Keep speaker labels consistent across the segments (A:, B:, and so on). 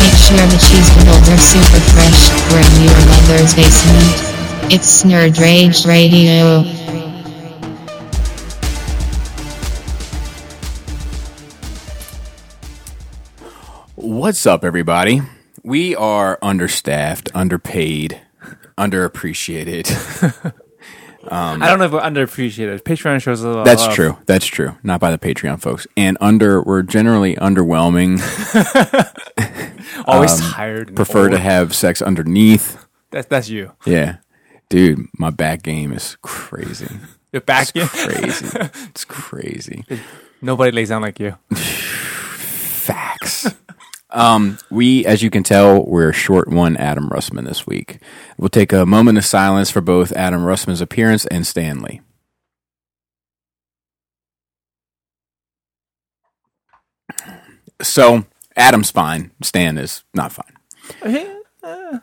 A: Make sure the cheese bubbles are super fresh. We're in your mother's basement. It's Nerd Rage Radio.
B: What's up, everybody? We are understaffed, underpaid, underappreciated.
C: I don't know if we're underappreciated. Patreon shows a lot.
B: That's true. That's true. Not by the Patreon folks. And under, we're generally underwhelming.
C: Always tired. and
B: Um, Prefer to
C: old.
B: have sex underneath.
C: That's, that's you.
B: Yeah, dude, my back game is crazy.
C: You're back.
B: Crazy. it's crazy.
C: Nobody lays down like you.
B: Facts. Um, we, as you can tell, we're short one Adam Russman this week. We'll take a moment of silence for both Adam Russman's appearance and Stanley. So Adam's fine. Stan is not fine.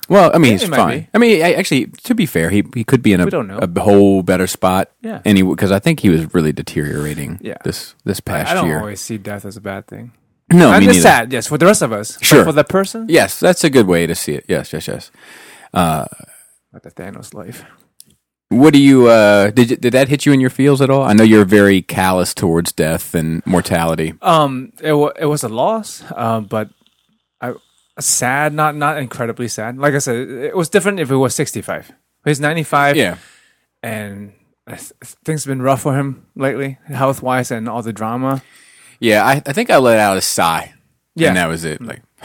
B: Well, I mean,
C: Yeah,
B: he's
C: he might
B: fine.
C: be.
B: I mean, I, actually, to be fair, he he could be in a,
C: We don't know.
B: a whole better spot.
C: Yeah.
B: and because I think he was really deteriorating.
C: Yeah.
B: this this
C: I-
B: past
C: I don't
B: year.
C: always see death as a bad thing.
B: no,
C: I'm
B: me
C: just
B: neither.
C: sad. Yes, for the rest of us. But
B: Sure.
C: for the person,
B: Yes, that's a good way to see it. Yes, yes, yes.
C: like the Thanos life.
B: What do you uh did you, did that hit you in your feels at all? I know you're very callous towards death and mortality.
C: Um, it wa it was a loss. Um, but I sad, not not incredibly sad. Like I said, it was different if it was 65. He's 95.
B: yeah.
C: and. I th- Things have been rough for him lately, health wise, and all the drama.
B: Yeah, I, I think I let out a sigh.
C: Yeah.
B: And that was it. Like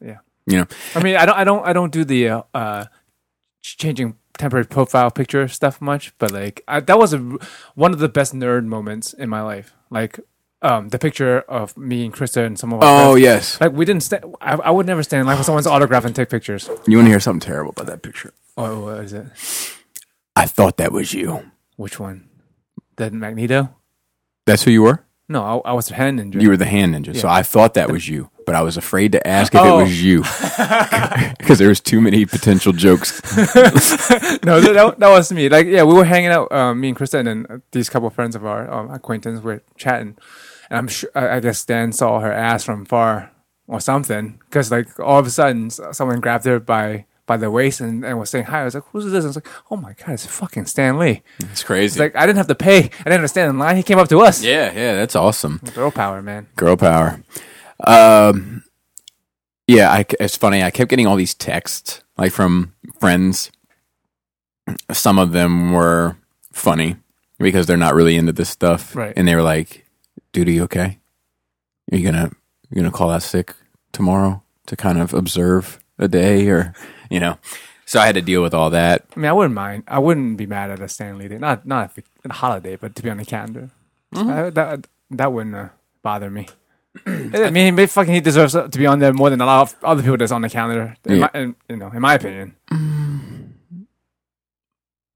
C: Yeah.
B: You know.
C: I mean, I don't, I don't, I don't do the uh, uh ch- changing temporary profile picture stuff much, but like I, that was a, one of the best nerd moments in my life. Like, um, the picture of me and Krista and some of our
B: Oh
C: friends.
B: yes.
C: Like we didn't stand. I, I would never stand in line for someone's autograph and take pictures.
B: You want to hear something terrible about that picture?
C: Oh, what is it?
B: I thought that was you.
C: Which one? The Magneto?
B: That's who you were?
C: No, I, I was the hand ninja.
B: You were the hand ninja. So I thought that was you, but I was afraid to ask if
C: Oh.
B: it was you. Cuz there was too many potential jokes.
C: no, that, that, that was me. Like, yeah, we were hanging out, um, me and Krista, and then uh, these couple of friends of our um, acquaintance were chatting. And I'm sure, I I guess Stan saw her ass from far or something, because like all of a sudden s- someone grabbed her by by the waist and, and was saying hi. I was like, "Who's this?" I was like, "Oh my god, it's fucking Stan Lee!" It's
B: It's crazy.
C: like I didn't have to pay. I didn't have to stand in line. He came up to us.
B: yeah, yeah, that's awesome.
C: Girl power, man.
B: Girl power. Um, yeah, I, it's funny. I kept getting all these texts, like from friends. Some of them were funny because they're not really into this stuff,
C: Right.
B: And they were like, "Dude, are you okay? Are you gonna you gonna call out sick tomorrow to kind of observe a day, or you know?" So I had to deal with all that.
C: I mean, I wouldn't mind. I wouldn't be mad at a Stan Lee day. Not not if a holiday, but to be on the calendar, I- that that wouldn't uh, bother me. I mean, he may fucking he deserves to be on there more than a lot of other people that's on the calendar. In
B: Yeah.
C: my, in, you know, in my opinion,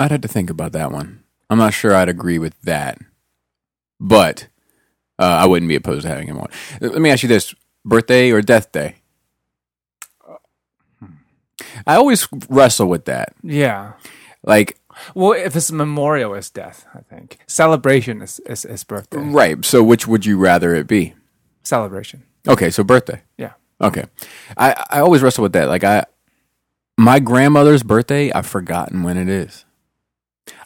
B: I'd have to think about that one. I'm not sure I'd agree with that, but uh, I wouldn't be opposed to having him on. Uh, Let me ask you this: birthday or death day? I always wrestle with that.
C: yeah.
B: Like,
C: Well, if it's memorial, it's death. I think celebration is is, is birthday
B: right? So, which would you rather it be?
C: celebration.
B: Okay, so birthday.
C: Yeah,
B: Okay, I I always wrestle with that. Like, I my grandmother's birthday, I've forgotten when it is.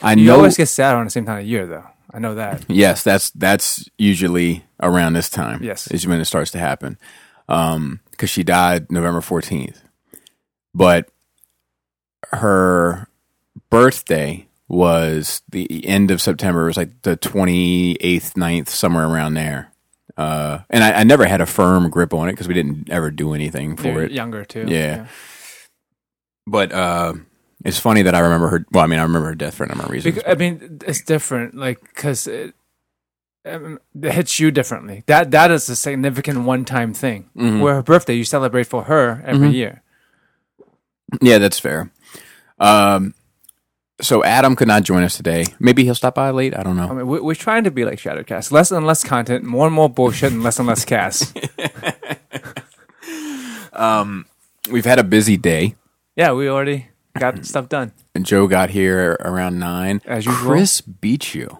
B: I
C: you
B: know.
C: always get sad around the same time of year, though. I know that.
B: Yes, that's that's usually around this time.
C: Yes.
B: is when it starts to happen. Um, because she died November fourteenth, but her birthday was the end of September. It was like the twenty eighth, 9th, somewhere around there. Uh, and I, I never had a firm grip on it because we didn't ever do anything for
C: You're
B: it.
C: younger too.
B: Yeah. But uh, it's funny that I remember her. Well, I mean, I remember her death for a number of reasons.
C: Because, I mean, it's different, like because it, um, it hits you differently. That that is a significant one-time
B: Mm-hmm. Mm.
C: thing. Where her birthday, you celebrate for her every year.
B: Yeah, that's fair. Um, so Adam could not join us today. Maybe he'll stop by late. I don't
C: I
B: know.
C: mean, we're, we're trying to be like Shadowcast. Less and less content, more and more bullshit, and less and less cast.
B: We've had a busy day.
C: yeah, we already got stuff done.
B: And Joe got here around nine.
C: As usual.
B: Chris beat you.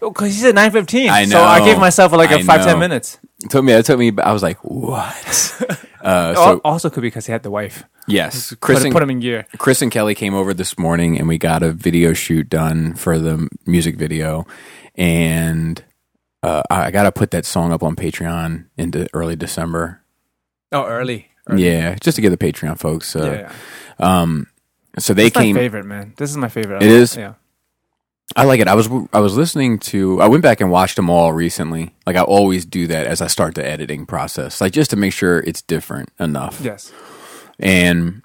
C: Because he's at 9.15.
B: I
C: So I
B: know.
C: gave myself like a
B: I
C: five ten
B: know.
C: minutes.
B: It took me. It took me. I was like, what? uh,
C: Al-
B: so
C: also could be because he had the wife.
B: yes,
C: Oh. Put,
B: Chris and,
C: put him in gear.
B: Chris and Kelly came over this morning, and we got a video shoot done for the music video, and. Uh, I got to put that song up on Patreon into early December.
C: Oh, early.
B: Yeah, just to give the Patreon folks.
C: Yeah,
B: Uh,
C: yeah.
B: Um, so they
C: It's my
B: came.
C: favorite, man. This is my favorite.
B: It is?
C: Yeah.
B: I like it. I was I was listening to. I went back and watched them all recently. Like I always do that as I start the editing process, like just to make sure it's different enough.
C: Yes.
B: And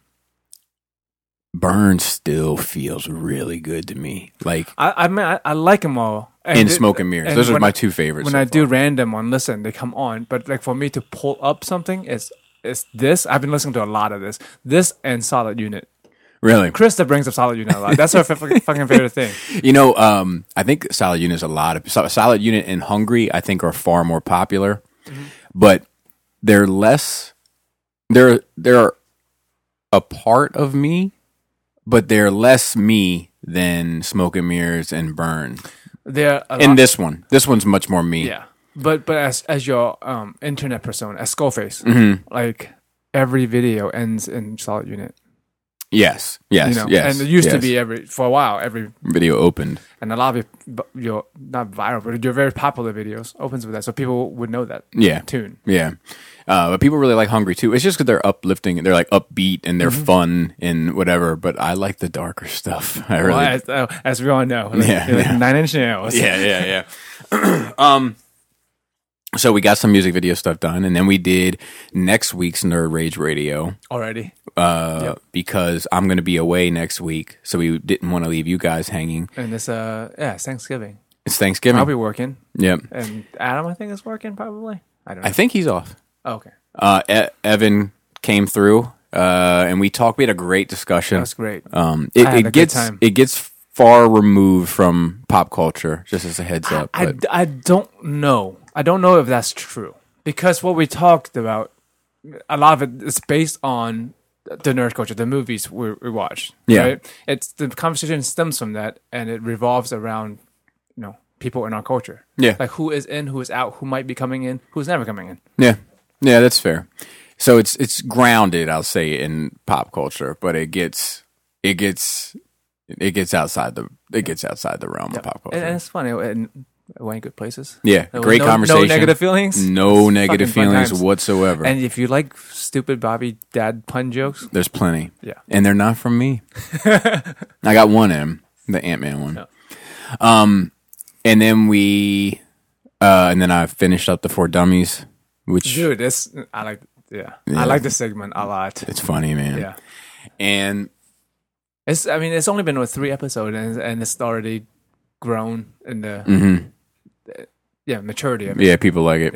B: Burn still feels really good to me. Like
C: I, I mean, I, I like them all.
B: in
C: the-
B: Smoke and Mirrors,
C: and
B: those are
C: when-
B: my two favorites.
C: When
B: so
C: I
B: far.
C: do random on listen, they come on. But like for me to pull up something, it's it's this. I've been listening to a lot of this. This and Solid Unit.
B: really,
C: Krista brings up Solid Unit a lot. That's her f- fucking favorite thing.
B: you know, um, I think Solid Unit is a lot of so- Solid Unit and Hungry. I think are far more popular,
C: Mm-hmm.
B: but they're less. They're they're a part of me, but they're less me than Smoke and Mirrors and Burn.
C: They're a
B: And
C: lot,
B: this one, this one's much more me.
C: yeah. But but as as your um internet persona, as Skullface,
B: Mm-hmm.
C: like every video ends in Solid Unit.
B: Yes. Yes.
C: You know,
B: yes.
C: and it used to
B: yes.
C: be every for a while every
B: video opened.
C: and a lot of your, your not viral but your very popular videos opens with that, so people would know that
B: Yeah.
C: tune.
B: Yeah. Uh, but people really like Hungry too. It's just because they're uplifting and they're like upbeat and
C: Mm-hmm.
B: they're fun and whatever. But I like the darker stuff. I really.
C: Well, as, uh, as we all know, like,
B: Yeah,
C: like
B: yeah.
C: Nine Inch Nails.
B: yeah. Yeah. Yeah. um, so we got some music video stuff done, and then we did next week's Nerd Rage Radio
C: already.
B: uh, because I'm going to be away next week, so we didn't want to leave you guys hanging.
C: And it's uh yeah, it's Thanksgiving.
B: It's Thanksgiving.
C: I'll be working,
B: yep.
C: and Adam I think is working probably. I don't know.
B: I think he's off.
C: oh, okay,
B: Uh, E- Evan came through, uh, and we talked. We had a great discussion.
C: that's great.
B: Um, it,
C: I had a
B: it
C: good
B: gets
C: time.
B: it gets far removed from pop culture. Just as a heads up,
C: I,
B: but-
C: I don't know. I don't know if that's true because what we talked about, a lot of it is based on the nerd culture, the movies we, we watch.
B: Yeah.
C: it's the conversation stems from that, and it revolves around you know people in our culture.
B: Yeah.
C: like who is in, who is out, who might be coming in, who's never coming in.
B: yeah, yeah, that's fair. So it's it's grounded, I'll say, in pop culture, but it gets it gets it gets outside the it gets outside the realm of pop culture.
C: And, and it's funny. And, we're in good places.
B: yeah,
C: There was
B: great
C: no-
B: conversation.
C: No negative feelings.
B: No negative
C: fucking fun
B: feelings
C: times.
B: whatsoever.
C: And if you like stupid Bobby dad pun jokes,
B: There's plenty.
C: Yeah.
B: And they're not from me. I got one in 'em, the Ant Man one.
C: Yeah.
B: Um, and then we, uh, and then I finished up the four dummies, which
C: dude, this I like. Yeah,
B: Yeah.
C: I like this segment a lot.
B: it's funny, man.
C: Yeah,
B: And
C: it's. I mean, it's only been what three episodes, and, and it's already grown in the
B: Mm. mm-hmm.
C: yeah maturity. I mean,
B: yeah, people like it.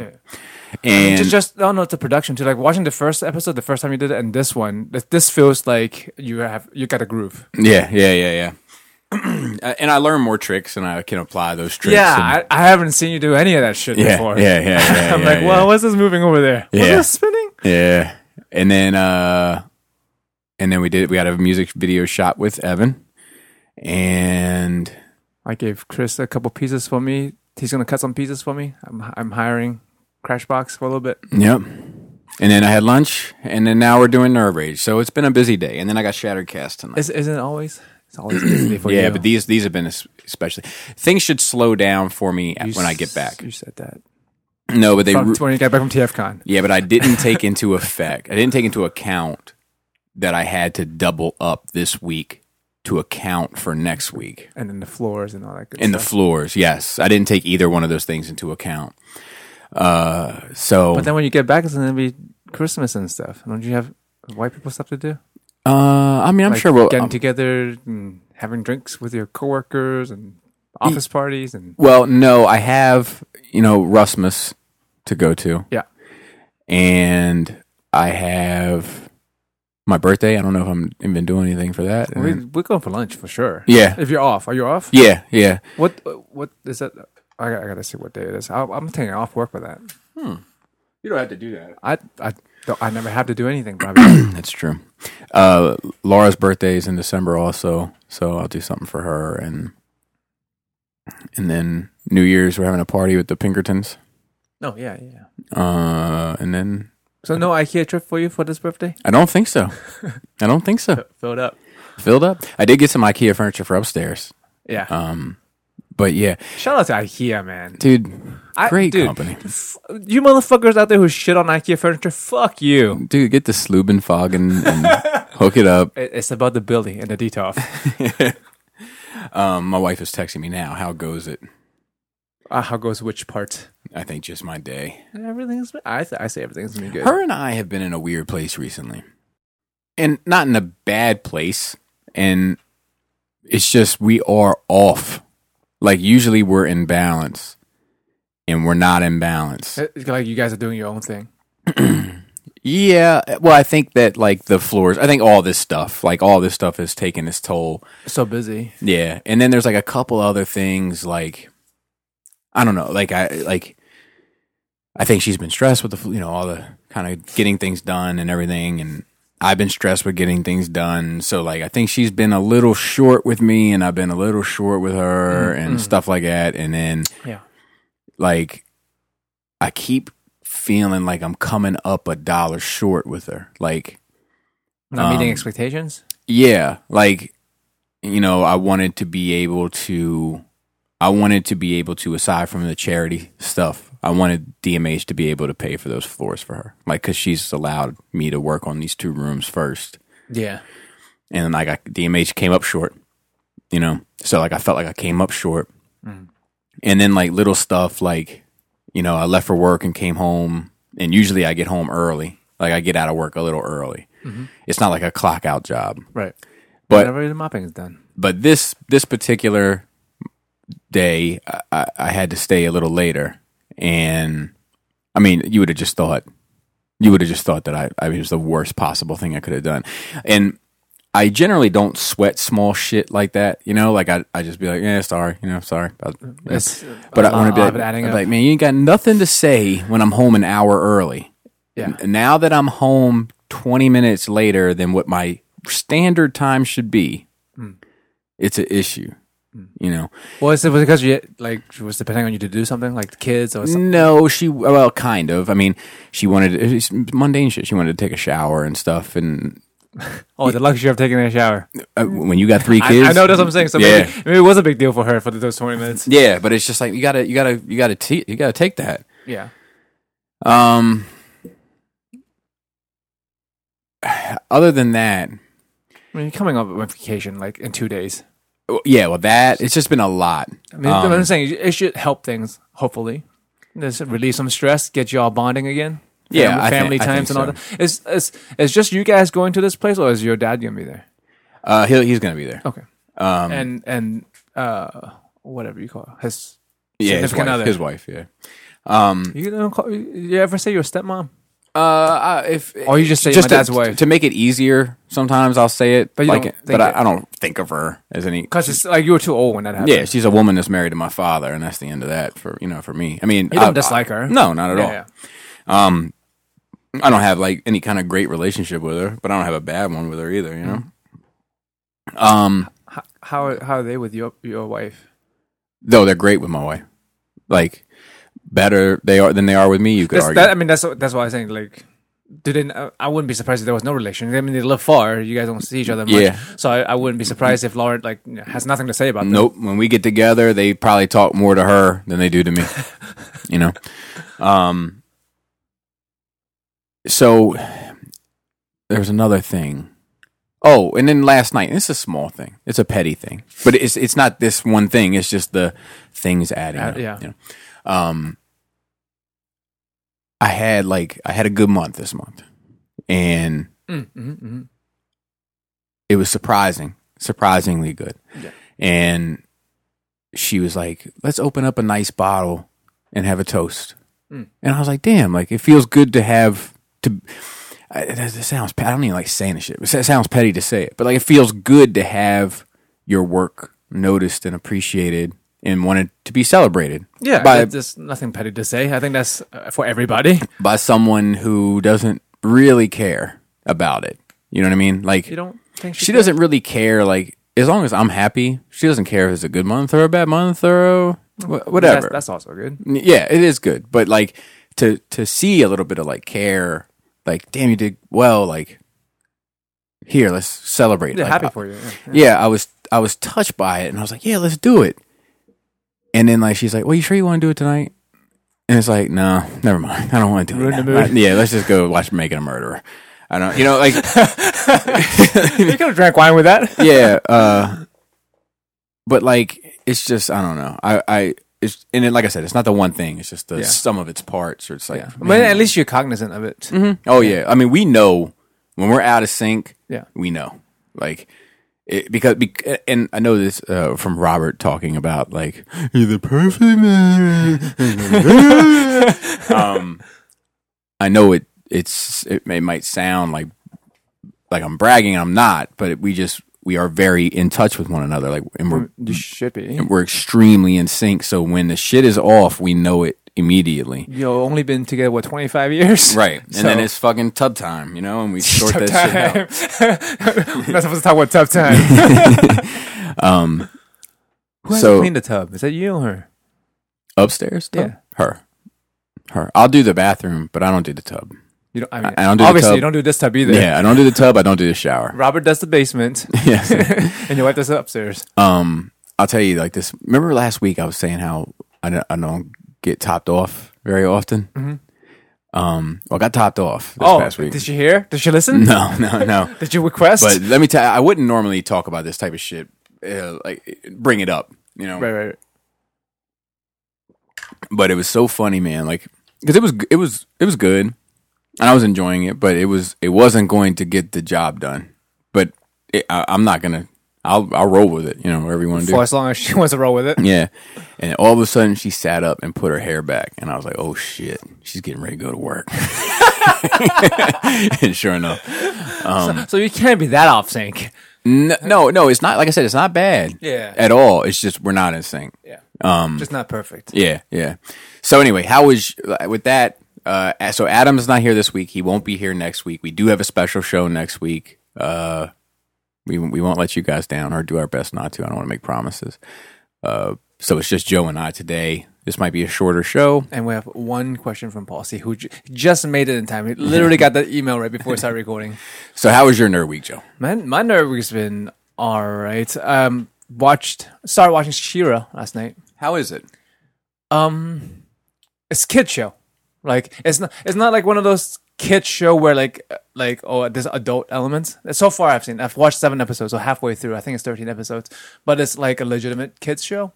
B: And
C: just, just oh, I don't know the production too. Like watching the first episode, the first time you did it, and this one, th- this feels like you have you got a groove.
B: yeah, yeah, yeah, yeah. and I learn more tricks and I can apply those tricks. and-
C: Yeah, I, I haven't seen you do any of that shit
B: yeah,
C: before.
B: yeah, yeah, yeah,
C: I'm
B: yeah,
C: like,
B: yeah.
C: well, what's this moving over there? What's
B: Yeah.
C: this spinning?
B: Yeah. And then uh and then we did we had a music video shot with Evan. And
C: I gave Chris a couple pieces for me. He's gonna cut some pieces for me. I'm I'm hiring Crashbox for a little bit.
B: yep. And then I had lunch and then now we're doing Nerve Rage. So it's been a busy day. And then I got Shattercast tonight.
C: Is isn't it always? It's always busy for you.
B: yeah, but these these have been es- especially things should slow down for me
C: You
B: when I
C: s-
B: get back.
C: you said that
B: No, but they
C: from
B: ru-
C: when you got back from TFCon.
B: Yeah, but I didn't take into effect. I didn't take into account that I had to double up this week to account for next week.
C: And then the floors and all that good
B: in the
C: stuff.
B: floors. Yes, I didn't take either one of those things into account. Uh, so
C: but then when you get back, it's going to be Christmas and stuff. Don't you have white people stuff to do?
B: uh, I mean, I'm
C: Like
B: sure we'll.
C: getting
B: um,
C: together and having drinks with your coworkers and office parties and
B: well, no, I have you know Rusmus to go to,
C: yeah.
B: and I have my birthday. I don't know if I'm even doing anything for that.
C: We,
B: And-
C: we're going for lunch for sure.
B: Mm-hmm. Yeah.
C: If you're off, are you off?
B: yeah, yeah.
C: What what is that? I gotta, I gotta see what day it is. I, I'm taking off work for that.
B: You don't have to do that.
C: I I don't, I never have to do anything. Probably.
B: That's true. Uh, Laura's birthday is in December also, so I'll do something for her and and then New Year's we're having a party with the Pinkertons.
C: no, yeah, yeah.
B: Uh, and then
C: So no IKEA trip for you for this birthday?
B: I don't think so. I don't think so.
C: Filled up.
B: Filled up. I did get some IKEA furniture for upstairs.
C: Yeah.
B: Um, but yeah,
C: Shout out to IKEA, man.
B: dude,
C: I-
B: great
C: dude,
B: company.
C: f- you motherfuckers out there who shit on IKEA furniture, fuck you.
B: Dude, get the Slubenfog and, and hook it up.
C: It- It's about the building and the detail.
B: Um, my wife is texting me now. How goes it?
C: uh, how goes which part?
B: I think just my day.
C: Everything's. I th- I say everything's gonna be good.
B: Her and I have been in a weird place recently, and not in a bad place. And it's just we are off. Like usually we're in balance, and we're not in balance.
C: It's like you guys are doing your own thing.
B: Yeah. Well, I think that like the floors. I think all this stuff, like all this stuff, has taken its toll.
C: So busy.
B: Yeah, and then there's like a couple other things like I don't know, like I like I think she's been stressed with the flu- you know all the kind of getting things done and everything, and I've been stressed with getting things done. So like I think she's been a little short with me, and I've been a little short with her, and stuff like that. And then
C: Yeah.
B: like I keep feeling like I'm coming up a dollar short with her, like.
C: Not meeting
B: Um,
C: expectations.
B: Yeah, like you know, I wanted to be able to I wanted to be able to aside from the charity stuff, I wanted DMH to be able to pay for those floors for her. Like cuz she's allowed me to work on these two rooms first.
C: Yeah.
B: And like I, DMH came up short, you know. So like I felt like I came up short. And then like little stuff like you know, I left for work and came home and usually I get home early. Like I get out of work a little early. It's not like a clock out job.
C: Right.
B: But
C: Whenever the mopping is done.
B: but this this particular day I- I, I had to stay a little later and i mean you would have just thought you would have just thought that I, I was the worst possible thing i could have done and i generally don't sweat small shit like that you know like i, I just be like yeah sorry you know sorry I-
C: It's-
B: but i
C: I'll-
B: want to be
C: I'll
B: like,
C: have it adding
B: I'd be
C: up.
B: like man you ain't got nothing to say when i'm home an hour early
C: Yeah.
B: N- now that i'm home 20 minutes later than what my standard time should be
C: Hmm.
B: it's an issue you know
C: Was it was it because you like was depending on you to do something like the kids or something?
B: no she well kind of i mean she wanted it's mundane shit she wanted to take a shower and stuff and
C: Oh, the luxury of taking a shower.
B: uh, when you got three
C: Mm.
B: Mm,
C: I,
B: kids
C: I know that's what I'm saying. So
B: yeah
C: maybe, maybe it was a big deal for her for those 20 minutes.
B: yeah but it's just like you gotta you gotta you gotta te- you gotta take that
C: Yeah.
B: Um, other than that,
C: I mean, you're coming up with vacation like in two days.
B: w- oh, yeah, well, that it's just been a lot.
C: I mean,
B: Um,
C: I'm saying it should help things. Hopefully, just relieve some stress, get you all bonding again.
B: Yeah,
C: Fam-
B: I thi-
C: family
B: I think
C: times and all
B: so.
C: that. Is is is just you guys going to this place, or is your dad gonna be there?
B: uh, he'll, he's gonna be there.
C: Okay.
B: Um,
C: and and uh, whatever you call it. his.
B: yeah, his
C: significant
B: wife,
C: other.
B: his wife, yeah. Um,
C: You don't call. You ever say your stepmom?
B: uh, I- if
C: Or you just say my
B: to-
C: dad's wife.
B: to make it easier, sometimes I'll say it,
C: But you
B: like,
C: don't think
B: but I,
C: it-
B: I don't think of her as any.
C: Because it's like you were too old when that happened.
B: Yeah, she's a woman that's married to my father, and that's the end of that for you know for me. I mean,
C: You don't
B: I-
C: dislike
B: I-
C: her.
B: Uh, No, not at
C: Yeah,
B: all. Um,
C: yeah.
B: I don't have like any kind of great relationship with her, but I don't have a bad one with her either. You know. Um.
C: H- How are, how are they with your your wife?
B: No, they're great with my wife. Like better they are than they are with me. You could
C: That's,
B: argue.
C: that, I mean, that's that's why I'm saying like, didn't I I wouldn't be surprised if there was no relation. I mean, they live far. You guys don't see each other much.
B: Yeah.
C: So I, I wouldn't be surprised if Laura like has nothing to say about that.
B: nope. When we get together, they probably talk more to her than they do to me. you know. Um. So there's another thing. Oh, and then last night. It's a small thing. It's a petty thing, but it's it's not this one thing. It's just the things adding.
C: Uh,
B: up,
C: yeah.
B: you know. Um. I had like I had a good month this month, and
C: Mm, mm, mm.
B: it was surprising, surprisingly good.
C: Yeah.
B: And she was like, "Let's open up a nice bottle and have a toast."
C: Mm.
B: And I was like, "Damn! Like it feels good to have to." I- it, it sounds. pe- I don't even like saying this shit. But it sounds petty to say it, but like it feels good to have your work noticed and appreciated and wanted to be celebrated.
C: Yeah,
B: by
C: there's nothing petty to say. I think that's uh, for everybody.
B: by someone who doesn't really care about it. You know what I mean? Like
C: You don't think
B: she doesn't really care. Like as long as I'm happy, she doesn't care if it's a good month or a bad month or a wh- whatever.
C: That's, that's also good.
B: yeah, it is good, but like to to see a little bit of like care, like damn, you did well. Like here, let's celebrate.
C: They're
B: Like, uh,
C: happy
B: I-
C: for you. yeah.
B: yeah, I was I was touched by it, and I was like, yeah, let's do it. And then like she's like, well, you sure you want to do it tonight? And it's like, no, never mind. I don't want to do
C: Ruin
B: it.
C: the
B: now.
C: mood.
B: I- yeah, let's just go watch Making a Murderer. I don't, you know, like
C: you could have drank wine with that.
B: yeah. Uh, but like, it's just I don't know. I I it's and it, like I said, it's not the one thing. It's just the
C: Yeah.
B: sum of its parts. Or it's like,
C: I mean, at least you're cognizant of it.
B: oh yeah. I mean, we know when we're out of sync.
C: Yeah.
B: we know. Like it, because bec- and I know this uh, from Robert talking about like you're the perfect man. um, I know it. It's it, may might sound like like I'm bragging. I'm not, but we just we are very in touch with one another. Like and we're
C: You should be.
B: we're extremely in sync. So when the shit is off, we know it immediately.
C: You've only been together what 25 years,
B: Right, and
C: So-
B: then it's fucking tub time, you know, and we sort that shit out.
C: We're not supposed to talk about tough time. um, Who has
B: Um, so-
C: cleaned the tub? Is that you or her?
B: Upstairs? Tub?
C: Yeah.
B: Her. Her. I'll do the bathroom, but I don't do the tub.
C: You don't. I mean,
B: I don't do the
C: obviously
B: tub.
C: you don't do this tub either.
B: Yeah, I don't do the tub. I don't do the shower.
C: Robert does the basement,
B: Yes.
C: and your wife does the upstairs.
B: um, I'll tell you like this. Remember last week I was saying how I don't, I don't get topped off very often? Um, well, I got topped off this
C: Mm-hmm. oh,
B: past week.
C: did she hear? Did she listen?
B: no, no, no.
C: Did you request?
B: but let me tell you, I wouldn't normally talk about this type of shit, uh, like bring it up, you know?
C: right, right, right.
B: but it was so funny, man. Like, because it was it was it was good, and I was enjoying it, but it was it wasn't going to get the job done. But it, I, I'm not gonna. I'll I'll roll with it. You know, whatever you want to
C: For
B: do.
C: as long as she wants to roll with it.
B: Yeah. And all of a sudden, she sat up and put her hair back, and I was like, "Oh shit, she's getting ready to go to work." and sure enough,
C: So you can't be that off sync.
B: no, no, no, it's not. Like I said, it's not bad.
C: Yeah.
B: At all. It's just we're not in sync.
C: Yeah. Um, Just not perfect.
B: Yeah, yeah. So anyway, how was with that? Uh, so Adam's not here this week. He won't be here next week. We do have a special show next week. Uh, we we won't let you guys down or do our best not to. I don't want to make promises. Uh, so it's just Joe and I today. This might be a shorter show.
C: And we have one question from Paul C, who j- just made it in time. He literally got that email right before we started recording.
B: So how was your nerd week, Joe?
C: Man, my nerve has been all right. Um, watched, started watching Shira last night.
B: How is it?
C: Um, it's kid show. Like it's not, it's not like one of those kid show where like, uh, like oh, there's adult elements. So far, I've seen, I've watched seven episodes, so halfway through. I think it's thirteen episodes, but it's like a legitimate kids show.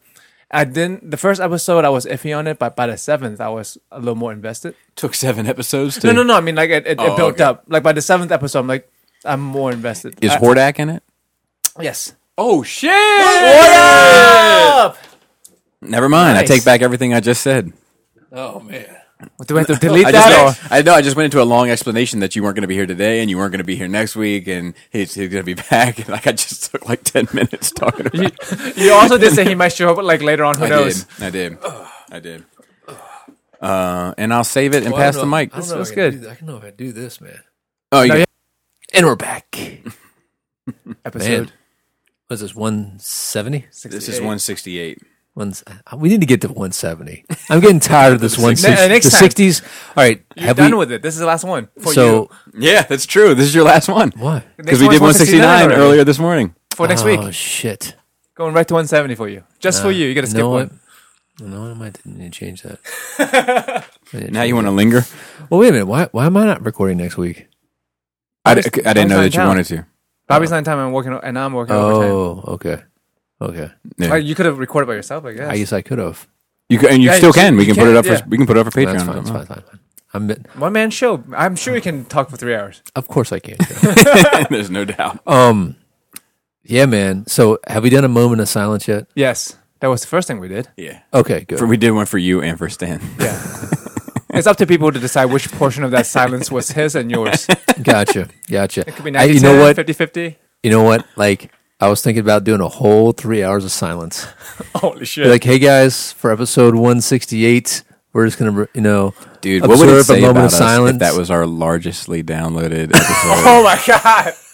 C: I didn't. The first episode, I was iffy on it, but by the seventh, I was a little more invested.
B: Took seven episodes. To,
C: No, no, no. I mean, like it, it,
B: Oh,
C: it built
B: okay.
C: up. Like by the seventh episode, I'm like, I'm more invested.
B: Is
C: I-
B: Hordak in it?
C: yes.
B: Oh shit!
C: Up.
B: Never mind.
C: Nice.
B: I take back everything I just said.
C: Oh man. Do we have to delete
B: I
C: that?
B: just, I know. I just went into a long explanation that you weren't going to be here today, and you weren't going to be here next week, and he's, he's going to be back. And like, I just took like ten minutes talking about. it.
C: Or? you also did say he might show up like later on. Who
B: I
C: knows?
B: did. I did. I did. Uh, and I'll save it and pass the mic.
D: I don't
C: That's- that's
D: know if I can
C: good.
D: do that. I don't know if I do this, man.
B: Oh, you
C: No, yeah.
D: And we're back.
C: Episode.
D: What's this? One seventy?
B: this is one sixty eight.
D: One. uh, We need to get to one seventy. I'm getting tired of this one
C: Ne-
D: sixty.
C: next
D: The
C: time.
D: sixties. All right.
C: You're done with it. This is the last one for you
D: so
B: Yeah, that's true. This is your last one
D: what?
B: because we
C: Next
B: did one
C: one's
B: sixty nine
C: 169 already.
B: earlier this morning.
C: for next
D: Oh
C: week.
D: shit! Uh,
C: Going right to 170 for you, just
B: Uh,
C: for you. You got to skip
D: know
C: one.
D: What? No, I might need to change that.
B: Now you want to linger?
D: Well, wait a minute. Why? Why am I not recording next week?
B: I, d- I didn't know that you wanted to.
C: Bobby's not in time. I'm working, o- and I'm working overtime.
D: Oh, okay, okay.
B: Yeah.
C: Like, you could have recorded by yourself, I guess.
D: I guess I could have.
B: You can, and you
C: Yeah,
B: still
C: you-
B: can. We
C: you
B: can, put it
C: can,
B: up.
C: yeah.
B: For, we can put it up for Patreon.
D: That's
B: or
D: fine. That's
B: something.
D: fine. That's fine. I'm.
C: one man show. I'm sure you can talk for three hours.
D: Of course, I can.
B: There's no doubt.
D: Um, yeah, man. So, have we done a moment of silence yet?
C: Yes, that was the first thing we did.
B: Yeah,
D: Okay, good.
B: For- we did one for you and for Stan.
C: Yeah. it's up to people to decide which portion of that silence was his and yours. It
D: Gotcha, gotcha.
C: could be
D: I-
C: 90,
D: you know what?
C: 50 50.
D: You know what? Like I was thinking about doing a whole three hours of silence.
C: Holy shit.
D: Be like, hey guys, for episode one sixty eight, we're just gonna, you know,
B: Dude, what would it
D: Observe a
B: say
D: moment
B: about
D: of
B: us
D: silence.
B: if that was our largestly downloaded
C: oh
B: episode?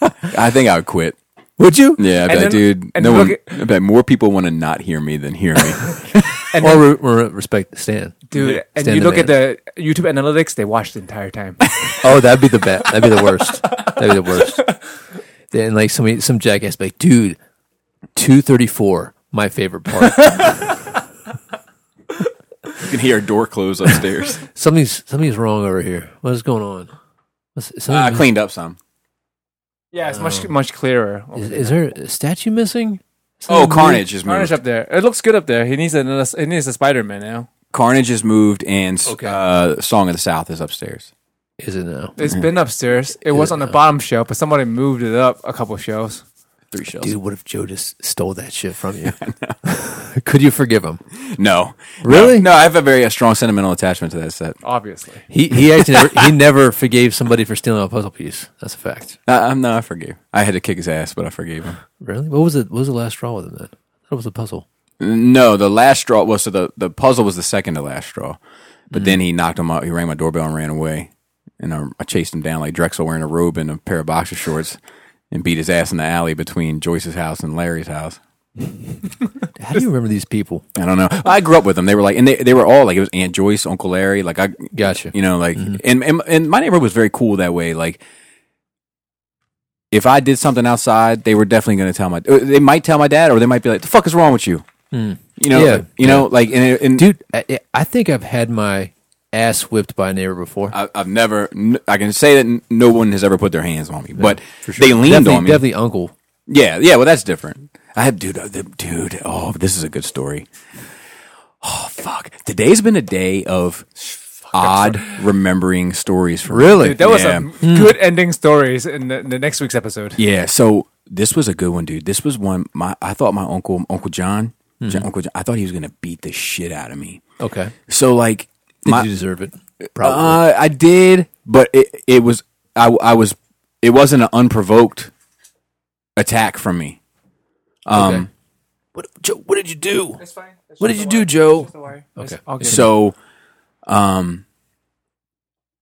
C: my God.
B: I think I would quit.
D: would you?
B: Yeah, I'd be
C: And
B: like,
C: then-
B: dude,
C: and
B: no
C: look
B: one, I bet more people want to not hear me than hear me.
D: or re- re- respect Stan,
C: Dude, and
D: Stand
C: you
D: the
C: look at the YouTube analytics, they watch the entire time.
D: Oh, that'd be the best. That'd be the worst. That'd be the worst. Then like somebody, some jackass, be like, dude, two thirty four, my favorite part.
B: you can hear a door close upstairs.
D: something's something's wrong over here. What is going on? What's,
B: Uh, I
D: something-
B: cleaned up some.
C: yeah, it's much much clearer.
D: is, is there a statue missing?
B: Oh, Carnage is
C: Carnage
B: moved.
C: up there. It looks good up there. He needs another. He needs a Spider Man now.
B: Carnage is moved, and
D: Okay.
B: uh, Song of the South is upstairs.
D: Is it now?
C: It's been upstairs. It was on the bottom shelf, but somebody moved it up a couple shelves.
B: Three shells.
D: Dude, what if Joe just stole that shit from you? Could you forgive him?
B: No,
D: Really?
B: No, no, I have a very uh strong sentimental attachment to that set.
C: Obviously,
D: He he actually never, he never forgave somebody for stealing a puzzle piece. That's a fact.
B: I, I'm no, I forgave. I had to kick his ass, but I forgave him.
D: Really? What was it? What was the last straw with him then? That was a puzzle.
B: No, the last straw was so the, the puzzle was the second to last straw, but
D: Mm-hmm.
B: then he knocked him out. He rang my doorbell and ran away, and I, I chased him down like Drexel wearing a robe and a pair of boxer shorts, and beat his ass in the alley between Joyce's house and Larry's house.
D: How do you remember these people?
B: I don't know. I grew up with them. They were like, and they, they were all like, it was Aunt Joyce, Uncle Larry. Like I
D: Gotcha.
B: you know, like,
D: Mm-hmm.
B: and, and and my neighborhood was very cool that way. Like, if I did something outside, they were definitely going to tell my. or They might tell my dad, or they might be like, "The fuck is wrong with you?" You know,
D: Hmm. Yeah.
B: you know, like, and, and
D: dude. I, I think I've had my ass whipped by a neighbor before.
B: I, I've never. n- I can say that n- no one has ever put their hands on me, but they leaned
D: definitely,
B: on me.
D: definitely uncle.
B: Yeah, yeah. Well, that's different. I had dude, uh, the- dude. Oh, this is a good story. Oh fuck! Today's been a day of odd remembering stories. For me.
D: Really?
C: dude, that was Hmm.
B: Yeah.
C: some good ending stories in the, in the next week's episode.
B: Yeah. So this was a good one, dude. This was one. My I thought my uncle, Uncle John,
D: Hmm.
B: John- Uncle John, I thought he was gonna beat the shit out of me.
D: Okay,
B: So like,
D: did
B: my,
D: you deserve it? Probably.
B: Uh, I did, but it it was I I was it wasn't an unprovoked attack from me. Um.
D: Okay. what, Joe, what did you do?
C: It's fine.
D: What did you do, Joe? Okay.
B: So, um,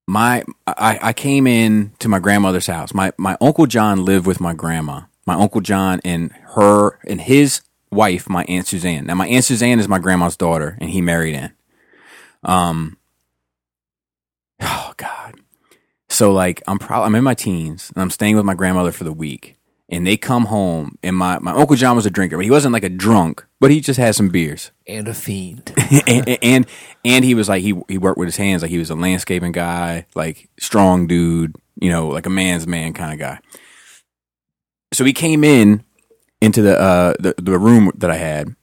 B: my I, I came in to my grandmother's house. My my uncle John lived with my grandma. My uncle John and her and his wife, my aunt Suzanne. Now, my aunt Suzanne is my grandma's daughter, and he married in. Um. Oh God. So like I'm probably I'm in my teens and I'm staying with my grandmother for the week. And they come home and my, my Uncle John was a drinker, but he wasn't like a drunk, but he just had some beers
D: And a fiend.
B: and, and and he was like he he worked with his hands like he was a landscaping guy like strong dude you know like a man's man kind of guy so he came in into the uh the, the room that i had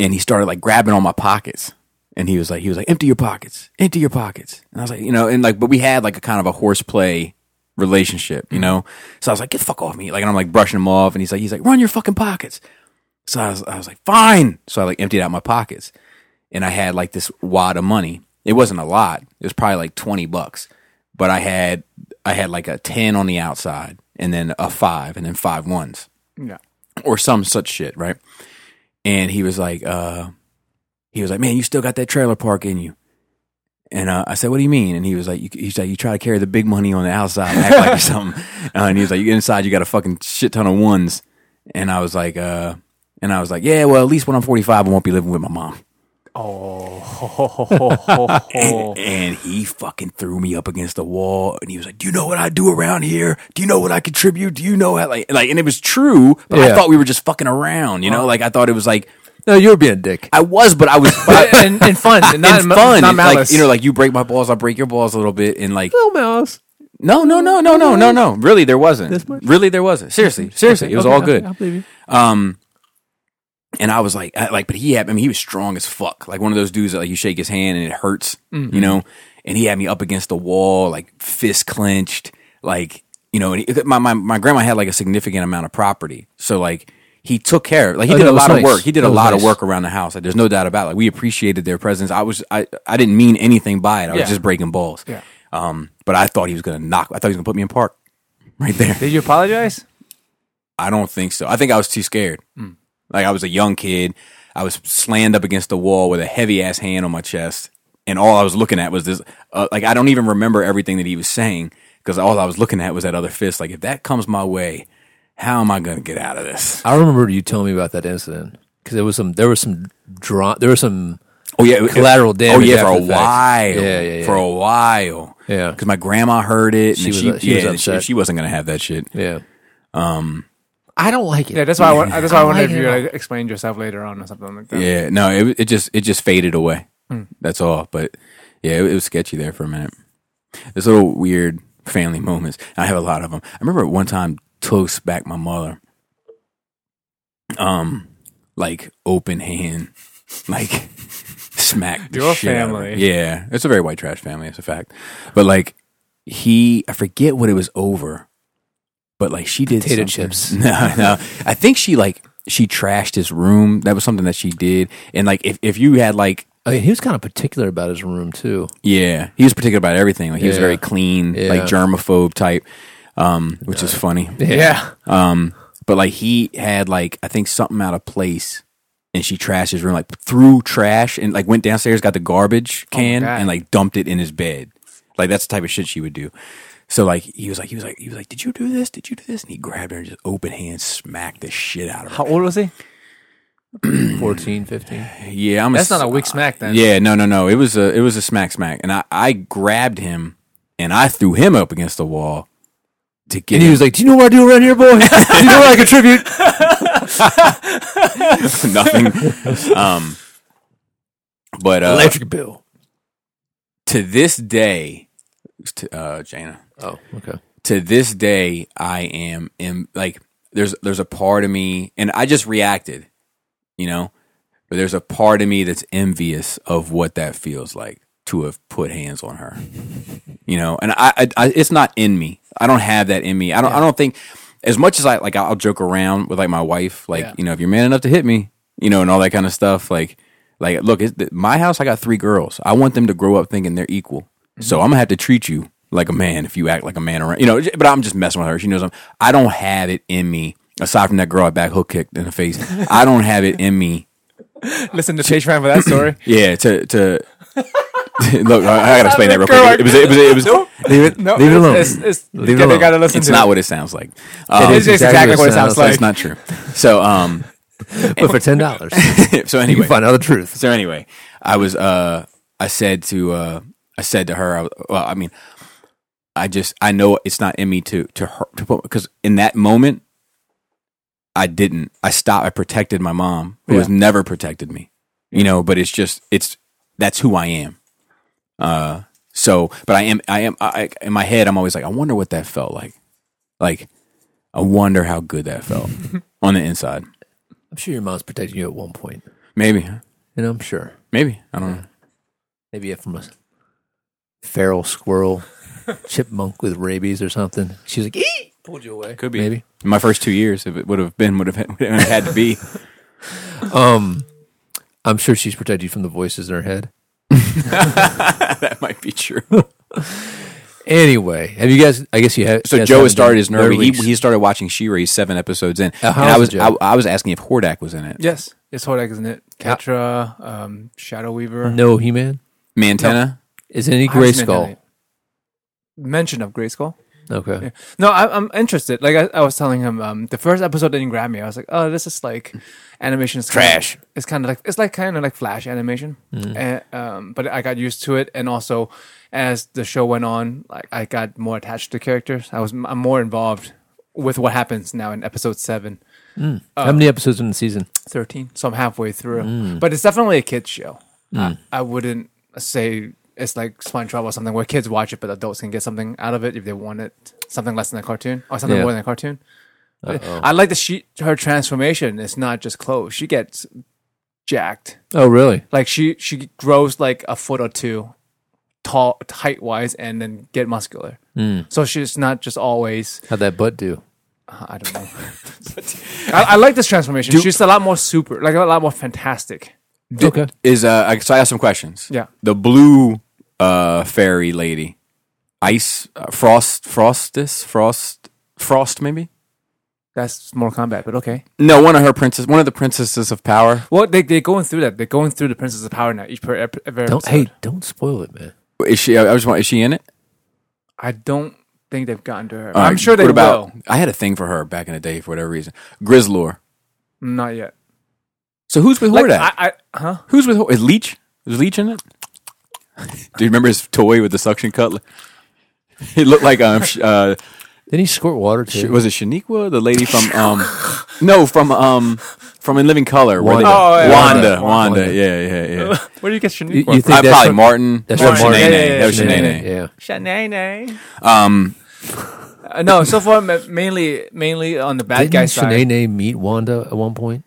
B: and he started like grabbing all my pockets and he was like he was like empty your pockets empty your pockets and i was like you know and like but we had like a kind of a horseplay relationship you know so i was like get the fuck off me like and i'm like brushing him off and he's like he's like run your fucking pockets so I was, I was like, fine. So I like emptied out my pockets and I had like this wad of money. It wasn't a lot. It was probably like 20 bucks, but I had, I had like a 10 on the outside and then a five and then five ones
C: Yeah.
B: or some such shit. Right. And he was like, uh, he was like, man, you still got that trailer park in you. And uh, I said, what do you mean? And he was like, you, he's like, you try to carry the big money on the outside, and act like you're something. Uh, and he was like, you inside, you got a fucking shit ton of ones. And I was like, uh, and I was like, yeah, well, at least when I'm 45, I won't be living with my mom.
C: Oh.
B: And he fucking threw me up against the wall, and he was like, "Do you know what I do around here? Do you know what I contribute? Do you know how like like?" And it was true, but I
D: Yeah.
B: thought we were just fucking around, you know? Like I thought it was like
D: no, you were being a dick.
B: I was, but I was but I-
C: and, and fun, and not
B: and
C: ma-
B: fun.
C: not
B: It's
C: malice.
B: Like you know, like you break my balls, I break your balls a little bit, and like
D: Little mouse.
B: no, no, no, no, no, no, no. Really, there wasn't. Really, there wasn't. Seriously, seriously, it was all good.
D: I believe you.
B: Um, and I was like, I, like, but he had, I mean, he was strong as fuck. Like one of those dudes that like you shake his hand and it hurts,
D: Mm-hmm.
B: you know? And he had me up against the wall, like fist clenched, like, you know, and he, my, my, my grandma had like a significant amount of property. So like, he took care. Like he
D: Oh,
B: did
D: no,
B: a
D: it was
B: lot of
D: nice.
B: work. He did a
D: It was
B: lot of
D: nice.
B: work around the house. Like, there's no doubt about. it. Like we appreciated their presence. I was I I didn't mean anything by it. I was
C: Yeah.
B: just breaking balls.
C: Yeah.
B: Um, but I thought he was gonna knock. I thought he was gonna put me in park right there.
C: Did you apologize?
B: I don't think so. I think I was too scared.
D: Hmm.
B: Like I was a young kid. I was slammed up against the wall with a heavy ass hand on my chest, and all I was looking at was this. Uh, like I don't even remember everything that he was saying because all I was looking at was that other fist. Like if that comes my way, how am I gonna get out of this?
D: I remember you telling me about that incident because there was some there was some draw there was some
B: Oh yeah, it-
D: Collateral
B: Oh
D: damage
B: yeah, for a
D: after the fact.
B: while.
D: Yeah, yeah, yeah.
B: for a while.
D: Yeah.
B: because my grandma heard it, and
D: She was-
B: she,
D: she was
B: yeah, and
D: upset.
B: She, she wasn't gonna have that shit.
D: yeah. Um, I don't like it.
C: Yeah, that's why I want, that's why I wonder if you
D: it.
C: like, explained yourself later on or something like that.
B: Yeah, no, it it just it just faded away.
C: Hmm.
B: That's all. But yeah, it, it was sketchy there for a minute. There's little weird family moments. I have a lot of them. I remember one time toast back my mother. Um, like open hand, like smack. the
C: Your
B: shit out of her.
C: family.
B: yeah, it's a very white trash family. It's a fact. But like he, I forget what it was over. But like she did
D: Potato
B: something.
D: chips.
B: No, no. I think she like she trashed his room. That was something that she did. And like if if you had like
D: I mean, he was kind of particular about his room too.
B: yeah, he was particular about everything. Like he was
D: Yeah.
B: very clean,
D: Yeah.
B: like germaphobe type, um, which is funny.
D: Yeah,
B: Um, but like he had like I think something out of place, and she trashed his room like threw trash and like went downstairs, got the garbage can
C: Oh God.
B: and like dumped it in his bed. Like that's the type of shit she would do. So like he was like he was like he was like did you do this did you do this and he grabbed her and just open hand smacked the shit out of her.
C: How old was he?
D: 14, 15.
B: Yeah, I'm.
C: That's
B: s-
C: not a weak smack then.
B: Yeah, no, no, no. It was a it was a smack smack, and I I grabbed him and I threw him up against the wall to get.
D: And he
B: him.
D: was like, "Do you know what I do around here, boy? do you know what I contribute?"
B: nothing. um, but uh,
D: Electric bill.
B: to this day, to, uh, Jana,
D: Oh, okay.
B: to this day, I am am like there's there's a part of me, and I just reacted, you know, but there's a part of me that's envious of what that feels like to have put hands on her, you know, and I, I, I it's not in me. I don't have that in me. I don't I don't think as much as I like I'll joke around with like my wife, like
D: Yeah.
B: you know, if you're man enough to hit me, you know, and all that kind of stuff, like. Like, look, it's, my house, I got three girls. I want them to grow up thinking they're equal.
C: Mm-hmm.
B: So I'm gonna have to treat you like a man if you act like a man around, you know. But I'm just messing with her. She knows I'm. I don't have it in me. Aside from that girl I back hook kicked in the face, I don't have it in me
C: Listen to Chase Ryan for that story.
B: yeah, to to look, I, I gotta explain that real
C: Girl, I-
B: quick. It was it was it was.
D: Leave it.
C: No,
D: leave it alone.
C: It's, it's,
D: Leave it
C: you
D: alone.
C: gotta listen
B: It's
C: to
B: not
C: it.
B: what it sounds like. Um,
C: It is exactly what it sounds
B: so
C: like.
B: it's not true. So um,
D: but for ten dollars,
B: so
D: you
B: anyway,
D: can find out the truth.
B: so anyway, I was uh, I said to uh, I said to her, I, was- well, I mean, I just I know it's not in me to to hurt to put because in that moment, I didn't. I stopped. I protected my mom, who has never protected me, you know. But it's just it's that's who I am. Uh, so but I am I am I, I- in my head. I'm always like, I wonder what that felt like. Like, I wonder how good that felt on the inside.
D: I'm sure your mom's protecting you at one point.
B: Maybe,
D: You know, I'm sure.
B: maybe I don't know.
D: Maybe from a feral squirrel, chipmunk with rabies or something. She was like, "Ee!" pulled you away.
B: Could be.
D: Maybe.
B: my first two years, if it would have been, would have would have had to be.
D: Um, I'm sure she's protected you from the voices in her head.
B: that might be true.
D: Anyway, have you guys? I guess you have.
B: So
D: you guys
B: Joe
D: haven't
B: has started
D: done
B: his
D: Nerd
B: nerdy. He,
D: Weeks.
B: he started watching She-Ra. He's seven episodes in,
D: Uh, how
B: and I
D: is
B: was
D: it,
B: I,
D: Joe?
B: I was asking if Hordak was in it.
C: Yes, it's Hordak, isn't it? Ketra, um, Shadow Weaver.
D: no He Man.
B: Mantana.
D: Is it any
C: I haven't
D: Gray
C: seen
D: Skull?
C: any Mention of Grayskull.
D: Okay.
C: Yeah. No, I, I'm interested. Like I, I was telling him, um, the first episode didn't grab me. I was like, oh, this is like animation is kinda-
B: Trash.
C: it's kind of like it's like kind of like flash animation. And, um, but I got used to it, and also as the show went on, like I got more attached to characters. I was I'm more involved with what happens now in episode seven.
D: How many episodes in the season?
C: 13 so i'm halfway through but it's definitely a kids show I, I wouldn't say it's like spongebob or something where kids watch it but adults can get something out of it if they want it something less than a cartoon or something
D: Yeah.
C: more than a cartoon Uh, i like that she her transformation it's not just clothes she gets jacked
D: Oh, really?
C: like she she grows like a foot or two tall height wise and then get muscular so she's not just always
D: How'd that butt do?
C: I don't know. I, I like this transformation. She's a lot more super, like a lot more fantastic.
D: okay.
B: Is uh, I- so I asked some questions.
C: Yeah.
B: the blue uh fairy lady, ice uh, frost frostis frost frost maybe.
C: That's more combat, but okay.
B: No, one of her princess, one of the princesses of power.
C: Well, they they're going through that. They're going through the Princess of Power now. Each per ep- every
D: Don't
C: episode.
D: hey, don't spoil it, man.
B: Is she? I was wondering, is she in it?
C: I don't think they've gotten to her.
B: All
C: I'm
B: right,
C: sure they
B: what about,
C: will.
B: I had a thing for her back in the day for whatever reason. Grizzlor.
C: Not yet.
B: So who's with
C: Like,
B: Hordak?
C: I, I huh?
B: who's with Hor- is Leech? Is Leech in it? Do you remember his toy with the suction cup? He looked like um sh- uh
D: Didn't he squirt water
B: sh-
D: too?
B: was it Shaniqua, the lady from um no from um from In Living Color. where they-
D: Wanda.
C: Oh, yeah,
B: Wanda,
D: Wanda.
B: Wanda,
D: Wanda.
B: yeah, yeah, yeah.
C: Where do you get
D: You-
C: Shaniqua?
D: you think
B: I,
D: that's
B: probably
D: what-
B: Martin.
D: That's
B: Or
D: what Martin.
B: Shanae.
C: Yeah, yeah, yeah,
B: That was Shanae.
D: Shanae, Yeah.
C: Shanae.
B: Um,
C: Uh, no, so far ma- mainly mainly on the bad
D: Didn't
C: guy side.
D: Shanae meet Wanda at one point?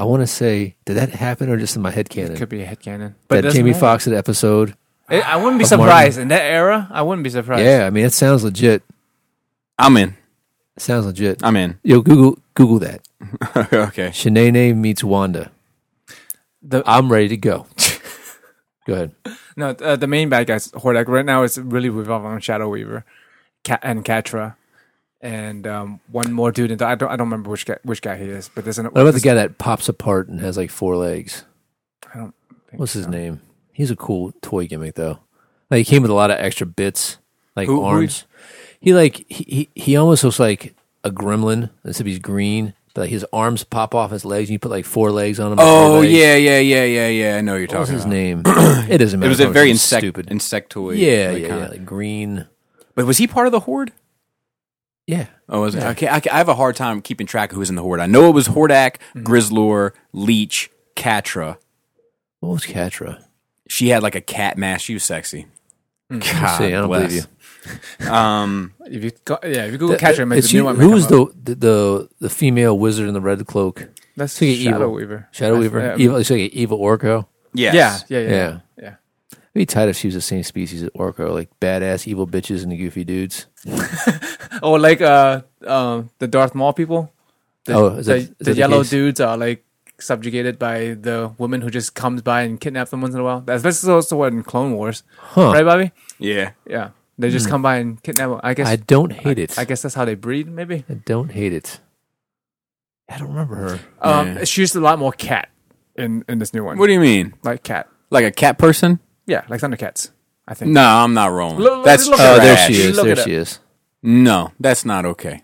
D: I want to say, did that happen or just in my head canon?
C: Could be a head cannon, but
D: That
C: it doesn't
D: Jamie
C: matter.
D: Foxx had episode.
C: I I wouldn't be
D: of Martin.
C: surprised in that era. I wouldn't be surprised.
D: Yeah, I mean, it sounds legit.
B: I'm in.
D: It sounds legit.
B: I'm in.
D: Yo, Google Google that.
B: okay.
D: Shanae meets Wanda.
C: The,
D: I'm ready to go. go ahead.
C: No, uh, the main bad guys, Hordak. Right now, it's really revolving on Shadow Weaver, Ca and Catra, and um, one more dude. And I don't, I don't remember which guy, which guy he is. But there's an.
D: What about the guy that pops apart and has like four legs?
C: I don't think
D: What's his name? He's a cool toy gimmick though. Like he came with a lot of extra bits, like
C: Who- who
D: arms. he like he, he he almost looks like a gremlin, except he's green. But like his arms pop off his legs, and you put like four legs on him.
B: Oh
D: four legs.
B: yeah, yeah, yeah, yeah, yeah. I know what you're
D: What was
B: talking
D: his
B: about.
D: name? it doesn't matter.
B: It was a
D: It's
B: very
D: something
B: insect,
D: stupid.
B: insectoid.
D: yeah,
B: like,
D: yeah,
B: kinda.
D: yeah, like green.
B: But was he part of the horde?
D: Yeah,
B: Oh, was it? Okay, I, I have a hard time keeping track of who's in the horde. I know it was Hordak,
D: Mm-hmm.
B: Grizzlor, Leech, Catra.
D: what was Catra?
B: She had like a cat mask. She was sexy. God
D: See, I don't
B: bless.
D: believe
B: Um,
C: Mm. if you go, yeah, if you Google
D: you.
C: Catra, it makes
D: It's
C: a new
D: you-
C: one.
D: who
C: come
D: was
C: up.
D: the, the the the female wizard in the red cloak?
C: That's
D: It's like an
C: Shadow
D: evil-
C: Weaver.
D: Shadow
C: I-
D: Weaver.
C: yeah,
D: evil, it's like an evil Orco.
B: yes.
C: Yeah, yeah, yeah,
D: Yeah.
C: yeah, yeah.
D: It'd be tight if she was the same species as Orko, like badass evil bitches and the goofy dudes.
C: Or like uh, um, the Darth Maul people. The,
D: Oh, is that-
C: the,
D: is
C: the
D: that the
C: yellow
D: case?
C: dudes are like subjugated by the woman who just comes by and kidnaps them once in a while. That's this is also what in Clone Wars,
D: Huh.
C: right, Bobby?
B: Yeah.
C: Yeah, they just come by and kidnap. Them. I guess
D: I don't hate it.
C: I guess that's how they breed, maybe.
D: I don't hate it. I don't remember her.
C: Um,
B: Yeah.
C: She used a lot more cat in, in this new one.
B: What do you mean?
C: like cat.
B: Like a cat person?
C: Yeah, like Thundercats, I think.
B: No, I'm not wrong.
C: Look- look-
B: that's
C: look
D: Oh,
C: at
D: there
B: trash.
D: she is.
C: Look
D: There
C: it
D: she is.
B: No, that's not okay.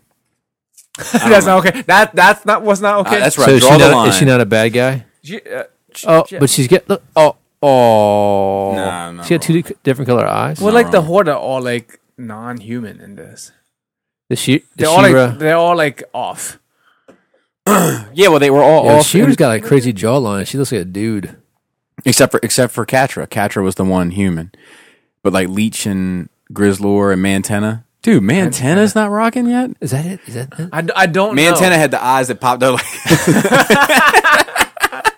C: that's not okay. That that's not was not okay.
B: Uh, that's right.
D: So is
B: Draw
D: she,
B: the
D: not, is
B: line.
D: she not a bad guy?
C: She, uh, she-
D: Oh,
C: she-
D: but she's get look. Oh, oh.
B: Nah, I'm not
D: she had two di- different color eyes.
C: well,
B: not
C: like the
B: wrong.
C: Horde are all like non-human in this.
D: The she, the
C: They're all
D: Shira.
C: like they're all like off.
B: Yeah, well, they were all
D: Yo,
B: off
D: Shira's oh, got like crazy jawline. She looks like a dude.
B: except for except for Catra. Catra was the one human, but like Leech and Grizzlor and Mantena. Dude, Mantana's not rocking yet.
D: Is that it? Is that it?
C: I, d- I don't
B: Mantena
C: know.
B: had the eyes that popped out. Like,
C: I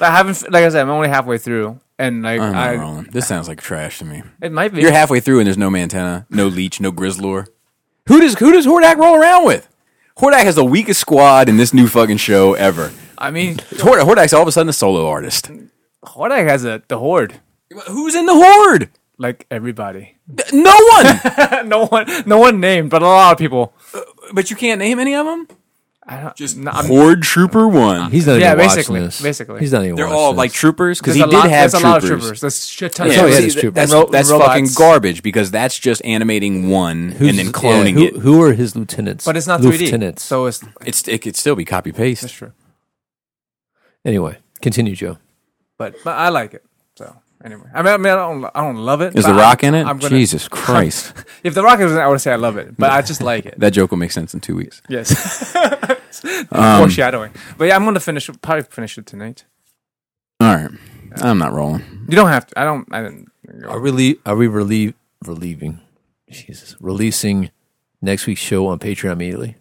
C: haven't f- like I said, I'm only halfway through, and like
B: I'm not
C: I,
B: wrong. This sounds like trash to me.
C: it might be.
B: You're halfway through and there's no Mantena, no Leech, no Grizzlor. Who does who does Hordak roll around with? Hordak has the weakest squad in this new fucking show ever.
C: I mean,
B: Hord- Hordak's all of a sudden a solo artist.
C: Horde has a the Horde
B: Who's in the Horde?
C: like everybody.
B: No one.
C: no one, no one named, but a lot of people.
B: but you can't name any of them.
C: I don't
B: Just
C: no, I'm-
B: Horde Trooper One.
D: He's not
C: Yeah,
D: even
C: basically,
D: watching this.
C: basically.
D: he's not even.
B: They're
D: watching
B: all
D: this.
B: like troopers because
C: There's
B: he
C: a
B: did
C: lot,
B: have
C: there's a lot of
B: troopers.
C: troopers. There's shit ton
D: Yeah,
C: of
D: he had
B: see,
D: his
B: th-
D: troopers.
B: That's,
C: Ro-
B: that's
C: robots.
B: fucking garbage because that's just animating one and then
D: yeah,
B: cloning
D: who,
B: it.
D: Who are his lieutenants?
C: But it's not 3D.
D: lieutenants. So
C: So it's
B: It's it could still be copy paste.
C: that's true.
D: anyway, continue, Joe.
C: But but I like it. So anyway, I mean, I, mean, I don't I don't love it.
B: Is
C: but
B: the Rock
C: I'm-
B: in it?
C: I'm gonna-
B: Jesus Christ!
C: If the Rock is in it, I would say I love it, but I just like it.
B: that joke will make sense in two weeks.
C: Yes.
B: Um,
C: Foreshadowing. But yeah, I'm gonna finish. Probably finish it tonight.
B: All right, I'm not rolling.
C: You don't have to. I don't. I didn't.
D: Are we le- are we relieve relieving? Jesus, releasing next week's show on Patreon immediately.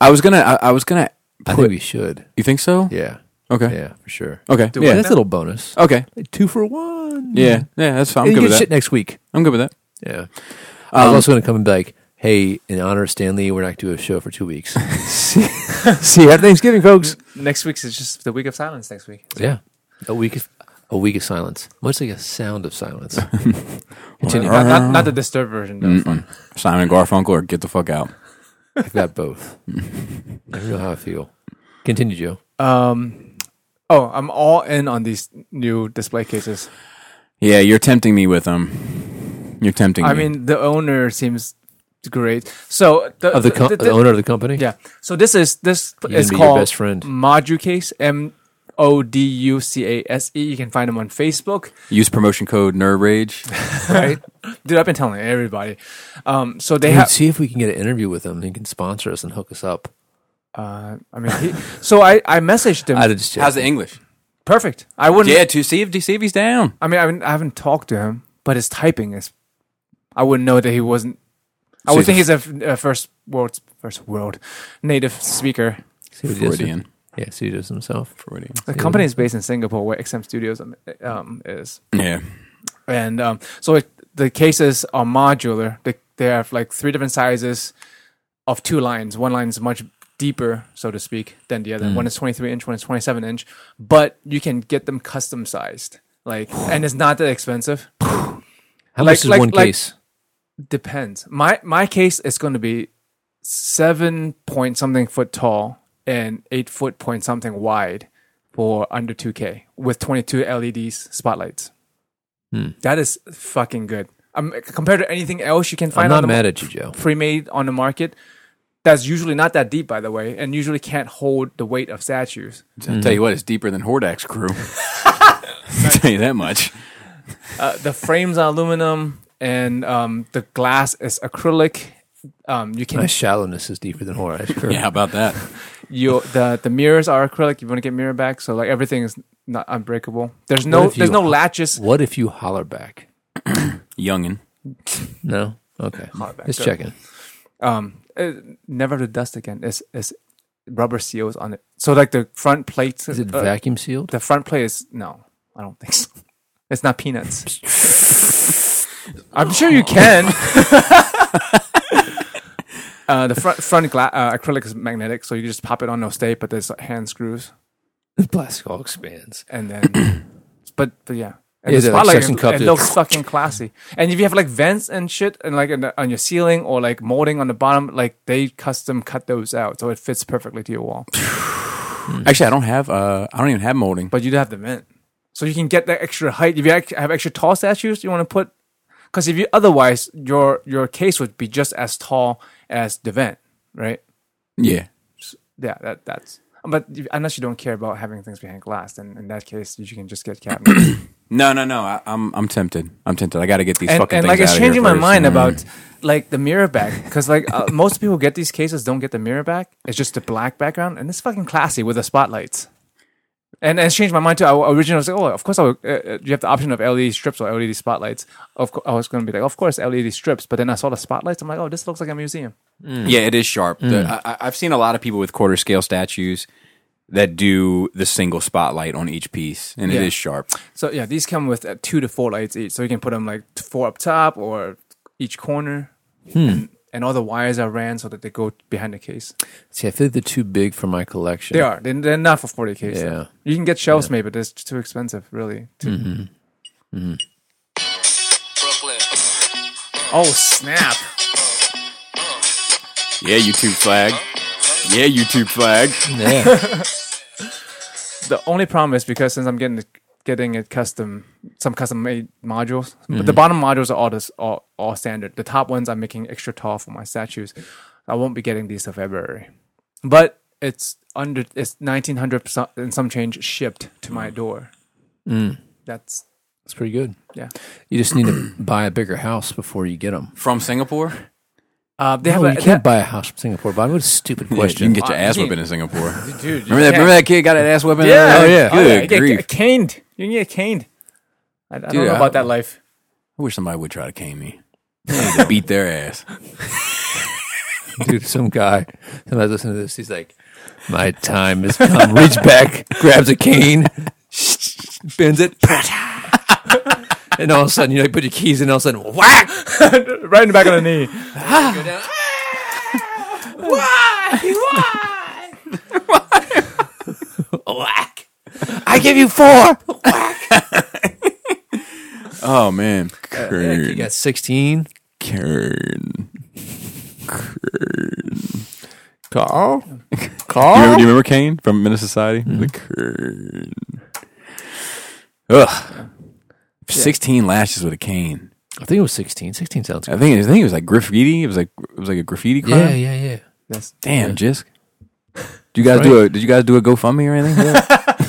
B: I was gonna. I, I was gonna.
D: I think we should.
B: You think so?
D: Yeah,
B: Okay.
D: yeah, for sure.
B: Okay.
C: Do
B: yeah.
D: That's a little bonus.
B: Okay.
D: Like two for one.
B: Yeah. Yeah. That's fine. I'm
D: you
B: good
D: get
B: with that.
D: shit next week.
B: I'm good with that.
D: Yeah, I was also going to come and be like, hey, in honor of Stanley, we're not doing a show for two weeks. see, see you at Thanksgiving, folks.
C: Next week's is just the week of silence. Next week.
D: Yeah, a week of a week of silence, much like a sound of silence.
B: Uh-huh.
D: Continue.
C: Not, not, not the disturbed version. Though.
B: Simon and Garfunkel or get the fuck out.
D: I've got both. I don't know how I feel. Continue, Joe.
C: Um, oh, I'm all in on these new display cases.
B: Yeah, you're tempting me with them. You're tempting
C: I
B: me.
C: mean, the owner seems great. So Uh, the,
D: Of the, com- the, owner of the company.
C: yeah. So this is this
D: You
C: is
D: can be your
C: called
D: best friend.
C: Moducase. M O D U C A S E. You can find them on Facebook.
B: use promotion code Nerd Rage.
C: Right, dude. I've been telling everybody. Um, so they
D: Dude,
C: have.
D: see if we can get an interview with him. He can sponsor us and hook us up.
C: Uh, I mean, he, so I I messaged him.
D: I just
B: How's the English?
C: Perfect. I wouldn't.
B: Yeah, to see if see if he's down.
C: I mean, I haven't, I haven't talked to him, but his typing is. I wouldn't know that he wasn't. I
B: So
C: would think
B: he's
C: he's a, f- a first world, first world native speaker.
D: see what he does.
B: Freudian.
D: Yeah, see what he does himself.
B: Freudian.
C: The company is based in Singapore, where XM Studios um, um, is,
B: Yeah.
C: and um, so it, the cases are modular. They they have like three different sizes of two lines. One line is much deeper, so to speak, than the other. One is twenty three inch, one is twenty seven inch, but you can get them custom sized. Like, and it's not that expensive.
D: How
C: Like-
D: much is
C: like-
D: one
C: like-
D: case?
C: depends. My my case is going to be seven point something foot tall and eight foot point something wide for under two k with twenty two LEDs spotlights.
D: Hmm.
C: That is fucking good. Um, compared to anything else you can find on
D: I'm not
C: the
D: mad at you, Joe.
C: pre-made on the market. That's usually not that deep, by the way, and usually can't hold the weight of statues.
B: I'll tell you what, it's deeper than Hordak's crew. I'll tell you that much.
C: Uh, the frames are aluminum, and um, the glass is acrylic. Um, you can
D: My shallowness is deeper than horror. Sure.
B: Yeah, how about that?
C: you the the mirrors are acrylic. You want to get mirror back, so like everything is not unbreakable. There's no
D: if you-
C: there's no latches.
D: What if you holler back?
B: Youngin.
D: No. Okay.
C: back,
D: Just
C: go.
D: checking.
C: Um, uh, never to dust again. It's it's rubber seals on it. So like the front plate,
D: Is it
C: uh,
D: vacuum sealed?
C: the front plate is no. I don't think so. It's not peanuts. I'm sure you can. Uh, the front front gla- uh, acrylic is magnetic, so you can just pop it on no state, but there's hand screws,
D: The plastic all expands.
C: and then, but, but yeah, and
D: Yeah,
C: the
D: they're like
C: spotlight,
D: suction
C: it-
D: cups,
C: it
D: yeah.
C: looks fucking classy. And if you have like vents and shit, and like in the, on your ceiling or like molding on the bottom, like they custom cut those out, so it fits perfectly to your wall.
B: Actually, I don't have. Uh, I don't even have molding.
C: Mm. But you do have the vent, so you can get that extra height. If you act- have extra tall statues, you want to put, because if you otherwise, your your case would be just as tall as the vent, right?
B: Yeah.
C: Yeah, that that's. But if- unless you don't care about having things behind glass, then in that case, you can just get cabinets.
B: No, no, no. I, I'm I'm tempted. I'm tempted. I got to get these
C: and,
B: fucking
C: and
B: things
C: like it's
B: out of here
C: changing my
B: first.
C: mind
B: Mm.
C: about like the mirror back because like uh, most people get these cases don't get the mirror back it's just the black background and it's fucking classy with the spotlights and, and it's changed my mind too I w- originally was like oh of course I would, uh, uh, you have the option of LED strips or LED spotlights of course I was going to be like of course LED strips but then I saw the spotlights I'm like oh this looks like a museum
B: Mm. Yeah, it is sharp. The-
C: Mm.
B: I, I- I've seen a lot of people with quarter scale statues that do the single spotlight on each piece, and
C: Yeah.
B: it is sharp.
C: so yeah these come with uh, two to four lights each so you can put them like t- four up top or each corner
B: Hmm.
C: and, and all the wires are ran so that they go behind the case
D: See, I feel like they're too big for my collection.
C: They are. They're, they're not for 40K. so.
D: Yeah. Mm-hmm.
C: You can get shelves made, but it's too expensive, really. to-
E: Brooklyn.
C: Oh, snap.
B: Yeah, YouTube flag. Yeah, YouTube flag.
D: Yeah.
C: The only problem is because since I'm getting getting it custom, some custom made modules,
D: Mm-hmm.
C: but the bottom modules are all, this, all, all standard. The top ones I'm making extra tall for my statues. I won't be getting these till February. But it's under, it's 1900 so- and some change shipped to
D: Mm.
C: my door. That's,
D: That's pretty good.
C: yeah.
D: You just need to buy a bigger house before you get them.
B: From Singapore?
C: Uh, they
D: No,
C: have
D: you
C: a,
D: can't buy a house from Singapore. But what a stupid
B: Yeah, you
D: question.
B: can get your
C: Uh,
B: ass
C: you
B: whipping
C: can-
B: in Singapore. remember,
C: dude, you
B: that,
C: can't-
B: remember that kid got an ass whipping?
C: Yeah.
B: Oh, yeah.
D: Oh,
B: Good
C: get,
B: grief.
C: get caned. You can get caned. I, I don't
B: Dude,
C: know
B: I-
C: about that life.
B: I wish somebody would try to cane me. I need to beat their ass.
D: Dude, some guy, somebody's listening to this. He's like, my time has come. Reach back, grabs a cane, bends it. and all of a sudden you like put your keys in, and all of a sudden whack,
C: right in the back of the knee.
D: whack. I give you four.
B: Oh man,
D: You
B: Kern,
D: got sixteen.
B: Kern.
D: Carl,
B: Do you, remember, do
D: Carl.
B: you remember Kane from Menace Society? The Kern. Ugh. Sixteen lashes with a cane.
D: I think it was sixteen. Sixteen sounds
B: I
D: good.
B: think. I think it was like graffiti. It was like it was like a graffiti crime.
D: Yeah, yeah, yeah.
C: Yes.
B: Damn, Jisk. Did you guys do a Did you guys do a GoFundMe or anything? for that?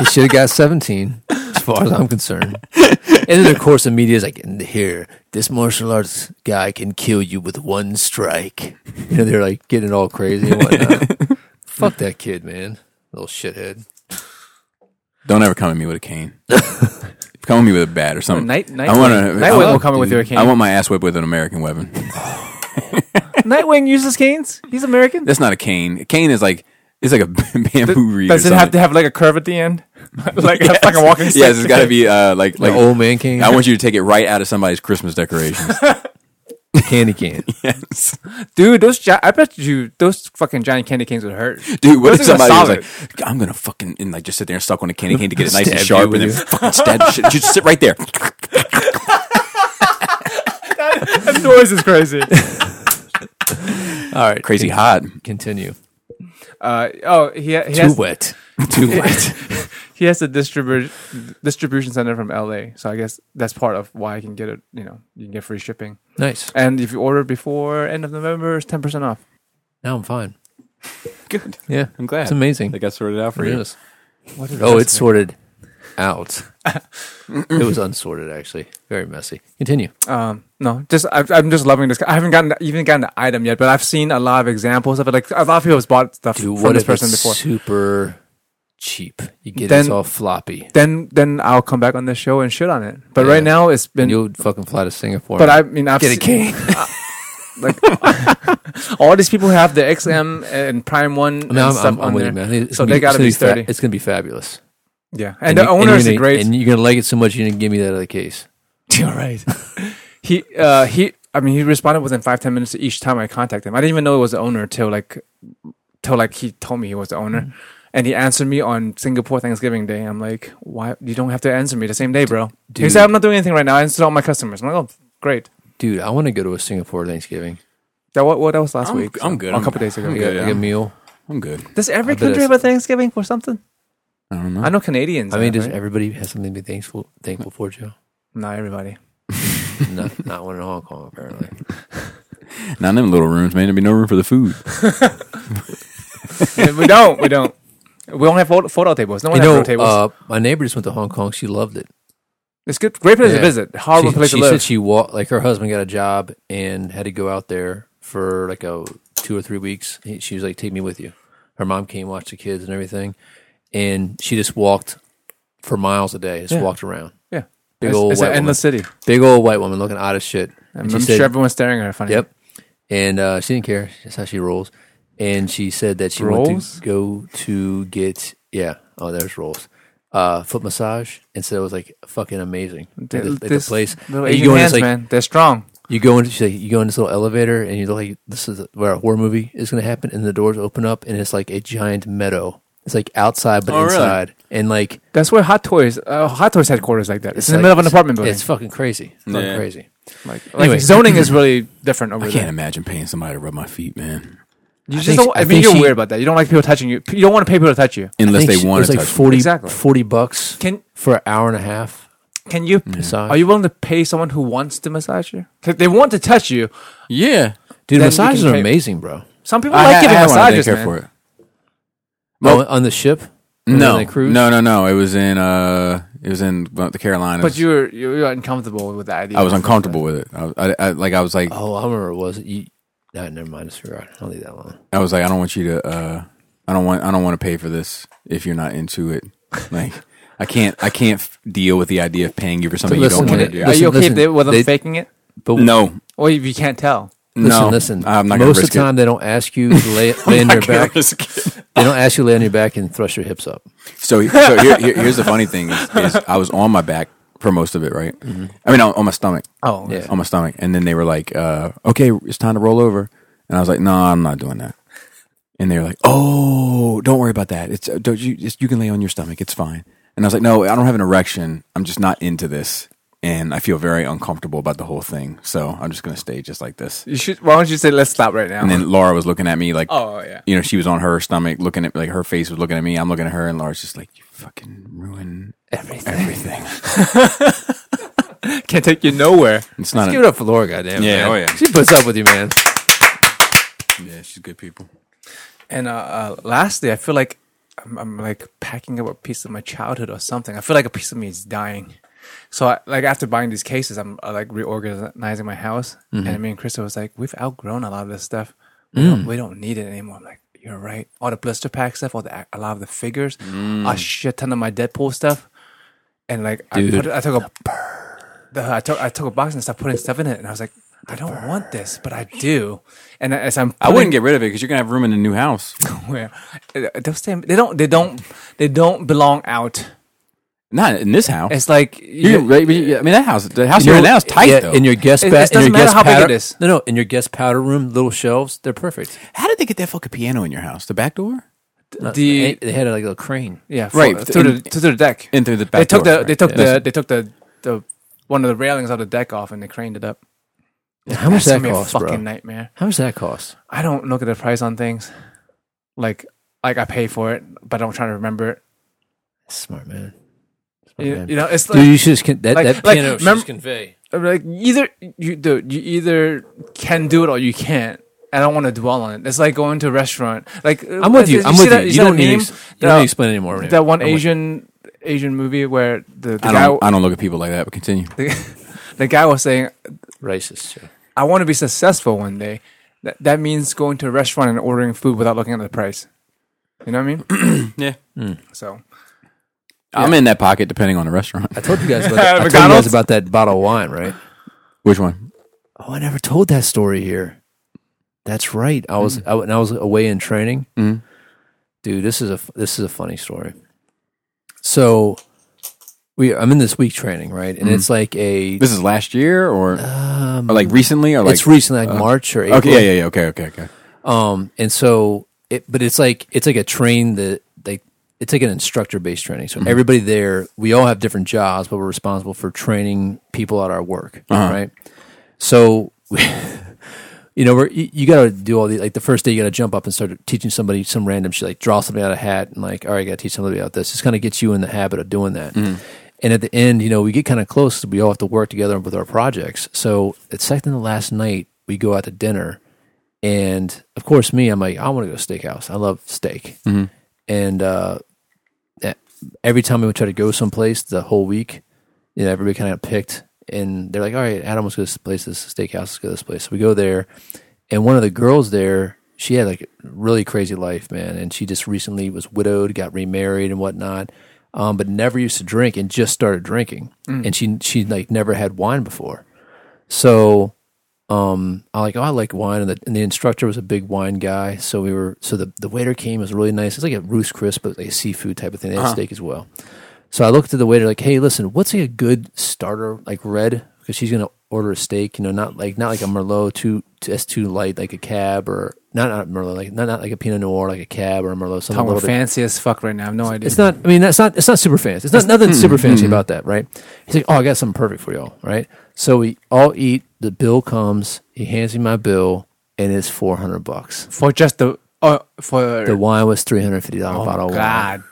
D: You should have got 17, as far as I'm concerned. And then, of course, the media is like, "And here, this martial arts guy can kill you with one strike. You know, they're like getting all crazy and whatnot. Fuck that kid, man. Little shithead.
B: Don't ever come at me with a cane. come at me with a bat or something.
C: Night- night
B: I wanna-
C: Wing.
B: I
C: Night Wing
B: want-
C: will come with you a cane.
B: I want my ass whipped with an American weapon.
C: Nightwing uses canes. He's American.
B: That's not a cane. A cane is like it's like a bamboo reed.
C: Does
B: or
C: it have
B: something.
C: to have like a curve at the end? like a fucking walking stick.
B: Yes, it's got to be uh, like
D: Like
B: like.
D: old man can.
B: I want you to take it right out of somebody's Christmas decorations.
D: candy can.
B: yes,
C: Dude, those gi- I bet you those fucking giant candy canes would hurt.
B: dude. What
C: Those
B: if
C: things are
B: somebody was
C: solid.
B: like, "I'm gonna fucking," and like just sit there and suck on a candy cane to get it nice
D: Stab
B: and
D: you
B: sharp,
D: with
B: and then
D: your-
B: fucking stab the shit. Just sit right there.
C: that noise is crazy.
D: All right.
B: Crazy hot.
D: Continue.
C: Uh, oh, he, ha- he
D: Too
C: has
D: wet.
B: Too wet.
C: he has a distribu- distribution center from LA, so I guess that's part of why I can get it. You know, you can get free shipping,
D: Nice.
C: and if you order before end of November, it's ten percent off.
D: Now I'm fine.
B: Good.
D: Yeah.
B: I'm glad.
D: It's amazing.
B: They got sorted out for
D: It
B: you.
D: is.
C: What did
D: Oh,
C: I
D: it's
C: say?
D: sorted out. it was unsorted, actually. Very messy. Continue.
C: Um, no, just I, I'm just loving this. I haven't gotten even gotten the item yet, but I've seen a lot of examples of it. Like a lot of people have bought stuff
D: Dude,
C: from
D: what
C: this
D: if
C: person
D: it's
C: before.
D: super cheap? You get
C: Then-
D: it's all floppy.
C: Then then I'll come back on this show and shit on it. But right
D: Yeah.
C: now it's
D: And
C: been.
D: you'll fucking fly to Singapore.
C: But I
D: and
C: mean, I've
D: get a
C: seen-
D: cane.
C: like all these people have the XM and Prime One and
D: I mean, I'm,
C: stuff
D: I'm,
C: on
D: I'm with
C: there.
D: you, man. It's
C: so
D: gonna
C: they gotta
D: it's
C: be
D: gonna
C: sturdy.
D: Fa- it's gonna be fabulous.
C: yeah, and, the
D: you-
C: owner
D: you're
C: is
D: gonna-
C: a great.
D: And you're gonna like it so much you're gonna give me that other case.
C: All right. he uh he I mean he responded within five, ten minutes each time I contacted him. I didn't even know it was the owner till like till like he told me he was the owner.
D: Mm-hmm.
C: And he answered me on Singapore Thanksgiving Day. I'm like, why you don't have to answer me the same day, bro. He
D: dude.
C: said, I'm not doing anything right now. I answered all my customers. I'm like, oh great.
D: Dude, I want to go to a Singapore Thanksgiving.
C: That what, what that was last
B: I'm-
C: week.
B: I'm good.
C: A
B: I'm-
C: couple days ago.
B: I'm
D: Like a-
B: good.
D: like a meal.
B: I'm good.
C: Does every
D: bet
C: country
D: it's-
C: have a Thanksgiving or something?
B: I don't know.
C: I know Canadians.
D: I mean,
C: have,
D: does
C: right?
D: everybody have something to be thankful thankful for, Joe?
C: not everybody.
D: not not one in Hong Kong, apparently.
B: Not in them little rooms, man. There'd be no room for the food.
C: we don't. We don't. We don't have photo, photo tables. No one
D: you
C: has
D: know,
C: photo tables.
D: uh, my neighbor just went to Hong Kong. She loved it.
C: it's good. Great place
D: yeah.
C: to visit. Horrible
D: she,
C: place
D: she
C: to live.
D: said she walked like her husband got a job and had to go out there for like a two or three weeks. He, she was like, "Take me with you." Her mom came, watched the kids and everything, and she just walked for miles a day. Just
C: Yeah.
D: walked around.
C: Yeah.
D: Big
C: it's
D: old
C: it's
D: white
C: an
D: woman.
C: endless city.
D: Big old white woman looking odd as shit.
C: I'm,
D: And she
C: I'm
D: said-
C: sure everyone's staring at her funny.
D: Yep. And uh, she didn't care. That's how she rolls. And she said that she went
C: Rolls?
D: to go to get yeah. Oh, there's rolls. Uh, foot massage, and so it was like fucking amazing. Like the, like the
C: This
D: place.
C: Little
D: And
C: Asian
D: you go in,
C: hands,
D: it's like
C: man. They're strong.
D: you go into she's like, you go into this little elevator, and you're like, this is where a horror movie is going to happen. And the doors open up, and it's like a giant meadow. It's like outside but
B: Oh, really?
D: inside, and like
C: That's where Hot Toys, uh, Hot Toys headquarters like that. It's, in the
D: like-
C: middle of an apartment building.
D: It's fucking crazy. Fucking
B: Yeah.
D: crazy.
C: like,
D: anyway.
C: like zoning is really different over
B: I
C: there.
B: can't imagine paying somebody to rub my feet, man.
C: You
D: I
C: just
D: think-
C: don't, I,
D: I
C: mean,
D: think
C: you're
D: she-
C: weird about that. You don't like people touching you. You don't want to pay people to touch you.
B: Unless
D: I think
B: they
D: she-
B: want
D: it
B: to touch.
D: was like
B: me.
D: 40,
C: Exactly.
D: 40 bucks
C: Can
D: for an hour and a half.
C: can you?
D: Massage.
C: Mm-hmm. Are you willing to pay someone who wants to massage you? 'Cause They want to touch you.
B: yeah,
C: Then
D: Dude,
C: we
D: massages
C: can
D: are
C: pay-
D: amazing, bro.
C: Some people
B: I
C: like
B: ha-
C: giving
B: I had one. I
C: massages,
B: didn't care
C: man.
B: for it.
D: Oh, on the ship? On
B: No,
D: the cruise?
B: no, no, no. It was in uh, it was in well, the Carolinas.
C: But you were you were uncomfortable with the idea.
B: I was uncomfortable with it. I, I, I like I was like
D: Oh, I remember it was. You, no, never mind. It's forgot. I'll leave that alone.
B: I was like I don't want you to uh, I don't want I don't want to pay for this if you're not into it. Like I can't I can't f- deal with the idea of paying you for something
D: listen,
B: you don't want
D: it-
B: to do.
C: Are you
D: Listen,
C: okay
D: listen,
C: they- with them
D: they-
C: faking it?
D: But
B: no,
C: Or if you can't tell,
D: listen,
B: no,
D: listen.
B: I'm not gonna
D: Most of
B: risk
D: the time, they don't ask you to lay, lay on
B: it.
D: your back.
B: Risk it.
D: They don't ask you to lay on your back and thrust your hips up.
B: So, so here, here- here's the funny thing is, is I was on my back for most of it, right? I mean, on, on my stomach.
C: Oh,
D: Yeah.
B: on my stomach. And then they were like, uh, okay, it's time to roll over. And I was like, no, I'm not doing that. And they were like, oh, don't worry about that. It's, uh, don't you, it's you can lay on your stomach. It's fine. And I was like, no, I don't have an erection. I'm just not into this. And I feel very uncomfortable about the whole thing. So I'm just going to stay just like this.
C: You should. Why don't you say let's stop right now?
B: And then Laura was looking at me like,
C: oh yeah.
B: you know, she was on her stomach looking at, like, her face was looking at me. I'm looking at her. And Laura's just like, you fucking ruin
D: Everything.
B: everything.
C: Can't take you nowhere.
B: It's not,
D: Let's
B: a-
D: give it up for Laura, goddamn.
B: Yeah,
D: man.
B: oh, yeah.
D: She puts up with you, man.
B: yeah, she's good people.
C: And uh, uh, lastly, I feel like I'm, I'm like packing up a piece of my childhood or something. I feel like a piece of me is dying. So, I, like after buying these cases, I'm uh, like reorganizing my house.
B: Mm-hmm.
C: And me and Krista was like, "We've outgrown a lot of this stuff. We,
B: Mm.
C: don't, we don't need it anymore." I'm like, "You're right. All the blister pack stuff, all the ac- a lot of the figures,
B: Mm.
C: a shit ton of my Deadpool stuff." And like, I,
D: Dude,
C: put, I took a the- I took I took a box and started putting stuff in it, and I was like, "I don't want this, but I do." And uh, as I'm,
B: I
C: putting-
B: wouldn't get rid of it because you're going to have room in the new house.
C: where uh, those damn they don't they don't they don't belong out.
B: Not in this house.
C: It's like
B: You,
C: you-
B: right, but you- I mean, that house, the house
D: You
B: you're in
D: know,
B: now is tight
D: yeah,
B: though.
D: In your guest
C: It- it
D: ba- in
C: doesn't
D: your
C: matter
D: guest
C: how big it
D: powder,
C: is.
D: No, no, in your guest powder room, little shelves, they're perfect.
B: How did they get that fucking piano in your house? The back door?
D: No,
C: The-
D: they, they had like a little crane.
C: yeah
B: right,
C: right through
B: in-
C: the through the deck.
B: In through the back
C: they took
B: door,
C: the they
B: right,
C: took
B: yeah.
C: the they took the the one of the railings of the deck off and they craned it up.
D: How
C: That's
D: much that
C: gonna be a
D: cost,
C: fucking
D: bro?
C: nightmare.
D: How much that cost?
C: I don't look at the price on things. Like like I pay for it, but I'm trying to remember it.
D: Smart man. Smart
C: You,
D: man.
C: you know, it's like
D: Dude, you should just con- that,
C: like-
D: that
C: like,
D: piano should
C: remem-
D: just convey.
C: I'm like either you do you either can do it or you can't. I don't want to dwell on it. It's like going to a restaurant. Like
D: I'm with you. I'm with you. You don't need.
C: name,
D: ex- You don't need to explain anymore. man.
C: that one
D: I'm with you.
C: Asian Asian movie where the, the
B: I
C: guy
B: don't, I don't look at people like that, but continue.
C: the guy was saying,
D: racist. yeah.
C: "I want to be successful one day." That that means going to a restaurant and ordering food without looking at the price. You know what I mean?
B: Yeah.
D: Hmm.
C: So
B: I'm in that pocket depending on the restaurant.
D: I told you guys about that. I told you guys
C: McDonald's?
D: about that bottle of wine, right?
B: Which one?
D: Oh, I never told that story here. That's right. I
B: Mm.
D: was I, when I was away in training.
B: Mhm.
D: Dude, this is a this is a funny story. So we I'm in this week training, right? And it's like a
B: Mm. This is last year or,
D: um,
B: or like recently or like. uh,
D: it's recently like March or April.
B: okay, yeah, yeah, yeah. Okay, okay, okay.
D: Um, and so it, but it's like it's like a train that like it's like an instructor based training. So everybody there, we all have different jobs, but we're responsible for training people at our work, right? So. You know, we're, you, you got to do all the like the first day. You got to jump up and start teaching somebody some random shit, like draw something out of a hat, and like, all right, I got to teach somebody about this. Just kind of gets you in the habit of doing that. And at the end, you know, we get kind of close. We all have to work together with our projects. So at second to last night, we go out to dinner, and of course, me, I'm like, I want to go to steakhouse. I love steak. And uh, eh, every time we would try to go someplace the whole week, you know, everybody kind of picked. And they're like, all right, Adam, let's go to this place, this steakhouse, let's go to this place. So we go there. And one of the girls there, she had like a really crazy life, man. And she just recently was widowed, got remarried and whatnot, um, but never used to drink and just started drinking. And she, she like never had wine before. So um, I like, oh, I like wine, and the, and the instructor was a big wine guy. So we were, so the, the waiter came, it was really nice. It's like a roost crisp, but like a seafood type of thing. They had steak as well. So I looked at the waiter, like, hey, listen, what's a good starter, like red? Because she's gonna order a steak, you know, not like not like a merlot too that's too light, like a cab or not not merlot, like not not like a pinot noir, like a cab or a merlot, something a
C: I'm
D: little bit
C: fancy as fuck right now. I have no idea.
D: it's not. I mean, that's not. It's not super fancy. It's not nothing
C: Hmm.
D: super fancy about that, right? He's like, oh, I got something perfect for y'all, right? So we all eat. The bill comes. He hands me my bill, and it's four hundred bucks.
C: for just the uh, for
D: The wine was three hundred fifty dollar bottle
C: oh,
D: of wine,
C: God.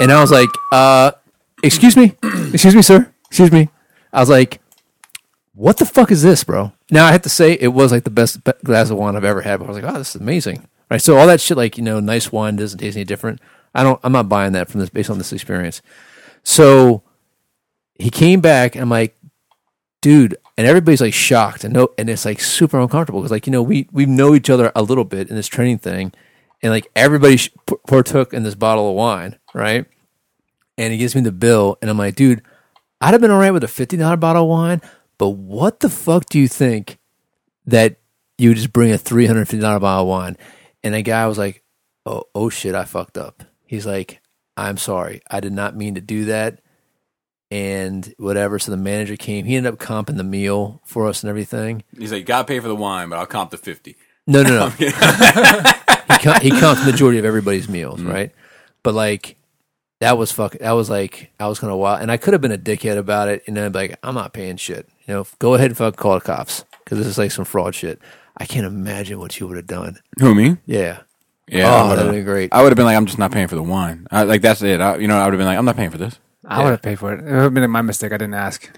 D: and I was like, uh, excuse me, excuse me, sir, excuse me. I was like, what the fuck is this, bro? Now I have to say, it was like the best be- glass of wine I've ever had. But I was like, oh, this is amazing, right? So all that shit, like you know, nice wine doesn't taste any different. I don't. I'm not buying that from this based on this experience. So he came back, and I'm like, dude, and everybody's like shocked, and no, and it's like super uncomfortable because like you know we we know each other a little bit in this training thing, and like everybody sh- p- partook in this bottle of wine, right? And he gives me the bill, and I'm like, dude, I'd have been all right with a fifty dollar bottle of wine, but what the fuck do you think that you would just bring a three hundred fifty dollar bottle of wine? And the guy was like, oh, oh shit, I fucked up. He's like, I'm sorry, I did not mean to do that and whatever. So the manager came. He ended up comping the meal for us and everything.
B: He's like, you got to pay for the wine, but I'll comp the 50.
D: No, no, no. he, com- he comped the majority of everybody's meals, right? But like that was fuck. That was like I was kind of wild, and I could have been a dickhead about it, and then I'd be like, I'm not paying shit. You know, go ahead and fuck call the cops because this is like some fraud shit. I can't imagine what you would have done.
B: Who, me?
D: Yeah.
B: Yeah.
D: Oh,
B: I would've-
D: that'd been great.
B: I would have been like, I'm just not paying for the wine. I, like, that's it. I, you know, I would have been like, I'm not paying for this.
C: I would have paid for it. It would have been my mistake. I didn't ask.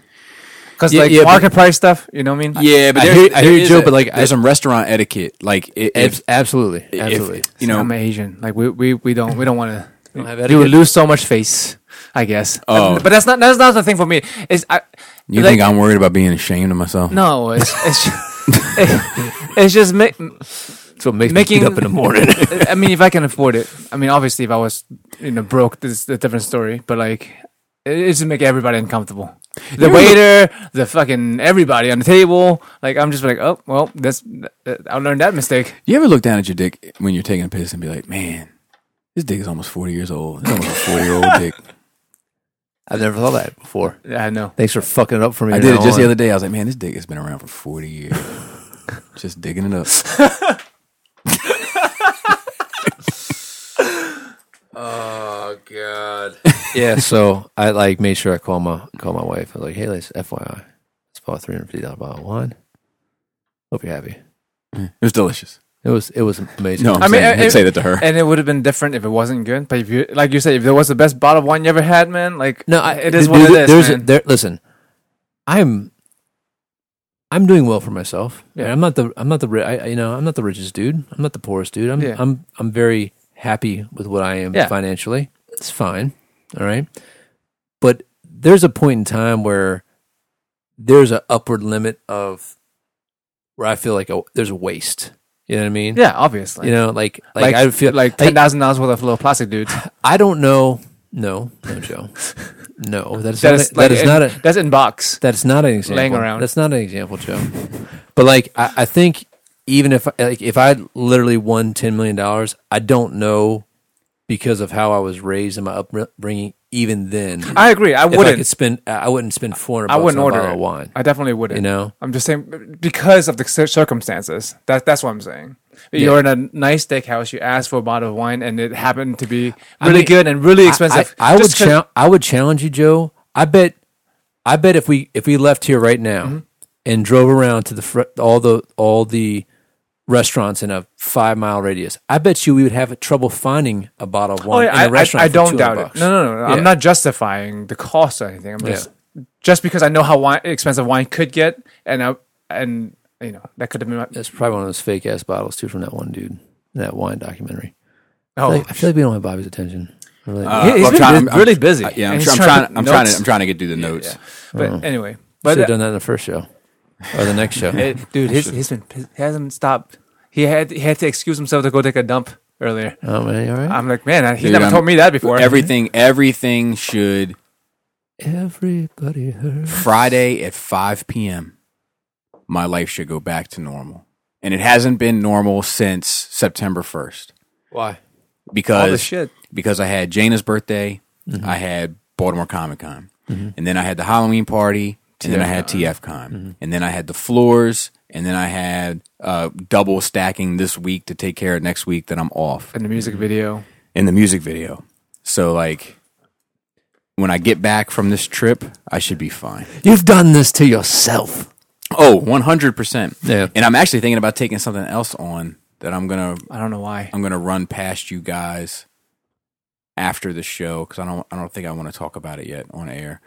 C: Because
D: Yeah,
C: like
D: yeah, but-
C: market price stuff, you know what I mean?
B: Yeah, but
D: I
B: there's-
D: hear- I hear
B: there
D: you,
B: is
D: Joe,
B: a-
D: but, like, I-
B: there's some restaurant etiquette. Like, i- if,
D: Abs- absolutely.
B: if-
D: Absolutely.
B: you
C: I'm
B: know,
C: Asian. Like we we, we don't we don't want to.
D: don't have
C: You would
D: etiquette.
C: lose so much face, I guess.
B: Oh.
C: but that's not that's not the thing for me. It's I.
B: you
C: like-
B: think I'm worried about being ashamed of myself?
C: No, it's it's just, it's just ma-
D: That's what makes
C: making
D: me get up in the morning.
C: I mean, if I can afford it, I mean, obviously, if I was you know broke, this is a different story. But like, it, it just make everybody uncomfortable. The
B: You're-
C: waiter, the fucking everybody on the table. Like, I'm just like, oh well, that's that, I learned that mistake.
B: You ever look down at your dick when you're taking a piss and be like, man, this dick is almost 40 years old. It's almost a 40 year old dick.
D: I've never thought of that before.
C: Yeah, I know.
D: Thanks for fucking it up for me.
B: I did it just the other day. I was like, man, this dick has been around for 40 years. just digging it up.
D: Oh god. yeah. So I like made sure I called my called my wife. I was like, hey, let's FYI, it's about three hundred fifty dollars bottle of wine. Hope you're happy.
B: It was delicious.
D: It was it was amazing.
B: No, I'm
C: I mean,
B: saying,
C: I-
B: I'd say that to her.
C: And it would have been different if it wasn't good. But if you, like you said, if there was the best bottle of wine you ever had, man, like
D: no, I,
C: it is
D: dude,
C: what it
D: there's
C: is,
D: a-
C: man.
D: there- listen, I'm I'm doing well for myself.
C: Yeah.
D: I'm not the I'm not the ri- I, I- you know I'm not the richest dude. I'm not the poorest dude. I'm
C: Yeah.
D: I'm I'm very happy with what I am
C: Yeah.
D: financially. It's fine. All right, but there's a point in time where there's an upward limit of where I feel like a, there's a waste. You know what I mean?
C: yeah, obviously.
D: You know, like like, I feel
C: like ten thousand dollars worth of little plastic, dude.
D: I don't know. No, no, Joe. No, that is
C: That
D: not
C: is
D: a-
C: like
D: that is
C: in-
D: not a
C: that's in box.
D: that's not an example.
C: Laying around.
D: That's not an example, Joe. but like, I, I think even if like if I literally won ten million dollars, I don't know because of how I was raised and my upbringing. Even then,
C: I agree. I
D: if I
C: wouldn't.
D: could spend, I wouldn't spend four hundred.
C: I wouldn't
D: on a
C: order
D: bottle
C: it.
D: of wine.
C: I definitely wouldn't.
D: You know?
C: I'm just saying because of the cir- circumstances. That that's what I'm saying. You're in a nice steakhouse. You ask for a bottle of wine, and it happened to be really
D: mean,
C: good and really expensive.
D: I, I, I would
C: Just 'cause-
D: chal- I would challenge you, Joe. I bet I bet if we if we left here right now
C: Mm-hmm.
D: and drove around to the fr- all the all the restaurants in a five mile radius, I bet you we would have trouble finding a bottle of
C: Oh,
D: wine
C: yeah,
D: in
C: I,
D: a restaurant.
C: I, I
D: for
C: don't
D: 200
C: doubt
D: bucks.
C: it. No, no, no. no.
D: Yeah.
C: I'm not justifying the cost or anything. I'm just just because I know how wine, expensive wine could get, and I and you know that could have been. My,
D: That's probably one of those fake ass bottles too from that one dude, that wine documentary.
C: oh,
D: Like, I feel like we don't have Bobby's attention. I really-
B: Uh,
C: he's
B: well,
C: been
B: trying-
C: bu- really busy.
B: I- yeah, I'm,
C: And
B: sure, I'm
C: he's
B: trying.
C: trying
B: I'm
C: to-
B: trying, to, I'm trying.
C: notes.
B: to. get through the notes.
C: Oh, but anyway,
D: should
C: but uh,
D: have Oh. done that in the first show or the next show.
C: Hey, dude, he's, he's been he hasn't stopped. He had he had to excuse himself to go take a dump earlier.
D: oh man, you all right?
C: I'm like, man, he's
B: Dude,
C: never
B: I'm-
C: told me that before.
B: Everything. Everything should
D: Everybody hurts.
B: Friday at 5 p.m. My life should go back to normal, and it hasn't been normal since September 1st
D: Why?
B: because
C: All the shit. Mm-hmm.
B: because I had Jana's birthday, I had Baltimore Comic Con, and then I had the Halloween party, and then I had TF Con,
C: Mm-hmm.
B: and then I had the floors, and then I had uh, double stacking this week to take care of next week that I'm off
C: in the music
D: Mm-hmm.
C: video.
B: in the music video. So like when I get back from this trip, I should be fine.
D: You've done this to yourself.
B: Oh, 100%.
D: Yeah.
B: And I'm actually thinking about taking something else on that I'm going to
C: I don't know why.
B: I'm going to run past you guys after the show cuz I don't I don't think I want to talk about it yet on air.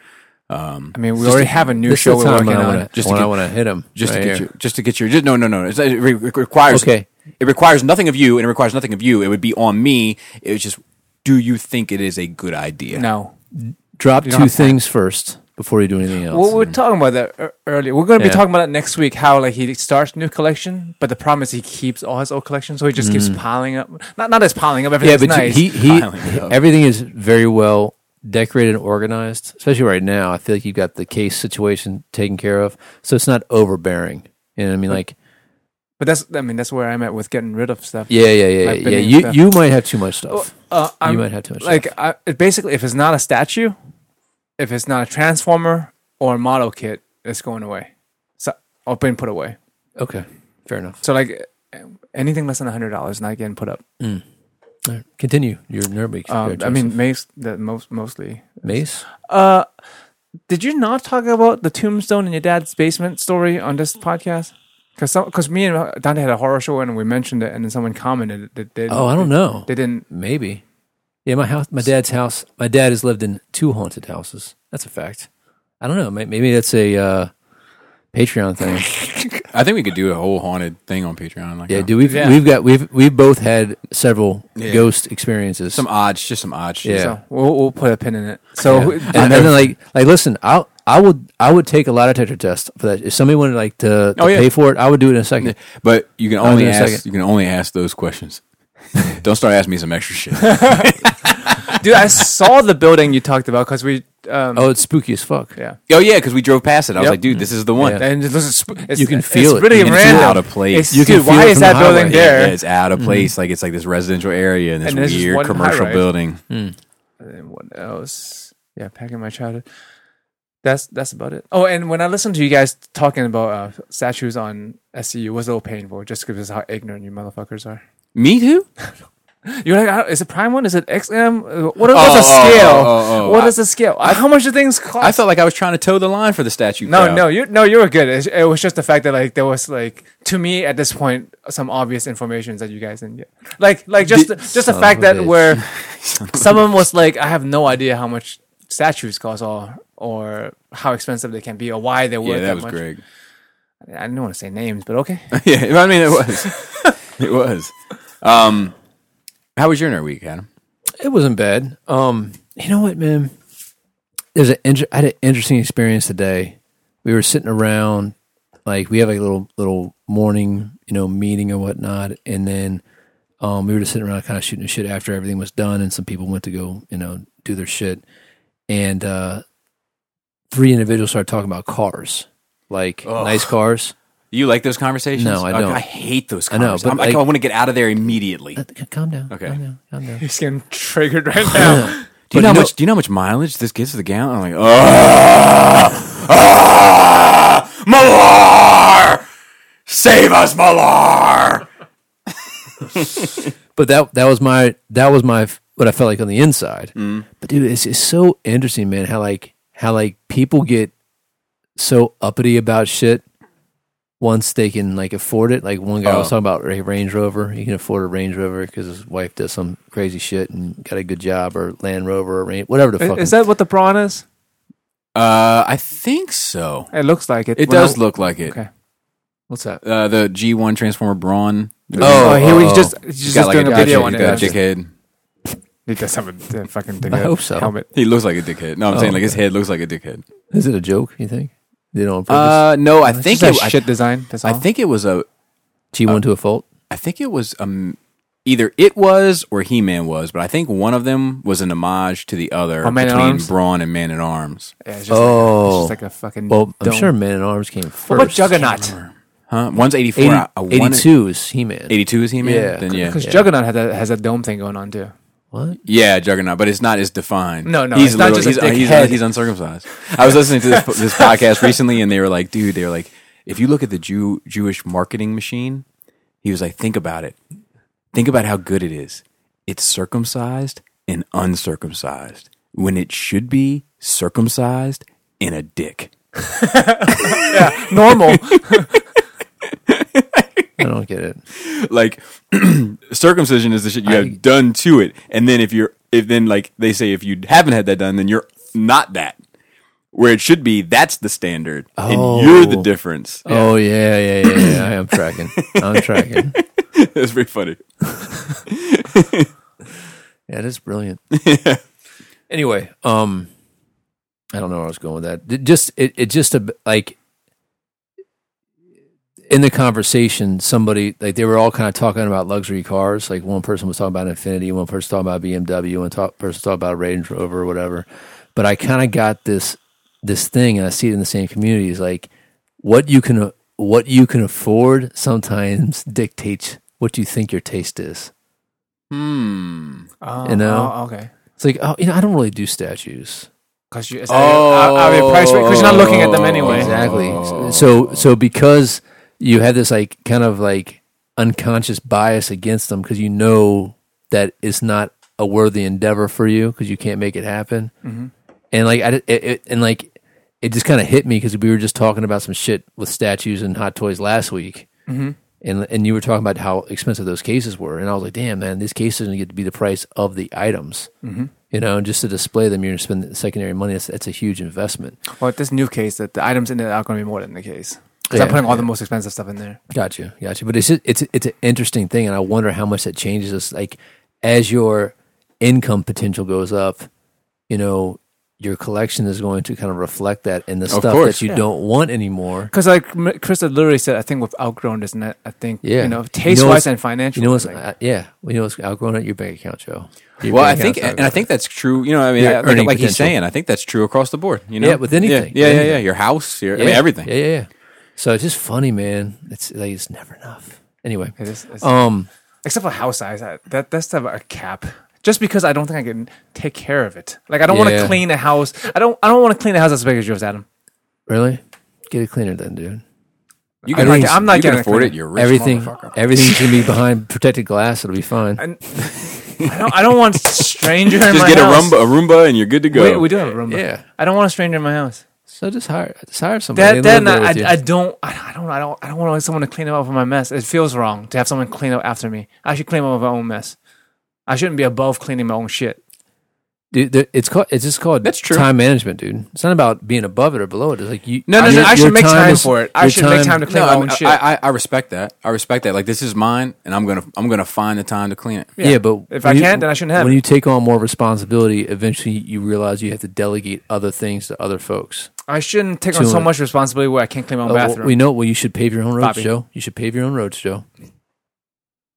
C: I mean, we already have a new
D: This
C: show
D: is
C: we're
D: the time
C: working
D: when I
C: on.
D: want
B: just
D: to just
B: to
D: when
B: get-
D: I want to hit him
B: Just
D: right
B: to get
D: here.
B: you just to get your just, no no no. It's, it re- re- requires
D: Okay.
B: It requires nothing of you and it requires nothing of you. It would be on me. It was just do you think it is a good idea?
C: No,
D: Drop
C: don't
D: two
C: have time.
D: things first before you do anything else.
C: well, we we're talking about that ear- earlier. We're going to
D: Yeah.
C: be talking about that next week. How like he starts new collection, but the problem is he keeps all his old collection, so he just keeps piling up. Not not as piling up.
D: Mm. yeah,
C: Everything's
D: but
C: nice.
D: he he
B: Piling it up.
D: everything is very well decorated and organized, especially right now. I feel like you've got the case situation taken care of, so it's not overbearing. You know what I mean? Like
C: but that's I mean that's where I'm at with getting rid of stuff.
D: yeah, yeah, yeah,
C: Like
D: yeah.
C: Benny
D: You
C: stuff.
D: you might have too much stuff.
C: Uh, I'm,
D: might have too much
C: Like I, it basically, if it's not a statue, if it's not a transformer or a model kit, it's going away. So or being put away.
D: Okay, fair enough.
C: So like anything less than hundred dollars not getting put up.
D: All right. Continue your nerd week.
C: Um,
D: there,
C: I mean, Mace the most mostly.
D: Joseph. Mace.
C: Uh, did you not talk about the tombstone in your dad's basement story on this podcast? Because because me and uh, Dante had a horror show and we mentioned it, and then someone commented that they
D: Oh, I don't know.
C: they didn't.
D: Maybe. Yeah, my house, my dad's house. My dad has lived in two haunted houses. That's a fact. I don't know. may- Maybe that's a uh, Patreon thing.
B: I think we could do a whole haunted thing on Patreon. Like
D: Yeah,
B: uh,
D: dude, we've
C: Yeah.
D: we've got we've we've both had several
B: Yeah.
D: ghost experiences.
B: some Oh, odds, just some odds.
D: Yeah.
C: So we'll, we'll put a pin in it. So
D: Yeah.
C: who-
D: and, and then like like listen, I I would I would take a lot of detector tests for that. If somebody wanted like to, to
B: Oh, yeah.
D: pay for it, I would do it in a second.
B: But you can
D: was
B: only
D: gonna
B: ask
D: second.
B: you can only ask those questions. Don't start asking me some extra shit.
C: dude, I saw the building you talked about because we. Um,
D: Oh, it's spooky as fuck.
C: yeah.
B: oh yeah, because we drove past it. I was
C: Yep.
B: like, dude, this is the one.
D: Yeah.
C: And it looks, sp- it's,
D: You can feel
C: it's
D: it.
C: Really
D: You can
B: feel
C: random.
B: out of place.
C: It's-
B: You
D: can
C: dude,
D: feel
C: why
D: it
C: is
D: from
C: that
D: the
C: building
D: highway.
B: Yeah,
C: there?
B: yeah, it's out of place. Like it's like this residential area and this
C: And there's just
B: weird
C: one
B: commercial
C: high-rise.
B: building.
C: And what else? Yeah, back in my childhood. That's that's about it. Oh, and when I listened to you guys talking about uh, statues on SCU, it was a little painful just because how ignorant you motherfuckers are.
B: Me too.
C: You're like, I don't- is it prime one? Is it XM? Uh, What, what's
B: Oh,
C: the
B: oh,
C: scale?
B: oh, oh, oh.
C: What
B: I-
C: is the scale? how much do things cost?
B: I felt like I was trying to toe the line for the statue.
C: no,
B: crowd.
C: no, you no, you were good. It, it was just the fact that like there was like to me at this point some obvious information that you guys didn't get. Like like just the, just the
D: Son
C: fact
D: of a
C: that
D: bitch.
C: where someone was like, I have no idea how much statues cost or or how expensive they can be or why they're worth
B: Yeah, that
C: that
B: was
C: much.
B: Greg.
C: I didn't want to say names, but okay.
B: yeah, I mean it was. it was. Um, how was your nerd week, Adam?
D: It wasn't bad. Um, you know what, man? There's an inter- I had an interesting experience today. We were sitting around, like we have like a little little morning, you know, meeting or whatnot, and then um, we were just sitting around, kind of shooting the shit after everything was done, and some people went to go, you know, do their shit, and uh, three individuals started talking about cars, like nice cars.
B: You like those conversations?
D: No, I
B: Oh,
D: don't.
B: I hate those
D: I
B: conversations.
D: know,
B: I
D: but
B: know, but
D: like-
B: I, want to get out of there immediately. Do
D: Calm down.
B: Okay.
D: Calm down. Calm down.
C: He's getting triggered right now.
B: you
D: But
B: know how
D: no-
B: much? Do you know how much mileage this gives to the gallon? I'm like, ah, ah, Malar, save us, Malar.
D: but that that was my that was my what I felt like on the inside.
C: Mm.
D: But dude, it's it's so interesting, man. How like how like people get so uppity about shit once they can like afford it. Like one guy was
B: Oh.
D: talking about a Range Rover. He can afford a Range Rover because his wife does some crazy shit and got a good job or Land Rover or Range, whatever the
C: Is-
D: fuck.
C: is that what the prawn is?
B: Uh, I think so.
C: It looks like it.
B: It
C: When
B: does
C: I-
B: look like it.
C: Okay.
D: What's that?
B: Uh, the G1 Transformer Brawn.
C: Oh, he was
D: oh,
C: just
D: oh.
C: he's just doing a video on it.
B: Got
C: That's
B: a
C: just-
B: dickhead.
C: He does have a d- fucking dickhead
D: I hope so.
C: helmet.
B: He looks like a dickhead. No, I'm saying like his head looks like a dickhead.
D: Is it a joke? You think? Did it on purpose?
B: Uh, no, I think
C: Just
B: it,
C: that
B: I,
C: shit design. That's
B: I
C: all.
B: think it was a.
D: G one to a fault.
B: I think it was um either it was or He Man was, but I think one of them was an homage to the other
C: Oh, Man at
B: between
C: Arms?
B: Brawn and Man at Arms.
C: Yeah, it's just like
D: Oh.
C: a, it's just like a fucking.
D: Well, I'm
C: dome.
D: sure Man at Arms came first.
C: What about Juggernaut?
B: Huh? One's 84.
D: 80,
B: I- I wanna-
D: 82 is He Man.
B: 82 is He Man.
D: Yeah.
B: Then yeah,
C: Because Juggernaut has a, has a dome thing going on too.
D: What?
B: yeah, Juggernaut, but it's not as defined.
C: No, no,
B: he's
C: it's not
B: little-
C: just a
B: he's, he's,
C: dickhead.
B: he's uncircumcised. I was listening to this this podcast recently, and they were like, dude, they were like, if you look at the Jew Jewish marketing machine, he was like, think about it, think about how good it is. It's circumcised and uncircumcised when it should be circumcised in a dick.
C: Normal.
D: I don't get it.
B: like circumcision is the shit you have
D: I-
B: done to it and then if you're if then like they say if you haven't had that done then you're not that where it should be that's the standard and you're the
D: Oh.
B: difference
D: Oh yeah, yeah, yeah. yeah. I am tracking. I'm tracking.
B: that's very funny
D: That is brilliant. Anyway, um, I don't know where I was going with that. It just it, it just a, like in the conversation, somebody like they were all kind of talking about luxury cars. Like one person was talking about Infinity, one person talking about BMW, one talk, person talking about Range Rover or whatever. But I kind of got this this thing, and I see it in the same communities. Like what you can what you can afford sometimes dictates what you think your taste is.
B: hmm
C: oh,
D: You know?
C: oh, okay.
D: It's like, oh, you know, I don't really do statues.
C: because you, it's out, out
D: Oh,
C: of your price range, 'cause you're not looking at them anyway.
D: Exactly. So so because you have this like kind of like unconscious bias against them because you know that it's not a worthy endeavor for you because you can't make it happen.
C: Mm-hmm,
D: And like I di- it, it, and like it just kind of hit me because we were just talking about some shit with statues and hot toys last week.
C: mm-hmm,
D: And, and you were talking about how expensive those cases were, and I was like, "Damn, man, these cases are going to get to be the price of the items,
C: mm-hmm.
D: you know, and just to display them, you're going to spend secondary money. That's, that's a huge investment."
C: Well, this new case that the items in it are going to be more than the case because I'm
D: Yeah,
C: putting all the most expensive stuff in there.
D: Gotcha, gotcha. But it's just, it's it's an interesting thing, and I wonder how much that changes us. Like as your income potential goes up, you know, your collection is going to kind of reflect that, and the stuff
B: course.
D: that you
C: Yeah.
D: don't want anymore.
C: Because like M- Krista literally said, I think we've outgrown this. Net, I think
D: Yeah,
C: you know, taste
D: what's-
C: wise and financial.
D: You know what's
C: like,
D: uh, yeah, you know what's outgrowing at your bank account, Joe. Your
B: Well, I
D: bank
B: think,
D: account's
B: and I think that's true. You know, I mean,
D: Your
B: I- like,
D: earning
B: like he's
D: potential.
B: saying, I think that's true across the board. You know,
D: Yeah, with anything.
B: Yeah, yeah,
D: With
B: yeah.
D: anything.
B: Your house, your, I
D: outgrowing-
B: mean,
D: Yeah,
B: everything.
D: Yeah, yeah, yeah. So it's just funny, man. It's like it's never enough. Anyway,
C: it is- it's-
D: um,
C: except for house size, I, that that's have a cap. Just because I don't think I can take care of it. Like I don't want
D: Yeah.
C: to clean a house. I don't. I don't want to clean a house as big as yours, Adam.
D: really, get it cleaner then, dude.
B: You
C: I'm not- I'm not
B: you can
C: getting a
B: afford it.
C: credit.
B: You're rich.
D: everything,
C: motherfucker.
D: everything's gonna be behind protected glass. It'll be fine.
C: And I don't. I don't want stranger in
B: Just
C: my
B: get a
C: house.
B: Roomba, a Roomba, and you're good to go.
C: We, we do have a Roomba.
D: Yeah.
C: I don't want a stranger in my house.
D: So just hire, just hire somebody.
C: That, then
D: and live there
C: I,
D: with you.
C: I, I don't I don't I don't I don't want someone to clean up after my mess. It feels wrong to have someone clean up after me. I should clean up my own mess. I shouldn't be above cleaning my own shit.
D: Dude, there- it's called. It's just called.
B: That's true.
D: Time management, dude. It's not about being above it or below it. It's like you.
C: No, no,
D: your-
C: no. I
D: your
C: should make time,
D: is-
C: for it. I
D: your
C: should make time to clean
B: No,
C: my
B: I,
C: own
B: mean,
C: shit.
B: I, I, I respect that. I respect that. Like this is mine, and I'm gonna I'm gonna find the time to clean it.
D: Yeah, but
C: if I
D: when you-
C: can't, then I shouldn't have.
D: When
C: it.
D: you take on more responsibility, eventually you realize you have to delegate other things to other folks.
C: I shouldn't take on
D: Sure.
C: so much responsibility where I can't clean my own
D: Uh, well,
C: bathroom.
D: we know. Well, you should pave your own roads,
C: Bobby.
D: Joe. You should pave your own roads, Joe.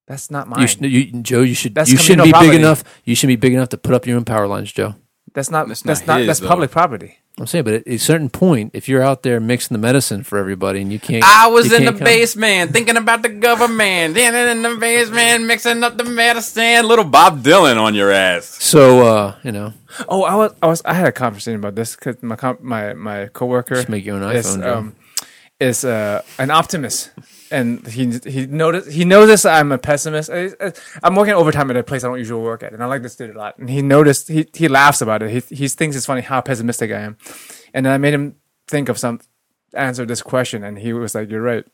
C: That's not mine.
D: You should, you, Joe, you should.
C: That's
D: you should
C: communal
D: be big
C: property.
D: enough. You should be big enough to put up your own power lines, Joe.
C: that's not.
B: That's
C: That's,
B: not
C: not.
B: his,
C: that's
B: though.
C: public property.
D: I'm saying, but at a certain point, if you're out there mixing the medicine for everybody and you can't,
B: I was
D: you
B: in the
D: can't come-
B: basement thinking about the government, then in the basement mixing up the medicine. Little Bob Dylan on your ass.
D: So uh, you know,
C: Oh, I was. I was. I had a conversation about this because my com- my my coworker
D: Just make your own
C: is, um,
D: iPhone, Joe.
C: is uh, an optimist, and he he noticed he noticed I'm a pessimist. I, I- I'm working overtime at a place I don't usually work at, and I like this dude a lot. And he noticed he he laughs about it. He he thinks it's funny how pessimistic I am, and then I made him think of some answer this question, and he was like, "You're right."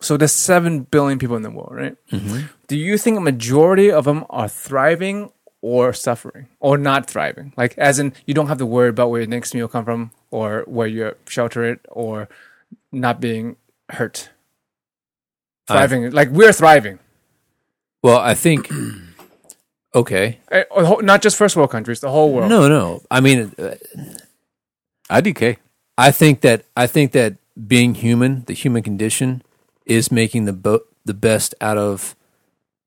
C: So there's seven billion people in the world, right?
D: Mm-hmm.
C: Do you think a majority of them are thriving or suffering or not thriving? Like, as in, you don't have to worry about where your next meal come from or where you're sheltered or not being hurt. Thriving, like we're thriving.
D: well, I think okay,
C: Eh, or the whole- Not just first world countries, the whole world.
D: no, no. I mean, uh,
B: IDK.
D: I think that I think that being human, the human condition, is making the bo- the best out of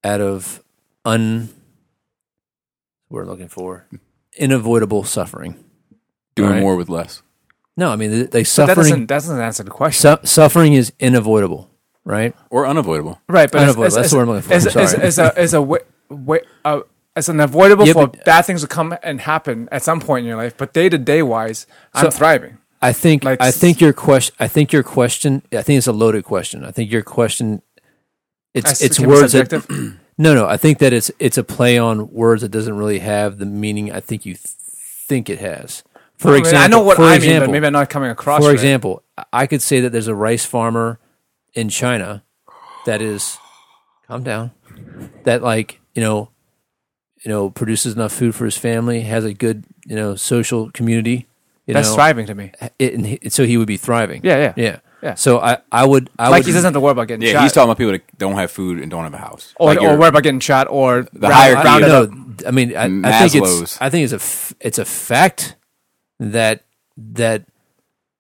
D: out of un we're looking for unavoidable suffering.
B: Doing
D: Right.
B: more with less.
D: No, I mean, they, they
C: That
D: suffering.
C: doesn't that doesn't answer the question,
D: Su- suffering is unavoidable, right?
B: Or unavoidable.
C: right? But
D: Unavoidable, that's the word I'm looking for,
C: Is,
D: I'm sorry.
C: is, is a is a wa- wa- uh, it's unavoidable
D: Yeah,
C: for
D: but- uh,
C: bad things to come and happen at some point in your life. But day to day wise,
D: So-
C: I'm thriving.
D: I think
C: Like-
D: I think your question I think your question I think it's a loaded question. I think your question it's
C: I
D: it's
C: became
D: words that,
C: subjective.
D: No, no, I think that it's it's a play on words that doesn't really have the meaning I think you th- think it has. For
C: I mean,
D: example,
C: I know what
D: for
C: I mean,
D: example,
C: but maybe I'm not coming across.
D: for
C: right.
D: example, I- I could say that there's a rice farmer in China that is calm down. That like, you know, you know, produces enough food for his family, has a good, you know, social community. You
C: that's
D: know,
C: thriving to me.
D: it, and he, so he would be thriving.
C: Yeah, yeah.
D: yeah,
C: Yeah.
D: So I, I would, I
C: Like
D: would,
C: he doesn't have to worry about getting
B: Yeah,
C: shot,
B: he's talking about people that don't have food and don't have a house.
C: or,
B: Like
C: or
B: your-
C: worry about getting shot, or
B: The
C: round-
B: higher-
D: I,
C: round
B: you
C: it
D: no,
C: up.
D: I mean, I, I think
B: Maslow's.
D: it's, I think it's a, f- it's a fact that that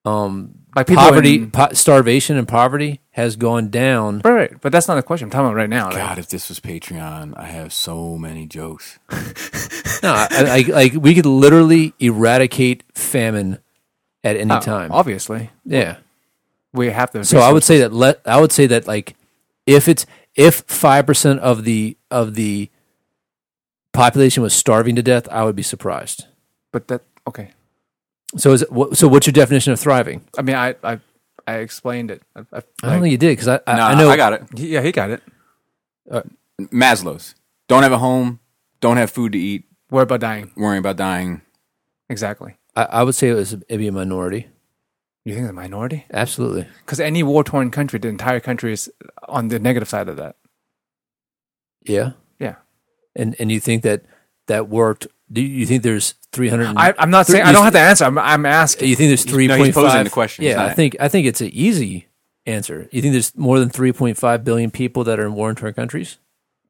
D: um
C: Like people
D: poverty,
C: in-
D: po- starvation, and poverty has gone down.
C: Right, right, but that's not the question I'm talking about right now. like-
B: God, if this was Patreon, I have so many jokes.
D: No, I, I, like- like we could literally eradicate famine at any
C: Uh,
D: time.
C: obviously,
D: yeah.
C: we have to.
D: So I would say that let I would say that like if it's if five percent of the of the population was starving to death, I would be surprised.
C: but that okay.
D: So is it, wha- so. What's your definition of thriving?
C: I mean, I I, I explained it. I, I,
D: I don't think you did because I, I,
B: Nah,
D: I know
B: I got it.
C: he- yeah, he got it.
B: Maslow's. Don't have a home. Don't have food to eat.
C: Worry about dying.
B: Worrying about dying.
C: Exactly.
D: I, I would say it was it'd be a minority.
C: You think it's a minority?
D: Absolutely.
C: Because any war torn country, the entire country is on the negative side of that.
D: Yeah.
C: Yeah.
D: And and you think that that worked? Do you think there's three hundred?
B: Mm-hmm.
C: I, I'm not saying I don't have to answer. I'm I'm asking.
D: You think there's three
B: No,
D: point
B: he's
D: five?
B: posing the question. He's
D: Yeah,
B: not-
D: I think I think it's an easy answer. You think there's more than three point five billion people that are in war-torn countries?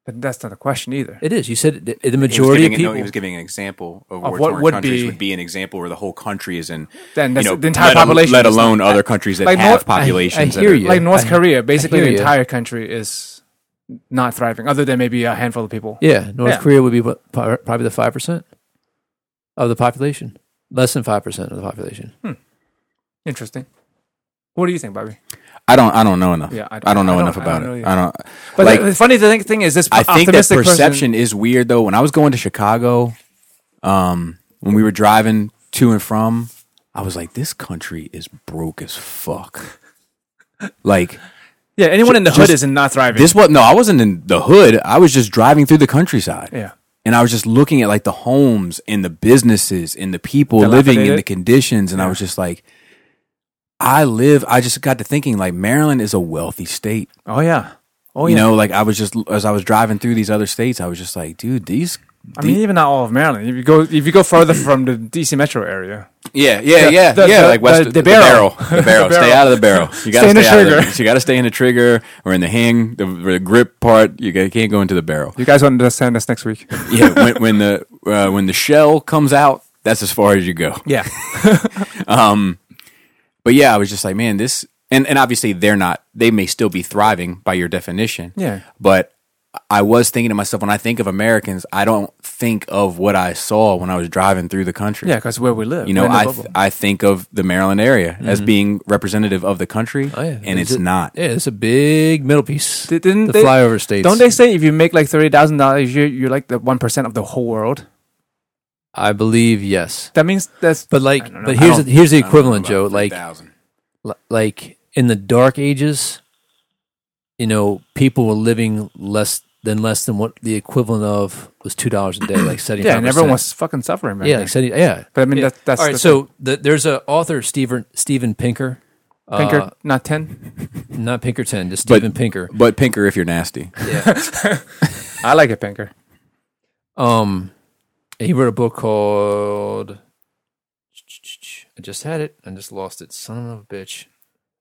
C: But that's not a question either.
D: It is. You said it, the
B: He was
D: majority
B: giving,
D: of people.
B: no, he was giving an example of,
C: Of
B: what
C: what
B: would
C: would
B: countries
C: be-
B: would be an example where the whole country is in.
C: Then that's
B: you know,
C: the entire
B: let al-
C: population
B: Let
C: is not-
B: alone other countries that
C: Like,
B: have
C: no- I- I
B: populations. that
D: hear
B: are-
D: you. Yeah,
C: like North
D: I-
C: Korea, basically
D: I hear
C: the
D: ya.
C: entire country is not thriving, other than maybe a handful of people.
D: yeah, North
C: Yeah.
D: Korea would be what, pro- probably the five percent of the population, less than five percent of the population.
C: Interesting. What do you think, Bobby?
B: I don't. I don't know enough.
C: Yeah, I
B: I
C: don't-
B: don't, know
C: I don't-
B: enough
C: I
B: about
C: don't know
B: it.
C: either.
B: I don't.
C: But
B: like,
C: the, the funny thing, thing is, this
B: I think that
C: optimistic
B: perception is weird though. When I was going to Chicago, um, when we were driving to and from, I was like, "This country is broke as fuck." like
C: Person, yeah, anyone in the hood
B: just-
C: is not thriving.
B: this was no, I wasn't in the hood. I was just driving through the countryside.
C: yeah,
B: and I was just looking at like the homes and the businesses and the people living and
C: Dilapidated.
B: the conditions, and I was just like, I live. I just got to thinking like Maryland is a wealthy state.
C: oh yeah, oh yeah.
B: You know, like I was just as I was driving through these other states, I was just like, dude, these.
C: I mean, even not all of Maryland. If you go, if you go further from the DC metro area,
B: Yeah, yeah,
C: The-
B: yeah,
C: the-
B: yeah.
C: the-
B: like West,
C: the- the barrel.
B: the barrel.
C: The
B: Stay
C: barrel.
B: out of the barrel. You gotta
C: Stay in
B: stay,
C: the
B: out of
C: trigger.
B: the, so you gotta stay in the trigger or in the hang, the, the grip part. You gotta- can't go into the barrel.
C: you guys will understand this next week.
B: Yeah, when, when the uh, when the shell comes out, that's as far as you go.
C: Yeah,
B: but yeah, I was just like, man, this, and, and obviously they're not, they may still be thriving by your definition.
C: Yeah.
B: But I was thinking to myself, when I think of Americans, I don't think of what I saw when I was driving through the country.
C: yeah, because where we live,
B: You know,
C: we're in the
B: I,
C: bubble.
B: th- I think of the Maryland area as being representative of the country,
D: Oh, yeah.
B: and
D: Mm-hmm. Is
B: it's
D: it-
B: not.
D: Yeah, it's a big middle piece.
C: Di- didn't
D: the
C: they-
D: flyover states?
C: Don't they say if you make like thirty thousand dollars, you you're like the one percent of the whole world?
D: I believe yes.
C: That means that's
D: But like,
C: I don't know.
D: but
C: I
D: here's
B: don't-
D: the, here's the
B: I don't know
D: equivalent,
B: about
D: Joe. Like,
B: 3,000.
D: li- like in the dark ages you know people were living less than less than what the equivalent of was two dollars a day like 75
C: yeah, and everyone was fucking suffering. Right
D: yeah like 70 yeah
C: But I mean,
D: Yeah.
C: that- that's
D: all
C: the
D: right so the, there's an author steven steven pinker
C: Pinker,
D: uh,
C: not ten.
D: not pinkerton just
B: But-
D: steven pinker
B: But Pinker, if you're nasty,
C: I like it, Pinker.
D: um he wrote a book called i just had it i just lost it son of a bitch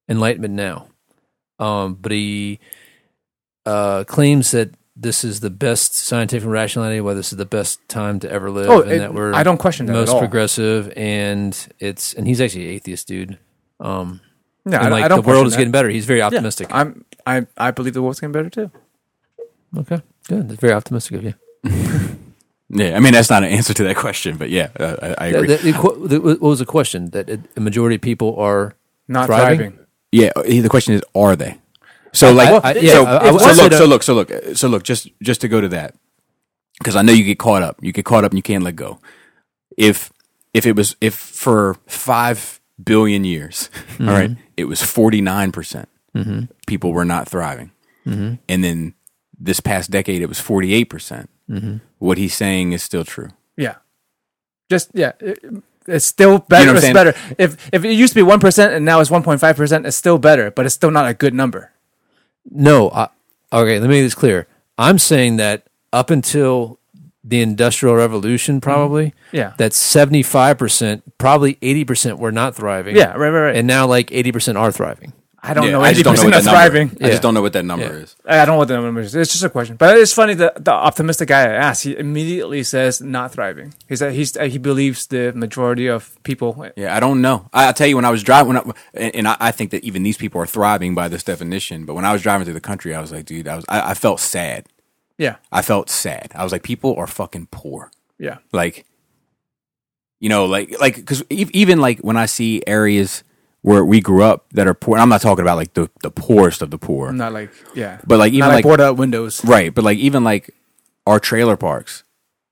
D: enlightenment now um but he uh, claims that this is the best scientific rationality, why this is the best time to ever live,
C: Oh,
D: and
C: it-
D: that we're
C: I don't question that at
D: most
C: all.
D: progressive, and it's and he's actually an atheist, dude. Um,
C: No,
D: and
C: I,
D: like
C: I don't.
D: the world is
C: question
D: getting better. He's very
C: that.
D: optimistic.
C: I'm. I I believe the world's getting better too.
D: okay, good. That's very optimistic of you.
B: yeah. I mean, that's not an answer to that question, but yeah, uh, I, I
D: The-
B: agree.
D: the- the qu- the- what was the question? That it, a majority of people are
C: Not
D: Thriving?
C: thriving.
B: Yeah, the question is, are they? So like,
D: I- I- yeah,
B: so,
D: I- I-
B: so
D: I
B: look,
D: said, uh,
B: so look, so look, uh, so look. Just just to go to that, because I know you get caught up. You get caught up and you can't let go. If if it was if for five billion years, all right, it was forty nine percent people were not thriving, and then this past decade it was forty eight percent.
D: Mm-hmm.
B: What he's saying is still true.
C: Yeah. Just yeah. it- it's still better.
B: what I'm
C: it's
B: saying?
C: better. If if it used to be one percent and now it's one point five percent, it's still better, but it's still not a good number.
D: No, I, okay. Let me make this clear. I'm saying that up until the Industrial Revolution,
C: Mm-hmm.
D: probably,
C: Yeah.
D: that 75 percent, probably 80 percent, were not thriving.
C: Yeah, right, right, right.
D: And now, like 80 percent are thriving.
C: I don't
B: Yeah,
C: know.
B: I just
C: Eighty
B: don't know
C: percent
B: what that
C: that's thriving.
B: number. I
D: Yeah.
B: just don't know what that number
D: Yeah.
B: is.
C: I don't know what the number is. It's just a question, but it's funny. The the optimistic guy I asked, he immediately says not thriving. He said he's uh, he believes the majority of people.
B: Yeah, I don't know. I, I'll tell you, when I was driving, when I, and, and I, I think that even these people are thriving by this definition. But when I was driving through the country, I was like, dude, I was, I, I felt sad.
C: Yeah,
B: I felt sad. I was like, people are fucking poor.
C: yeah,
B: Like, you know, like, like, because even like when I see areas where we grew up that are poor, and I'm not talking about like the, the poorest of the poor,
C: not like yeah,
B: but like even
C: not like,
B: like
C: board out windows.
B: Right, but like even like our trailer parks,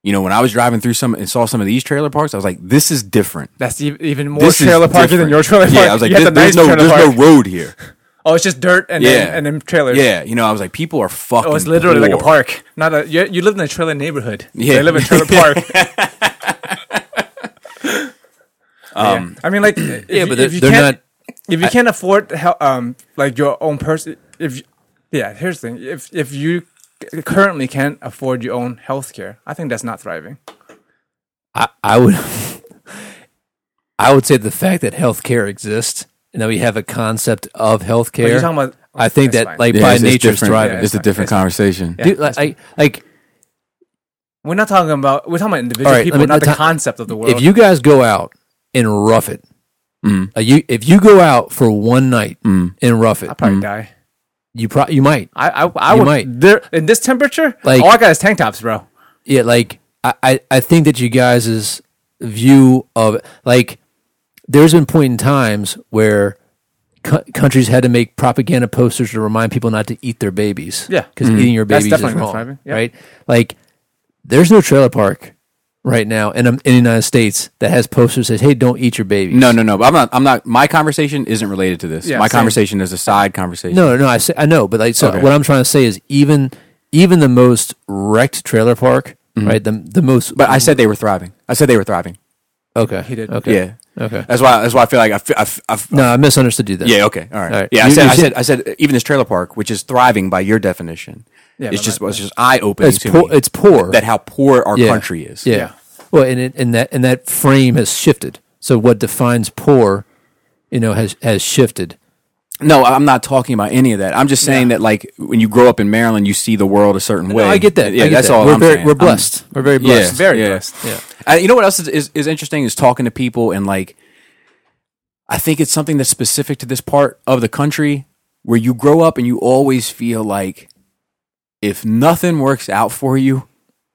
B: You know, when I was driving through some and saw some of these trailer parks, I was like, "This is different."
C: That's e- even more
B: This is
C: trailer park than
B: different.
C: your trailer park.
B: Yeah, I was like,
C: You had
B: "This- "There's
C: the nice
B: no,
C: trailer
B: there's no
C: park.
B: road here."
C: Oh, it's just dirt and then,
B: Yeah,
C: and then trailers.
B: Yeah, you know, I was like, "People are fucking."
C: Oh, it's literally like a
B: poor.
C: park. Not a you, you live in a trailer neighborhood.
B: Yeah.
C: they live in a trailer park. um, I mean, like, yeah,
D: Yeah, but they're, they're not.
C: If you can't afford hel- um like your own person, if you, yeah, here's the thing: if if you c- currently can't afford your own healthcare, I think that's not thriving.
D: I, I would. I would say the fact that healthcare exists and that we have a concept of
C: But
D: healthcare.
C: you're talking about,
D: I think
C: that's
D: that
C: fine.
D: like
B: Yeah,
D: by
B: it's,
D: nature is
B: different.
D: thriving.
B: it's a
C: fine.
B: different
C: It's fine.
B: conversation.
D: Dude, like, I, like
C: we're not talking about we're talking about individual
D: All right, let
C: people,
D: me-
C: not the
D: let's-
C: concept of the world.
D: if you guys go out and rough it, like you if you go out for one night and rough it,
C: I probably die.
D: you pro- you might.
C: I I, I
D: Mm. You
C: would
D: might.
C: there in this temperature.
D: Like-
C: all I got is tank tops, bro.
D: Yeah, like I, I, I think that you guys' view of like there's been point in times where cou- countries had to make propaganda posters to remind people not to eat their babies.
C: Yeah.
D: because eating your
C: That's
D: babies is
C: definitely not
D: wrong,
C: thriving. Yeah.
D: right? Like there's no trailer park right now in, um, in the United States that has posters that says, "Hey, don't eat your babies."
B: No, no, no. But I'm not. I'm not. My conversation isn't related to this.
C: Yeah,
B: my
C: same.
B: conversation is a side conversation.
D: No, no, I say, I know, but like, so
B: Okay.
D: what I'm trying to say is even even the most wrecked trailer park, right? The the most,
B: But I said they were thriving. I said they were thriving.
D: okay,
C: He did.
D: okay,
B: Yeah.
D: okay.
B: That's why. That's why I feel like I. Feel, I, f- I f-
D: No, I misunderstood you there.
B: Yeah. Okay. All right.
D: All right.
B: Yeah. I
D: You-
B: said.
D: you
B: I
D: said-
B: said. I said. Even this trailer park, which is thriving by your definition,
C: Yeah,
B: it's
C: but
B: just
C: my-
B: it's just eye opening.
D: it's poor. It's poor.
B: that how poor our
D: Yeah.
B: country is.
D: Yeah.
C: Yeah.
D: Well, and it, and that and that frame has shifted. So what defines poor, you know, has has shifted.
B: No, I'm not talking about any of that. I'm just saying that like when you grow up in Maryland, you see the world a certain way.
D: No, I get that.
B: Yeah.
D: I get
B: that's
D: that.
B: all.
D: We're
B: I'm
D: very
B: saying.
D: we're
B: I'm-
D: blessed. we're very blessed.
B: Yeah,
C: Very
B: yeah.
C: blessed.
D: Yeah.
B: I, you know what else is, is, is interesting is talking to people and like I think it's something that's specific to this part of the country where you grow up and you always feel like if nothing works out for you,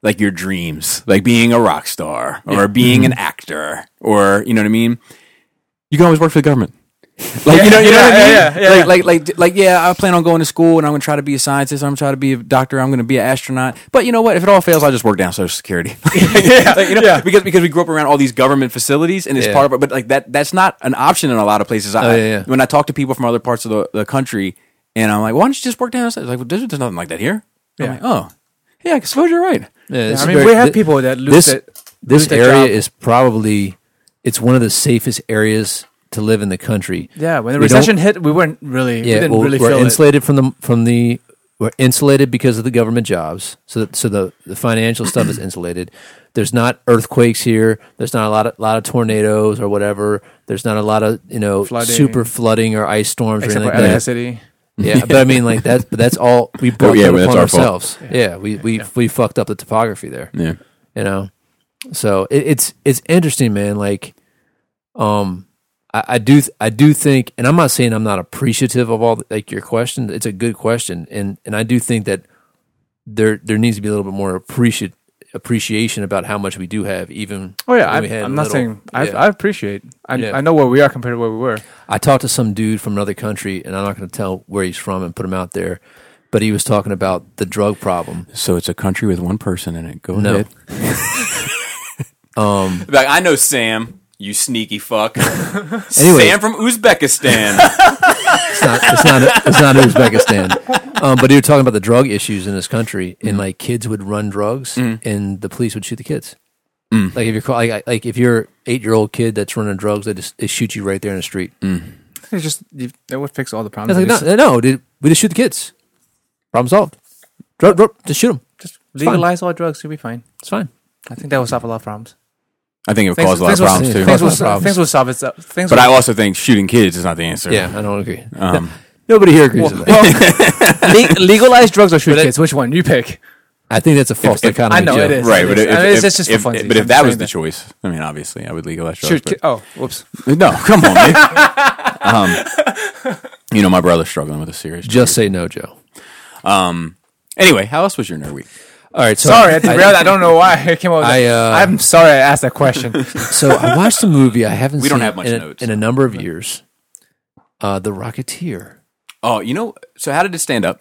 B: like your dreams, like being a rock star or being
D: Mm-hmm.
B: an actor or you know what I mean, you can always work for the government. Like you know, you know
C: Yeah,
B: what I mean.
C: yeah, yeah, yeah,
B: like,
C: yeah.
B: like, like, like, yeah. I plan on going to school, and I'm gonna try to be a scientist. I'm gonna try to be a doctor. I'm gonna be an astronaut. But you know what? If it all fails, I'll just work down Social Security. Like, you know,
C: yeah.
B: because because we grew up around all these government facilities, and it's
D: Yeah.
B: part of. it. But like that, that's not an option in a lot of places. I,
D: Oh, yeah, yeah.
B: When I talk to people from other parts of the, the country, and I'm like, why don't you just work down? Like, well, there's, there's nothing like that here. I'm
C: Yeah.
B: like, oh, yeah. I suppose you're right.
D: Yeah, this
C: I
D: is
C: mean, we have people that lose
D: this,
C: it-
D: This
C: lose their
D: area
C: job.
D: is probably it's one of the safest areas to live in the country.
C: Yeah, when the
D: We don't-
C: recession hit, we weren't really, we
D: yeah,
C: didn't
D: well,
C: really
D: we're
C: feel it.
D: insulated from the from the we're insulated because of the government jobs. So that, so the, the financial stuff is insulated. There's not earthquakes here. There's not a lot of lot of tornadoes or whatever. There's not a lot of you know
C: Flooding.
D: super flooding or ice storms
C: Except
D: or
C: for
D: anything
C: LA
D: like that.
C: City.
D: Yeah, but I mean like that. But that's all we brought
B: Oh, yeah,
D: that
B: but that's
D: upon
B: our fault.
D: ourselves. Yeah, we we we fucked up the topography there
B: Yeah.
D: you know so it, it's it's interesting man like um I, I do th- i do think and i'm not saying i'm not appreciative of all the, like your question it's a good question and and i do think that there there needs to be a little bit more appreciate appreciation about how much we do have even
C: Oh yeah,
D: when
C: I,
D: we had
C: I'm not
D: little.
C: saying I,
D: Yeah.
C: I appreciate. I,
D: Yeah.
C: I know where we are compared to where we were.
D: I talked to some dude from another country and i'm not going to tell where he's from and put him out there but he was talking about the drug problem
B: So it's a country with one person in it. Go
D: No.
B: ahead. um, like I know Sam, you sneaky fuck.
D: Anyway.
B: Sam from Uzbekistan.
D: not- it's not it's not Uzbekistan. Um, but you were talking about the drug issues in this country,
C: Mm-hmm.
D: and like kids would run drugs, and the police would shoot the kids.
C: Mm.
D: Like if you're ca- like I- like if you're eight year old kid that's running drugs, they just they shoot you right there in the street.
C: Mm-hmm. It's just you, that would fix all the
D: I was
C: problems.
D: like,
C: Just-
D: no, no, dude, we just shoot the kids. Problem solved. Drug, drug, just shoot them.
C: Just legalize all drugs, you'll be fine.
D: It's fine.
C: I think that will solve a lot of problems.
B: I think it would
C: Things-
B: cause a lot of
C: things will-
B: problems too.
D: Cause
C: Things
D: a lot of
C: will,
D: problems.
C: things will solve itself. Things
B: But I
C: will,
B: also think shooting kids is not the answer.
D: Yeah, I don't agree.
B: Um,
D: Nobody here agrees with that.
C: Uh-huh. well, le- legalize drugs or shoot
D: But it-
C: kids. Which one you pick?
D: I think that's a false
B: if-
D: dichotomy.
C: I know
D: Joe.
C: it is.
B: right, but if,
C: I mean,
B: if-
C: it's just- just
B: if-
C: for funsies.
B: but if
C: I'm
B: that
C: saying
B: was the
C: that.
B: choice, I mean, obviously, I would legalize drugs.
C: Shoot
B: but-
C: ki- Oh, whoops.
B: No, come on, man. um, you know, my brother's struggling with a serious.
D: Just say no, Joe.
B: Anyway, how else was your nerd week?
D: All right. So
C: Sorry, I derailed. I don't know why I came up with
D: I,
C: that.
D: uh,
C: I'm sorry I asked that question.
D: So I watched a movie I haven't
B: We
D: seen
B: don't have much
D: in, a-
B: notes.
D: in a number of years. Uh, the Rocketeer.
B: Oh, you know, so how did it stand up?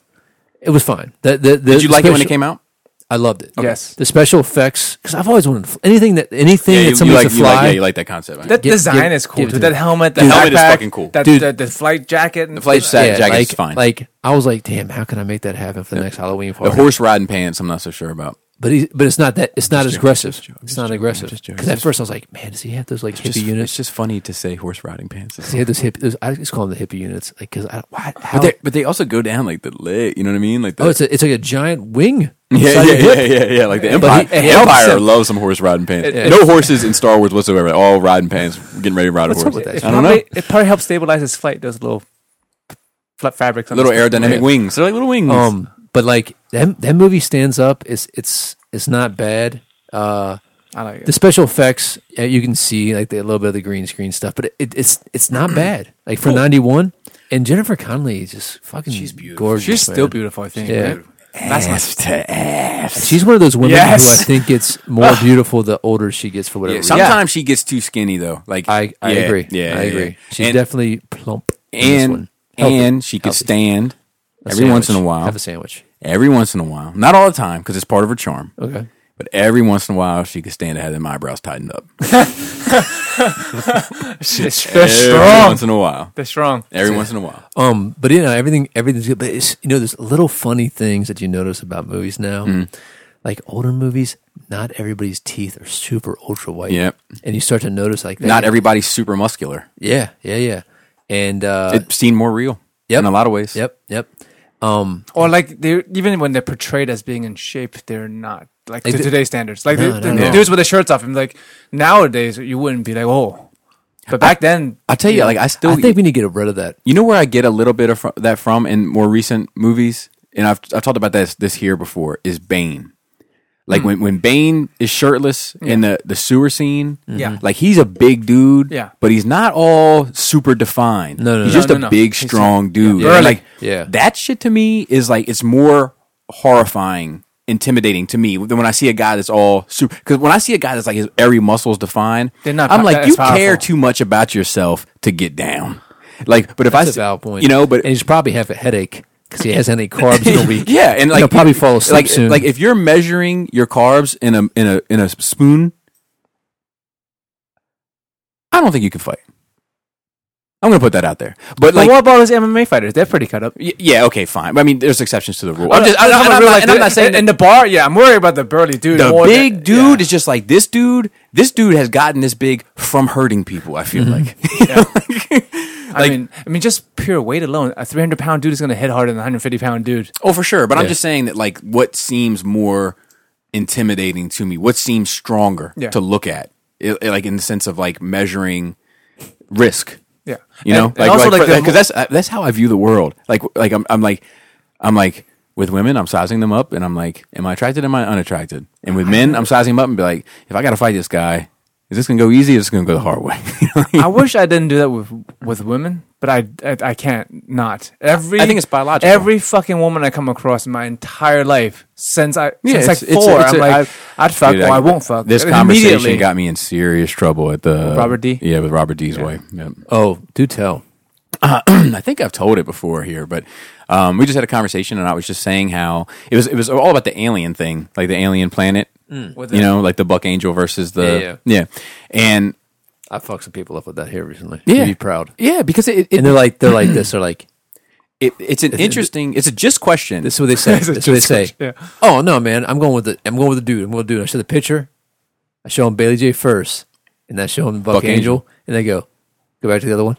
D: It was fine. The, the, the,
B: Did you like it when it came out?
D: I loved it.
C: Yes.
D: The special effects, because I've always wanted to fl- anything that anything
B: Yeah, you,
D: that
B: you
D: somebody
B: like,
D: could
B: you like,
D: fly.
B: yeah, you like that concept. Right?
C: That
D: Give-
C: design
D: give-
C: is cool.
D: give it
C: Dude,
D: to
C: that
D: me.
C: helmet, the
B: Dude, helmet
C: helmet
B: is
C: backpack,
B: fucking cool.
C: That,
D: Dude.
C: the, the flight jacket, and
B: The flight
C: stuff.
B: jacket.
D: Yeah,
B: jacket's
D: like,
B: fine.
D: Like I was like, damn, how can I make that happen for the next Halloween
B: the
D: party?
B: horse riding pants, I'm not so sure about.
D: but he, but it's not that. It's not as
B: joking,
D: aggressive.
B: just joking,
D: It's
B: just
D: not
B: joking,
D: aggressive.
B: just joking,
D: Because at
B: just-
D: first I was like, man, does he have those like hippie
B: It's just,
D: units?
B: it's just funny to say horse riding pants.
D: Does he have those hippie? Those, I just call them the hippie units. Like, cause I why, how,
B: But they, but they also go down like the leg. You know what I mean? Like the,
D: oh, it's a, it's like a giant wing.
B: yeah,
D: Side
B: yeah,
D: of your
B: yeah,
D: hip.
B: yeah, yeah. Like the
D: But
B: Empire,
D: he- it helps
B: Empire
D: him.
B: loves some horse riding pants.
D: it-
B: no horses in Star Wars whatsoever. All riding pants, getting ready to ride a
D: What's
B: horse.
D: wrong with
B: I
D: that?
C: It
B: don't
C: probably,
B: know.
C: It probably helps stabilize his flight. Those little flat fabrics, on
B: Little
C: his-
B: aerodynamic
D: Yeah.
B: wings. They're like little wings.
D: Um, but like that that movie stands up. It's it's it's not bad. Uh,
C: I like it.
D: the special effects uh, you can see like the, a little bit of the green screen stuff, but it, it's it's not bad. Like for '91, and Jennifer Connelly is just fucking she's beautiful. gorgeous.
C: She's still
D: man.
C: beautiful, I think.
D: Yeah.
C: right? That's my
B: ass to ass.
D: She's one of those women who I
C: Yes.
D: think gets more beautiful the older she gets for whatever
B: Yeah,
D: reason.
B: sometimes she gets too skinny though. Like
D: I, I
B: yeah,
D: agree.
B: Yeah,
D: I
B: yeah,
D: agree.
B: yeah.
D: She's
B: and,
D: definitely plump. in this
B: and
D: one. Healthy.
B: and she could
D: Healthy.
B: stand
D: A
B: every once in a
D: sandwich.
B: while.
D: Have a sandwich.
B: Every once in a while, not all the time because it's part of her charm.
D: Okay.
B: But every once in a while, she could stand to have them eyebrows tightened up.
C: They're
B: every
C: strong.
B: once in a while.
C: They're strong.
B: Every once in a while.
D: Um, but you know everything. Everything's good. But it's, you know, there's little funny things that you notice about movies now.
B: Mm.
D: Like older movies, not everybody's teeth are super ultra white.
B: Yep.
D: And you start to notice like that.
B: Not everybody's super muscular.
D: Yeah, yeah, yeah. And uh,
B: It seemed more real.
D: Yep.
B: in a lot of ways.
D: yep, yep. Um,
C: Or like they even when they're portrayed as being in shape, they're not like
D: Like
C: to
D: the-
C: today's standards. Like
D: No,
C: the,
D: not
C: the,
D: at
C: the
D: all.
C: dudes with the shirts off, and like nowadays you wouldn't be like, oh. But back then,
B: I tell you, like I still
D: I think we need to get rid of that.
B: You know where I get a little bit of fr- that from in more recent movies, and I've I've talked about this this here before is Bane.
D: Hmm.
B: Like when, when Bane is shirtless in the, the sewer scene,
D: Mm-hmm.
C: Yeah.
B: like he's a big dude,
C: Yeah.
B: but he's not all super defined.
D: No, no,
B: he's
D: no.
B: just
C: No,
B: a
C: no, no.
B: big,
C: He's-
B: strong dude.
D: Yeah.
B: And, Like
D: Yeah.
B: that shit to me is like it's more horrifying, intimidating to me than when I see a guy that's all super. Because when I see a guy that's like his every muscle is defined,
C: They're not
B: I'm
C: po-
B: like
C: that's
B: you
C: powerful.
B: care too much about yourself to get down. Like, but if I
D: That's
B: see-
D: a valid point.
B: you know, but
D: and he's probably have a headache because he hasn't had any carbs in a week.
B: yeah, and like
D: he'll probably fall asleep
B: like,
D: soon.
B: Like if you're measuring your carbs in a in a in a spoon, I don't think you can fight. I'm gonna put that out there, but
C: but
B: like.
C: what about those MMA fighters? They're pretty cut up.
B: y- Yeah, okay, fine. But I mean, there's exceptions to the rule. I'm just, I, am
C: not
B: not,
C: really like
B: and I'm
C: the-
B: not saying
C: in the bar. Yeah, I'm worried about the burly dude.
B: the
C: more than-
B: big dude
C: yeah.
B: is just like this dude. This dude has gotten this big from hurting people. I feel like
C: I mean, I mean, just pure weight alone, a 300 pound dude is going to hit harder than a 150 pound dude.
B: Oh, for sure. But I'm just saying that, like, what seems more intimidating to me, what seems stronger
C: Yeah.
B: to look at, i i- like in the sense of like measuring risk,
C: Yeah,
B: you
C: And-
B: know,
C: and also like, the-
B: because that's uh, that's how I view the world. Like, like I'm, I'm like, I'm like with women, I'm sizing them up, and I'm like, am I attracted? Am I unattracted? And with men, I'm sizing them up and be like, if I got to fight this guy, is this gonna go easy? or Is this gonna go the hard way?
C: I wish I didn't do that with with women, but I I, I can't not. Every
B: I think it's biological.
C: Every fucking woman I come across in my entire life since I
B: Yeah,
C: since like
B: it's- it's-
C: four,
B: it's
C: I'm
B: a-
C: like
B: I've-
C: i would fuck
B: Dude,
C: or
B: I-
C: I won't fuck.
B: This
C: And
B: conversation
C: immediately-
B: got me in serious trouble at the
C: Robert D?
B: Yeah, with Robert D's wife. Yep.
D: oh, do tell.
B: I think I've told it before here, but um, we just had a conversation, and I was just saying how it was. It was all about the alien thing, like the alien planet.
C: With
B: You
C: the-
B: know, like the Buck Angel versus the yeah, and
D: I fucked some people up with that hair recently.
B: yeah,
D: You'd be proud.
B: Yeah, because it, it,
D: And they're like, they're like this. They're like,
B: it it's an interesting. It's a just question.
D: this is what they say. this is what they say.
C: yeah.
D: Oh no, man! I'm going with the. I'm going with the dude. I'm going with the dude. I show the picture. I show him Bailey J first, and I show him Buck,
B: Buck
D: Angel,
B: Angel.
D: and they go, "Go back to the other one."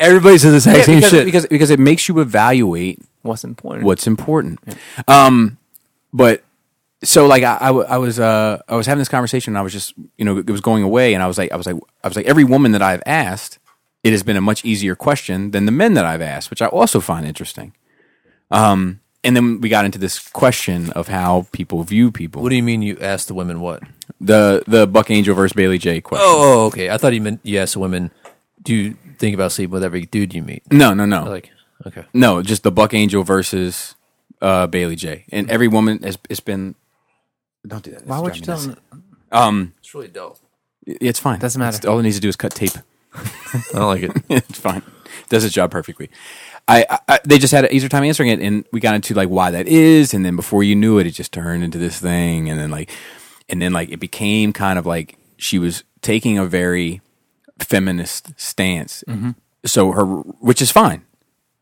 D: Everybody says the exact
B: Yeah,
D: same
B: because,
D: shit.
B: because because it makes you evaluate
C: What's important?
B: what's important. Um, but so like I, I, w- I was uh, I was having this conversation and I was just you know it was going away and I was like I was like I was like every woman that I've asked it has been a much easier question than the men that I've asked which I also find interesting. Um, and then we got into this question of how people view people.
D: what do you mean? You asked the women what?
B: the the Buck Angel versus Bailey J question.
D: Oh, oh, okay. I thought you meant you asked the women. Do you think about sleeping with every dude you meet?
B: No, no, no.
D: Like, okay,
B: No, just the Buck Angel versus uh, Bailey J. And every woman has it's been don't do that.
C: Why would you tell them?
B: Um
D: it's really dope.
B: It's fine.
C: Doesn't matter.
B: It's- all it needs to do is cut tape.
D: I don't like it.
B: it's fine. Does its job perfectly. I, I- I they just had an easier time answering it, and we got into like why that is, and then before you knew it, it just turned into this thing, and then like, and then like it became kind of like she was taking a very feminist stance,
C: Mm-hmm.
B: so her which is fine,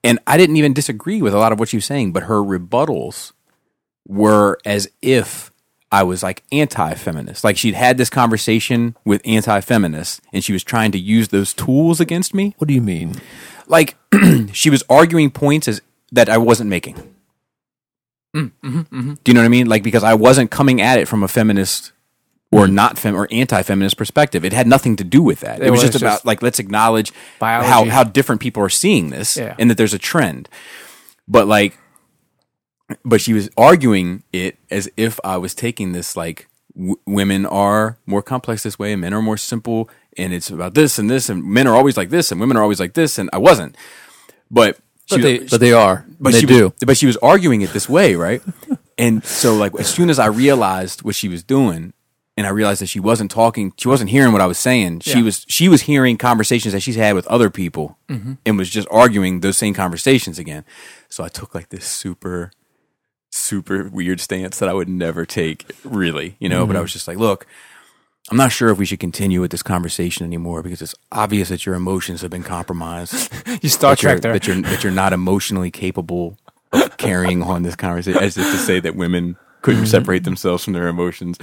B: and I didn't even disagree with a lot of what she was saying, but her rebuttals were as if I was like anti feminist. Like she'd had this conversation with anti feminists and she was trying to use those tools against me.
D: What do you mean?
B: Like she was arguing points as, that I wasn't making.
C: Mm, mm-hmm,
B: Do you know what I mean? Like because I wasn't coming at it from a feminist or
C: Mm-hmm.
B: not fem or anti-feminist perspective. It had nothing to do with that. It,
C: It
B: was,
C: was
B: just about
C: just
B: like let's acknowledge
C: biology.
B: how how different people are seeing this
C: Yeah.
B: and that there's a trend. But like but she was arguing it as if I was taking this like w- women are more complex this way and men are more simple and it's about this and this and men are always like this and women are always like this and I wasn't. But she
D: But
B: was-
D: they, but they are.
B: but
D: they
B: she
D: do.
B: Was, but she was arguing it this way, right? and so, like, as soon as I realized what she was doing, and I realized that she wasn't talking, she wasn't hearing what I was saying. She
C: Yeah.
B: was she was hearing conversations that she's had with other people,
D: Mm-hmm.
B: and was just arguing those same conversations again. So I took like this super super weird stance that I would never take, really, you know. But I
D: Mm-hmm.
B: was just like, look, I'm not sure if we should continue with this conversation anymore because it's obvious that your emotions have been compromised.
C: You Star
B: that you're,
C: Trek there.
B: that you're that you're not emotionally capable of carrying on this conversation, as if to say that women couldn't separate themselves from their emotions,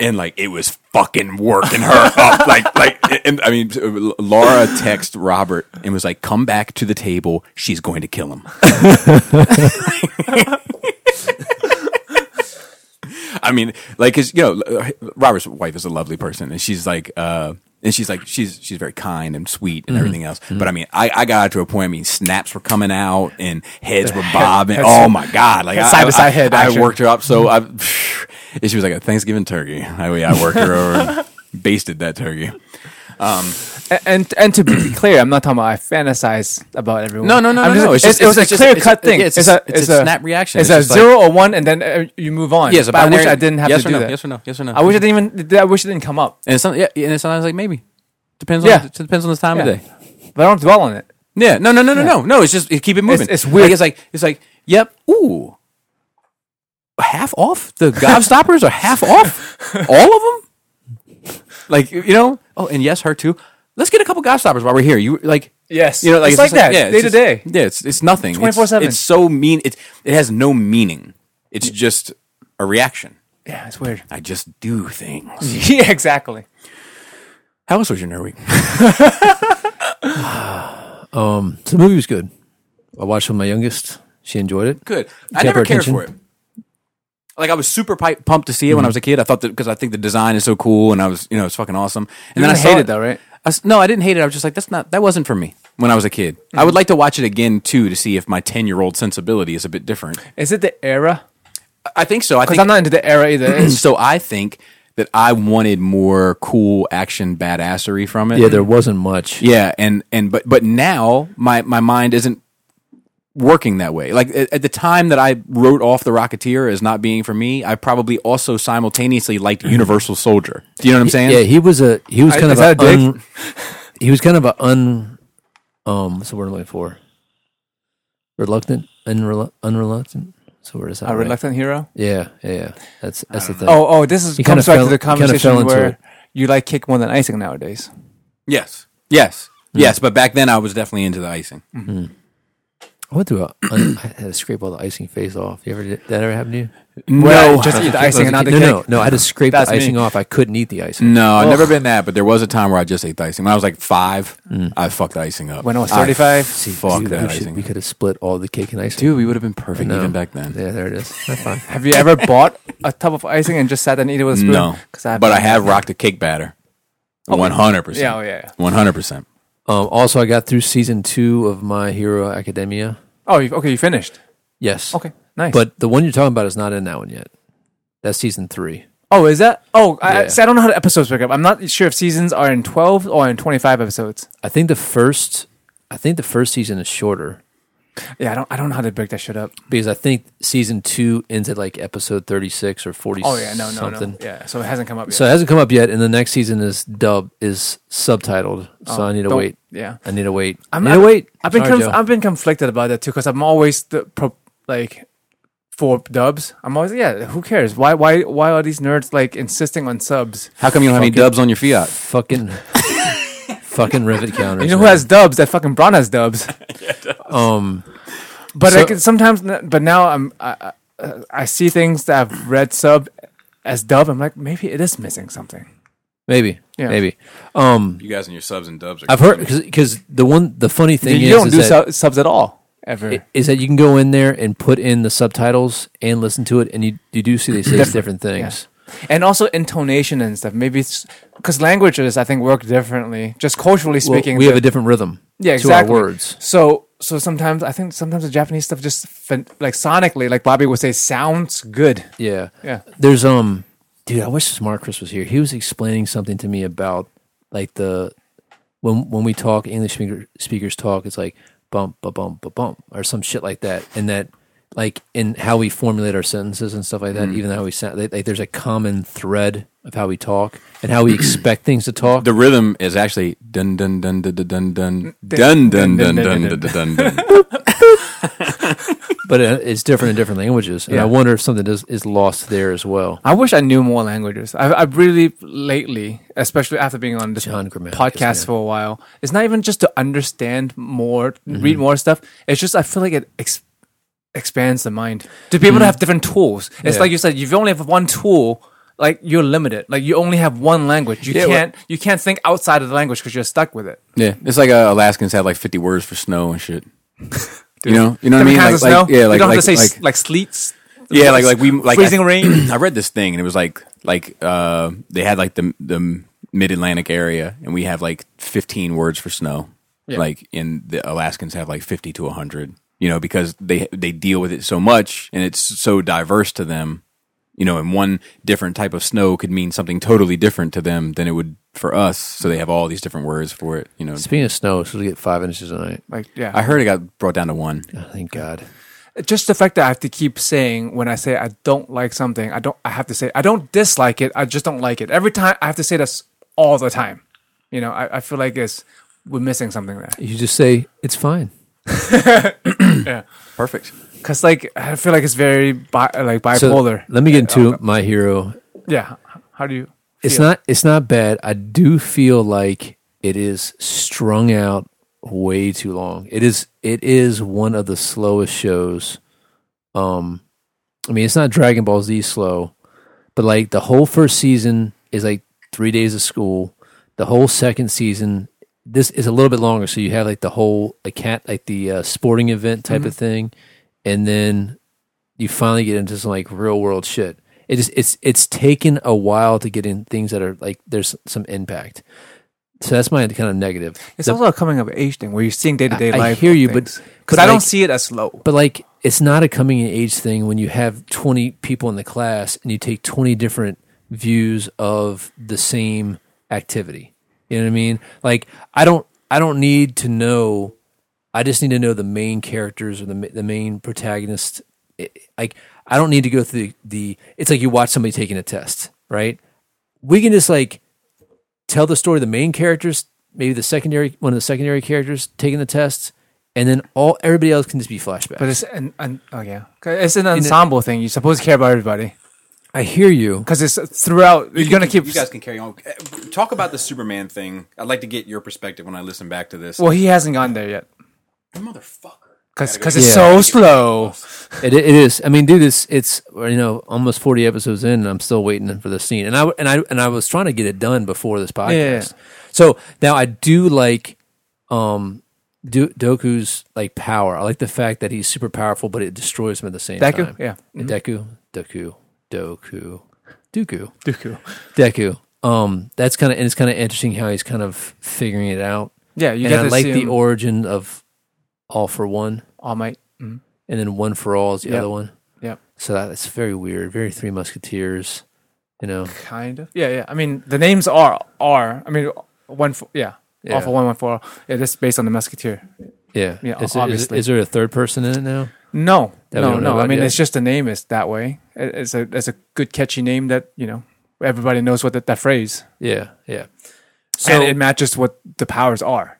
B: and like it was fucking working her up. Like like, and I mean, Laura texted Robert and was like, "Come back to the table. She's going to kill him." I mean, like, cause you know, Robert's wife is a lovely person, and she's like, uh, and she's like, she's she's very kind and sweet
C: Mm-hmm.
B: and everything else. But I mean, I, I got to a point. I mean, snaps were coming out and heads were bobbing.
C: heads-
B: oh my god! Like I-
C: side to
B: I-
C: side head
B: I, I
C: action. Mm-hmm.
B: worked her up so I. And she was like a Thanksgiving turkey. I, mean, I worked her over, and basted that turkey.
C: A- and and to be clear, I'm not talking about I fantasize about everyone.
B: No, no, no, no,
C: I'm just-
B: no, it's just-
C: it was
B: it's
C: a
B: just-
C: clear
B: it's-
C: cut
B: it's-
C: thing.
B: yeah, it's a- it's a snap reaction.
C: It's,
B: It's
C: a
B: just like-
C: zero or one, and then uh, you move on.
B: Yes,
C: but I wish I didn't have
B: yes
C: to
B: or
C: do
B: no,
C: that.
B: Yes or no? Yes or no?
C: I wish I didn't even. I wish it didn't come up.
B: and some, yeah, and it's sometimes like maybe depends on
C: Yeah.
B: the, depends on the time
C: Yeah.
B: of day.
C: But I don't dwell on it.
B: Yeah, no, no, no, no, no, no. It's just it, keep it moving.
C: it's weird.
B: Like, it's like it's like yep. Ooh, half off. The Gobstoppers are half off. All of them. Like you know. Oh, and yes, her too. Let's get a couple Gobstoppers while we're here. You like
C: Yes.
B: you know like
C: It's like
B: just
C: that,
B: yeah, it's
C: day to
B: just-
C: day.
B: Yeah, it's it's nothing. It's-
C: 24/7.
B: It's so mean. It it has no meaning. It's just a reaction.
C: Yeah, it's weird.
B: I just do things.
C: yeah, exactly.
B: How else was your nerd week?
D: Um, so the movie was good. I watched it with my youngest. She enjoyed it.
B: Good. I
D: Kept
B: never
D: our
B: cared
D: attention.
B: for it. Like I was super pipe, pumped to see it when I was a kid. I thought that because I think the design is so cool, and I was you know it's fucking awesome. And then I
C: didn't
B: saw
C: hate it though, right?
B: I s- no, I didn't hate it. I was just like that's not that wasn't for me when I was a kid. I
C: Mm-hmm.
B: would like to watch it again too to see if my ten year old sensibility is a bit different.
C: Is it the era?
B: I- I think so. I
C: Because
B: think
C: I'm not into the era either. It's-
B: so. I think that I wanted more cool action badassery from it.
D: Yeah, there wasn't much.
B: Yeah, and and but but now my my mind isn't working that way. Like at, at the time that I wrote off the Rocketeer as not being for me, I probably also simultaneously liked Universal Soldier. Do you know what I'm saying?
D: Yeah, he was a he was
C: I-
D: kind
C: is
D: of
C: that a
D: a
C: dig?
D: un, he was kind of a un um what's the word I'm looking for reluctant unrelu- unreluctant so where is that
C: a
D: right?
C: reluctant hero.
D: yeah yeah yeah that's that's the thing
C: Oh, oh, this is
D: He
C: comes
D: kinda
C: back to
D: fell-
C: the
D: he kinda fell
C: conversation
D: into
C: where
D: it.
C: you like kick more than icing nowadays.
B: Yes. Yes. Yes. But back then I was definitely into the icing.
D: I went through a un, I had to scrape all the icing face off you ever did that ever happen to you
C: Well, just eat the icing and
D: no
C: not the
D: no,
C: cake.
D: no no I had to scrape
B: That's
D: the
B: me.
D: icing off I couldn't eat the icing
B: No, I've never been that, but there was a time where I just ate the icing. When I was like five,
C: Mm.
B: I fucked the icing up.
C: When I was 35?
D: Mm. See,
B: fuck
D: dude,
B: that
D: we, should-
B: icing.
D: we could have split all the cake and icing
B: Dude, we would have been perfect
D: No.
B: even back then.
D: yeah there it is that's fine
C: Have you ever bought a tub of icing and just sat and eat it with a spoon?
B: No,
C: 'Cause
B: but I have rocked a cake batter. One hundred
C: Yeah, oh,
B: percent.
C: yeah. yeah.
B: One hundred percent.
D: um also I got through season two of My Hero Academia
C: Oh, you, okay. You finished.
D: yes
C: Okay, nice.
D: But the one you're talking about is not in that one yet. That's season three.
C: oh, is that? Oh, I,
D: Yeah.
C: see, I don't know how the episodes work up. I'm not sure if seasons are in 12 or in 25 episodes.
D: I think the first, I think the first season is shorter
C: Yeah, I don't I don't know how they break that shit up.
D: because I think season two ends at like episode thirty six or forty.
C: Oh yeah, no, no,
D: something.
C: no. Yeah, so it hasn't come up yet.
D: So it hasn't come up yet, and the next season is dub is subtitled. So
C: Oh,
D: I need to
C: don't-
D: wait.
C: Yeah,
D: I need to wait.
C: I'm-
D: I need to wait.
C: I've been
D: Sorry,
C: conf-
D: Joe.
C: I've been conflicted about that too because I'm always the pro- like for dubs. I'm always yeah. Who cares? Why why why are these nerds like insisting on subs?
B: How come you don't have any
D: Fucking-
B: dubs on your Fiat?
D: fucking fucking rivet counters.
C: You know who
D: man.
C: has dubs? That fucking Braun has dubs.
D: um
C: But
D: So-
C: I can sometimes. n- But now I'm I, I, I see things that I've read sub as dub. I'm like maybe it is missing something.
D: maybe
C: Yeah.
D: maybe um
B: You guys and your subs and dubs. Are
D: I've heard because the one the funny thing
C: you
D: is,
C: don't
D: is
C: do
D: that,
C: sub- subs at all ever.
D: i- is that you can go in there and put in the subtitles and listen to it, and you you do see they say different, things.
C: and also intonation and stuff. Maybe it's because languages I think work differently. Just culturally
D: Well,
C: speaking,
D: we
C: the-
D: have a different rhythm.
C: yeah,
D: to
C: exactly.
D: our words.
C: So so sometimes I think sometimes the Japanese stuff just fin- like sonically, like Bobby would say, sounds good.
D: Yeah.
C: Yeah.
D: There's um dude, I wish Smart Chris was here. He was explaining something to me about like the when when we talk English speaker, speakers talk, it's like bump ba bump ba bump or some shit like that. And that like in how we formulate our sentences and stuff like
C: Mm.
D: that, even how we sound like, like there's a common thread of how we talk and how we expect things to talk.
B: the rhythm is actually dun dun dun dun dun dun dun dun dun dun dun dun dun dun.
D: But it- it's different in different languages. And I
C: Yeah.
D: wonder if something is, is lost there as well.
C: I wish I knew more languages. I, I really lately, especially after being on this
D: John Grammaticus,
C: podcast
D: man.
C: for a while, it's not even just to understand more,
B: Mm-hmm.
C: read more stuff. It's just I feel like it ex- expands the mind to be
B: Mm.
C: able to have different tools. It's
D: Yeah.
C: like you said, if you only have one tool, like you're limited. Like you only have one language. You
D: Yeah, well-
C: can't you can't think outside of the language because you're stuck with it.
B: Yeah, it's like uh, Alaskans have like fifty words for snow and shit. You know, you know what I mean? Like,
C: Different kinds
B: like,
C: of snow.
B: yeah,
C: you
B: like
C: don't
B: like
C: have to say s-
B: like,
C: like, sleets.
B: yeah, like like we like
C: freezing
B: I,
C: rain.
B: I read this thing and it was like like uh they had like the the mid Atlantic area and we have like fifteen words for snow. Like and the Alaskans have like fifty to hundred. You know, because they they deal with it so much and it's so diverse to them. You know, and one different type of snow could mean something totally different to them than it would for us. So they have all these different words for it. You know,
D: Speaking of snow, so we get five inches tonight.
C: Like yeah,
B: I heard it got brought down to one.
D: Oh, thank God.
C: just the fact that I have to keep saying when I say I don't like something, I don't. I have to say I don't dislike it. I just don't like it. Every time I have to say this all the time. You know, I, I feel like it's we're missing something there.
D: You just say, It's fine.
B: Perfect.
C: Cause like I feel like it's very bi- like
D: So
C: bipolar.
D: let me get into my hero.
C: yeah. How do you?
D: It's
C: feel?
D: not. It's not bad. I do feel like it is strung out way too long. It is. It is one of the slowest shows. Um, I mean, it's not Dragon Ball Z slow, but like the whole first season is like three days of school. The whole second season, this is a little bit longer. So you have like the whole a cat like the uh, sporting event type
C: Mm-hmm.
D: of thing, and then you finally get into some like real world shit. It just it's it's taken a while to get in things that are like there's some impact. So that's my kind of negative.
C: It's
D: The-
C: also a coming of age thing where you're seeing day to day
D: I- I
C: life.
D: hear you, but-
C: because
D: but
C: I don't
D: like-
C: see it as slow.
D: but like it's not a coming of age thing when you have 20 people in the class and you take 20 different views of the same activity you know what i mean like i don't i don't need to know i just need to know the main characters or the, ma- the main protagonist It- like i don't need to go through the it's like you watch somebody taking a test right we can just like tell the story of the main characters, maybe the secondary one of the secondary characters taking the tests, and then all everybody else can just be flashbacks.
C: But it's an, an oh yeah, 'Cause it's an ensemble thing. You're supposed to care about everybody
D: I hear you.
C: because it's throughout. You're gonna keep.
B: You guys can carry on. Uh, Talk about the Superman thing. I'd like to get your perspective when I listen back to this.
C: well, he hasn't gone there yet
B: motherfucker.
C: because
B: Gotta go
C: because
B: get
C: it's
D: Yeah.
C: so slow.
D: It, it is. I mean, dude, it's it's you know almost forty episodes in, and I'm still waiting for the scene. And I w- and I and I was trying to get it done before this podcast.
C: Yeah.
D: So now I do like um do, Doku's like power. I like the fact that he's super powerful, but it destroys him at the same
C: Deku? Mm-hmm.
D: time.
C: Yeah. mhm.
D: Deku, Deku, Doku, Dooku.
C: Dooku.
D: Deku. Um, that's kind of and it's kind of interesting how he's kind of figuring it out.
C: Yeah, you
D: and
C: get
D: I
C: to
D: like
C: see
D: the
C: him.
D: origin of all for one,
C: All Might.
D: and then one for all is the
C: Yep.
D: other one.
C: Yep.
D: So that, that's very weird. Very Three Musketeers. You know,
C: Kind of. Yeah, yeah. I mean, the names are are. I mean, one for yeah.
D: Yeah.
C: All for one, one for all. Yeah, that's based on the Musketeer.
D: Yeah.
C: Yeah,
D: Is, is,
C: obviously.
D: is there a third person in it now?
C: No,
D: That we
C: no,
D: don't know
C: no. I
D: about
C: mean,
D: yet.
C: it's just the name is that way. It- It's a it's a good catchy name that you know everybody knows what that, that phrase,
D: Yeah. Yeah.
C: so, and it matches what the powers are.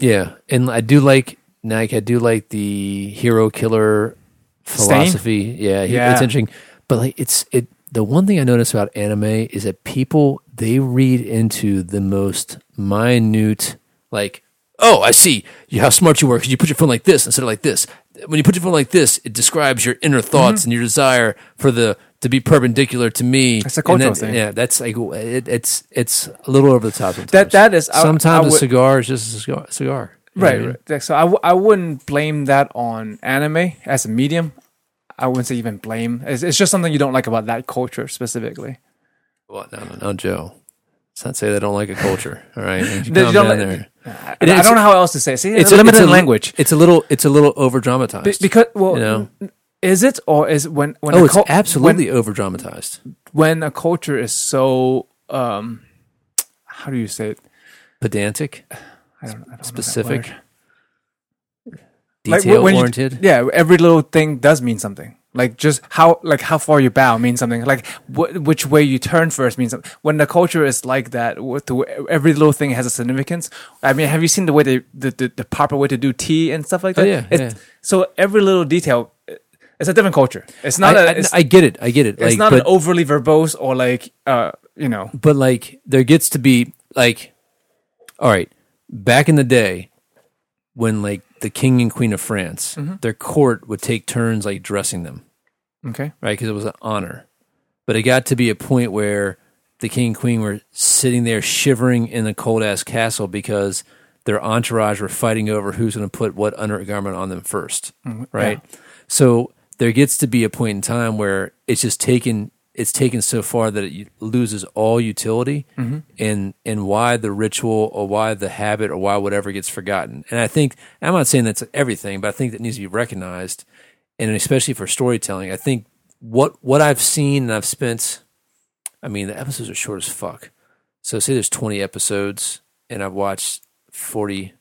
D: Yeah, and I do like Nike. I do like the hero killer philosophy. Yeah, he-
C: Yeah.
D: it's interesting. But like, it's it. The one thing I notice about anime is that people they read into the most minute, like, oh, I see you, how smart you were because you put your phone like this instead of like this. When you put your phone like this, it describes your inner
C: Mm-hmm.
D: thoughts and your desire for the to be perpendicular to me.
C: It's a
D: And
C: cultural
D: then-
C: thing.
D: Yeah, that's like it, it's it's a little over the top. Sometimes.
C: That that is I-
D: sometimes
C: I
D: a
C: would-
D: cigar is just a cigar. cigar You know what I
C: right,
D: mean?
C: right. So I w- I wouldn't blame that on anime as a medium. I wouldn't say even blame. It's, it's just something you don't like about that culture specifically.
D: Well, no, no, no, Joe. Let's not say they don't like a culture. All right, And you
C: They
D: calm
C: don't
D: down
C: like-
D: there.
C: I,
D: It
C: I
D: is-
C: don't know how else to say. it. See,
D: It's
C: it's
D: a-
C: limited
D: it's a-
C: language.
D: It's a little. It's a little over
C: Be-
D: dramatized.
C: because well,
D: you know.
C: n- is it or is when when
D: oh,
C: a
D: it's
C: cul- when-
D: absolutely over dramatized.
C: when a culture is so um how do you say it
D: Pedantic,
C: I don't, I don't know that
D: specific,
C: word. Like,
D: detail
C: when you-
D: oriented.
C: yeah every little thing does mean something like just how like how far you bow means something like wh- which way you turn first means something when the culture is like that with the, every little thing has a significance i mean have you seen the way they the, the, the proper way to do tea and stuff like
D: Oh,
C: that
D: yeah,
C: It's-
D: yeah.
C: so every little detail uh, it's a different culture it's not
D: I,
C: a
D: I-
C: it's,
D: I get it. I get it.
C: it's
D: like,
C: not
D: but,
C: an overly verbose or like uh you know
D: but like there gets to be like, all right, back in the day when like the king and queen of France,
C: Mm-hmm.
D: their court would take turns like dressing them.
C: okay
D: right? Because it was an honor. But it got to be a point where the king and queen were sitting there shivering in the cold ass castle because their entourage were fighting over who's going to put what undergarment on them first, right? So there gets to be a point in time where it's just taken it's taken so far that it u- loses all utility and and why the ritual or why the habit or why whatever gets forgotten. And I think I'm not saying that's everything, but I think that needs to be recognized and especially for storytelling, I think what what I've seen and I've spent I mean, the episodes are short as fuck. So say there's 20 episodes and I've watched 40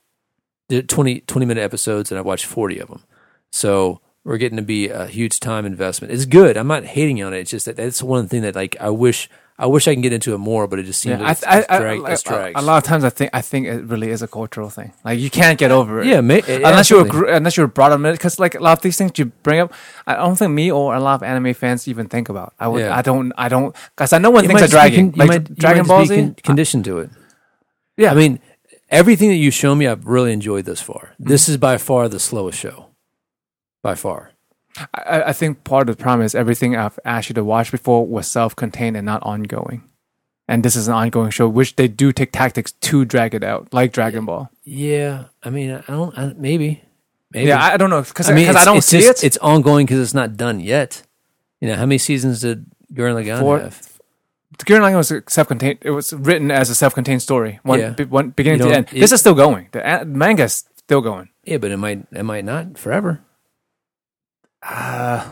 D: they're 20 20 minute episodes and I've watched 40 of them. So we're getting to be a huge time investment. It's good. I'm not hating on it. It's just that that's one thing that like I wish I wish I can get into it more, but it just seems
C: Yeah, I,
D: like
C: I,
D: it's,
C: I,
D: it's drag,
C: I-
D: it's
C: a
D: drags.
C: lot of times I think I think it really is a cultural thing. Like you can't get over it.
D: Yeah, ma-
C: unless you were
D: absolutely.
C: gr- unless you were brought up in it, because like a lot of these things you bring up, I don't think me or a lot of anime fans even think about. I would,
D: Yeah.
C: I don't, I don't, because I know when
D: You
C: things
D: might
C: are
D: just be
C: dragging,
D: con- you
C: like
D: might- you
C: Dragon
D: might
C: Ball
D: just be
C: Z.
D: con- conditioned to it. Yeah, I mean, everything that you've shown me, I've really enjoyed thus far.
C: Mm-hmm.
D: This is by far the slowest show, by far.
C: I, I- I think part of the problem is everything I've asked you to watch before was self-contained and not ongoing. And this is an ongoing show, which they do take tactics to drag it out, like Dragon Ball.
D: Yeah, I mean, I don't. I, maybe, maybe.
C: Yeah, I, I don't know because
D: I mean,
C: I
D: it's-
C: don't
D: it's
C: see
D: just-
C: it.
D: It's ongoing because it's not done yet. You know, how many seasons did Gurren Lagann
C: Four.
D: have?
C: Gurren Lagann was a self-contained. It was written as a self-contained story, one,
D: Yeah.
C: be- one beginning
D: You
C: to end.
D: don't-
C: This
D: it-
C: is still going. The a- manga's still going.
D: Yeah, but it might. It might not forever.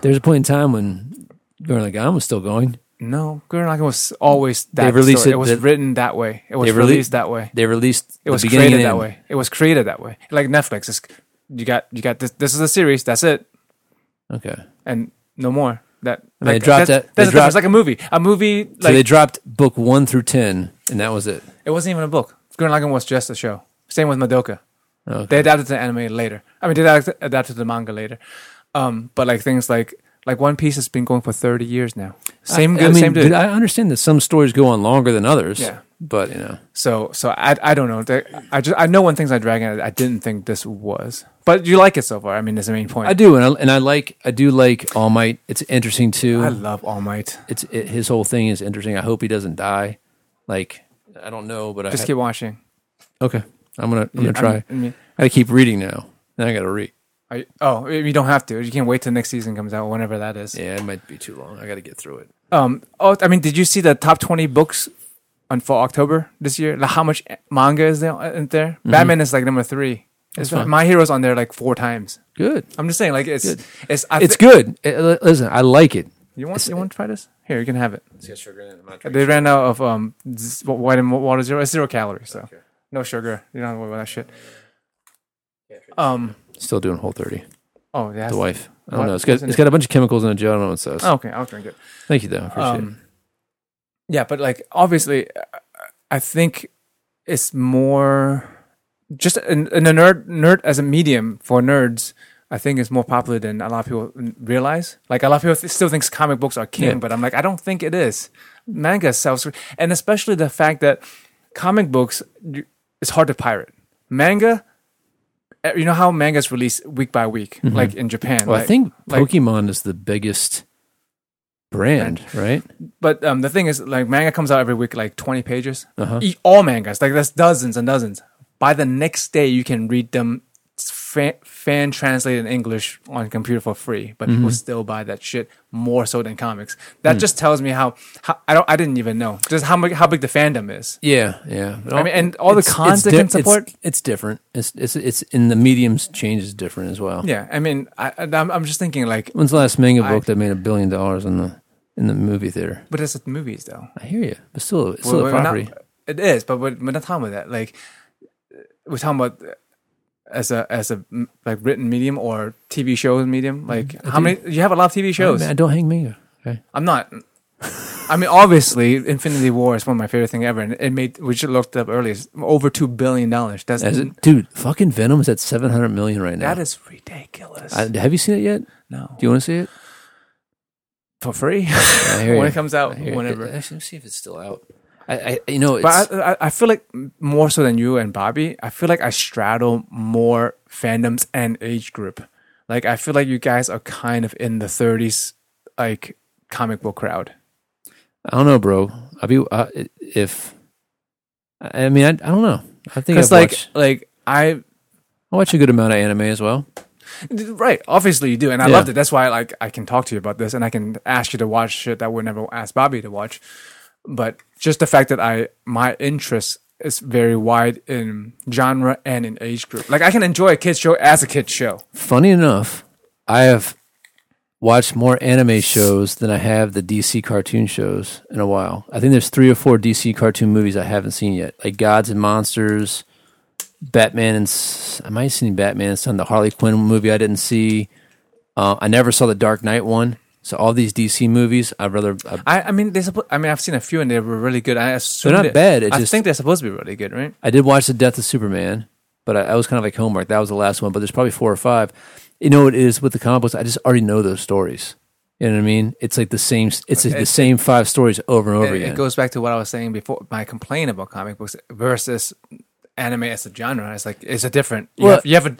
D: There's a point in time when Gurren Lagann was still going.
C: No, Gurren Lagann was always that.
D: They released
C: story.
D: it
C: It was
D: that-
C: written that way. It was
D: they rele-
C: released that way.
D: They released.
C: It was
D: the beginning
C: created
D: and
C: that
D: end.
C: way. It was created that way. Like Netflix, it's, you got you got this. This is a series. That's it,
D: Okay.
C: and no more. That
D: mean, they
C: that's, That's
D: dropped that- they
C: the difference.
D: dropped-
C: like a movie. A movie. Like
D: so they dropped book one through ten, and that was it.
C: it wasn't even a book. Gurren Lagann was just a show. Same with Madoka.
D: Okay.
C: They adapted to the anime later. I mean, they adapt- adapted to the manga later. Um, but like things like like One Piece has been going for thirty years now. Same,
D: I-
C: good,
D: I mean,
C: same dude.
D: dude, I understand that some stories go on longer than others.
C: Yeah.
D: But you know,
C: so so I I don't know. They, I just I know when things are dragging. I, I didn't think this was, but you like it so far. I mean, that's the main point.
D: I do, and I, and I like, I do like All Might. It's interesting too.
C: I love All Might.
D: it's it, his whole thing is interesting. I hope he doesn't die. Like I don't know, but I
C: Just
D: ha-
C: keep watching.
D: okay. I'm gonna I'm gonna
C: I
D: try.
C: mean- I mean-
D: I gotta keep reading now. Now I gotta read.
C: Are you- oh, you don't have to. You can wait till next season comes out, whenever that is.
D: Yeah, it might be too long. I gotta get through it.
C: Um. Oh, I mean, did you see the top twenty books on for October this year? Like how much manga is there? uh, In there? Batman is like number three. It's
D: Mm-hmm. fine.
C: My Hero's on there like four times.
D: Good.
C: I'm just saying, like it's
D: Good.
C: it's I
D: It's
C: thi-
D: good. Uh, li- listen, I like it.
C: You want
D: It's-
C: you want to try this? Here, you can have it. They ran out of um z- white and water zero. It's zero calories, so no sugar. You don't have to worry about that shit. Um.
D: Still doing Whole 30.
C: Oh, yeah.
D: The wife. I don't
C: What?
D: know. It's got,
C: Isn't
D: it's got a bunch of chemicals in it, Joe. I don't know what it says.
C: Oh, okay, I'll drink it.
D: Thank you, though. I appreciate
C: Um, yeah, but like obviously, I- I think it's more just in, in a nerd nerd as a medium for nerds. I think it's more popular than a lot of people n- realize. Like a lot of people th- still thinks comic books are king,
D: Yeah.
C: but I'm like, I don't think it is. Manga sells, and especially the fact that comic books you- it's hard to pirate. Manga, eh, you know how mangas release week by week, like in Japan.
D: it. Mm-hmm. Well, I
C: like-
D: think
C: like-
D: Pokemon is the biggest brand, right?
C: But um, the thing is, like, manga comes out every week, like twenty pages.
D: Uh-huh.
C: E- All mangas, like that's dozens and dozens. By the next day, you can read them fan, fan translated in English on computer for free. But people still buy that shit more so than comics. That just tells me how, how I don't I didn't even know just how much how big the fandom is.
D: Yeah, yeah.
C: I mean, and all the cons that can support-
D: It's, it's different. It's it's it's in the mediums change is different as well.
C: Yeah, I mean, I, I- I'm I'm just thinking like,
D: When's the last manga
C: I-
D: book that made a billion dollars in the in the movie theater?
C: but it's movies though.
D: I hear you, but still, it's
C: We're-
D: still a
C: we're not-
D: property.
C: it is, but we're, we're not talking about that. Like we're talking about uh, as a as a mm, like written medium or TV shows medium. Like how many? You have a lot of TV shows.
D: I, mean, I don't hang manga. Okay.
C: I'm not. I mean, obviously, Infinity War is one of my favorite things ever, and it made we just looked it up earlier. It's over two billion dollars. That's
D: As it, dude, fucking Venom is at seven hundred million right now.
C: that is ridiculous.
D: I, have you seen it yet? Do
C: no,
D: you want to see it?
C: for free
D: I hear
C: when
D: ya.
C: it comes out,
D: I hear ya.
C: whenever.
D: Actually, let's see if it's still out. I, I you know, it's,
C: But I, I, I feel like more so than you and Bobby, I feel like I straddle more fandoms and age group. Like I feel like you guys are kind of in the 30s, like comic book crowd.
D: I don't know, bro. I be uh, if I I mean I, I don't know. I think I've
C: Because like
D: watched,
C: like I
D: I watch a good amount of anime as well.
C: right, obviously you do, and I
D: Yeah.
C: loved it. That's why like I can talk to you about this, and I can ask you to watch shit that I would never ask Bobby to watch. But just the fact that I my interest is very wide in genre and in age group. Like I can enjoy a kids show as a kids show.
D: Funny enough, I have watched more anime shows than I have the DC cartoon shows in a while. I think there's three or four DC cartoon movies I haven't seen yet, like Gods and Monsters, Batman and S- I might have seen Batman and Son, the Harley Quinn movie I didn't see. Uh, I never saw the Dark Knight one. So all these DC movies, I'd rather I,
C: I, I mean, they're suppo- I mean, I've seen a few and they were really good. I assume
D: not
C: that-
D: bad, it
C: I
D: just-
C: think they're supposed to be really good, right?
D: I did watch the Death of Superman, but I, I was kind of like homework. That was the last one, but there's probably four or five. You know what it is with the comic books? I just already know those stories. You know what I mean? It's like the same. It's like the
C: It-
D: same five stories over and over
C: It,
D: again.
C: it goes back to what I was saying before. My complaint about comic books versus anime as a genre It's like it's a different. You,
D: Well-
C: have, you have a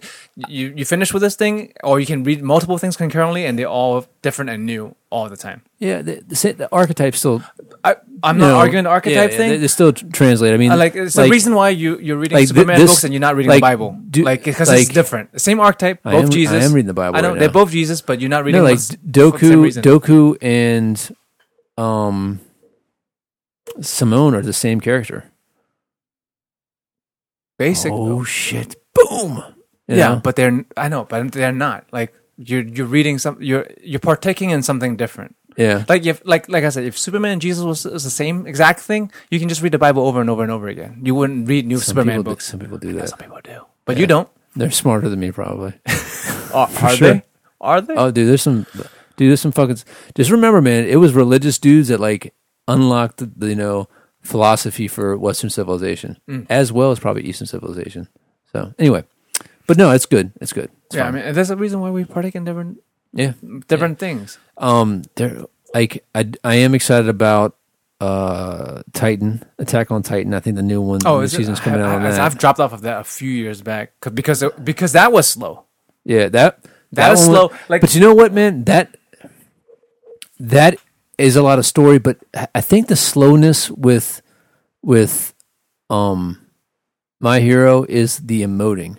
C: you you finish with this thing, or you can read multiple things concurrently, and they're all different and new all the time.
D: yeah, the, the, sa- the archetype's still.
C: I, I'm
D: you
C: not
D: know,
C: arguing the archetype
D: yeah,
C: thing.
D: They, they still tr- translate. I mean,
C: Uh, like it's the reason why you you're reading
D: like, thi-
C: Superman
D: this-
C: books and you're not reading
D: like,
C: the Bible,
D: do-
C: like because it's
D: like-
C: different. Same archetype,
D: I
C: both
D: am- I
C: Jesus.
D: am reading the Bible
C: I know
D: right
C: they're
D: now.
C: both Jesus, but you're not reading
D: no, like
C: those- for the same
D: Doku,
C: reason.
D: Doku, and um, Simone are the same character.
C: basic.
D: oh shit! Boom. You
C: yeah,
D: know?
C: but they're I know, but they're not. Like you're you're reading some you're you're partaking in something different.
D: yeah.
C: Like if like like I said, if Superman and Jesus was, was the same exact thing, you can just read the Bible over and over and over again. You wouldn't read new
D: Some
C: Superman
D: people do-
C: books.
D: some people do
C: Yeah,
D: that.
C: Some people do, but you don't.
D: They're smarter than me, probably.
C: Are, are
D: sure.
C: they? Are they?
D: Oh, dude, there's some, dude, there's some fucking. Just remember, man, it was religious dudes that like unlocked the, the, you know philosophy for Western civilization
C: Mm.
D: as well as probably Eastern civilization. So anyway, but no, it's good. It's good. It's
C: yeah, I
D: fine.
C: mean, there's a reason why we partake in different
D: yeah.
C: different things.
D: Um, there, like I, I am excited about uh Titan Attack on Titan. I think the new one,
C: Oh,
D: the
C: is it-
D: season's coming
C: I,
D: out on
C: I,
D: that.
C: I've dropped off of that a few years back 'cause- because because that was slow.
D: Yeah, that
C: That was
D: one
C: slow,
D: was-
C: like-
D: but you know what, man? That that is a lot of story, but I- I think the slowness with with um my hero is the emoting.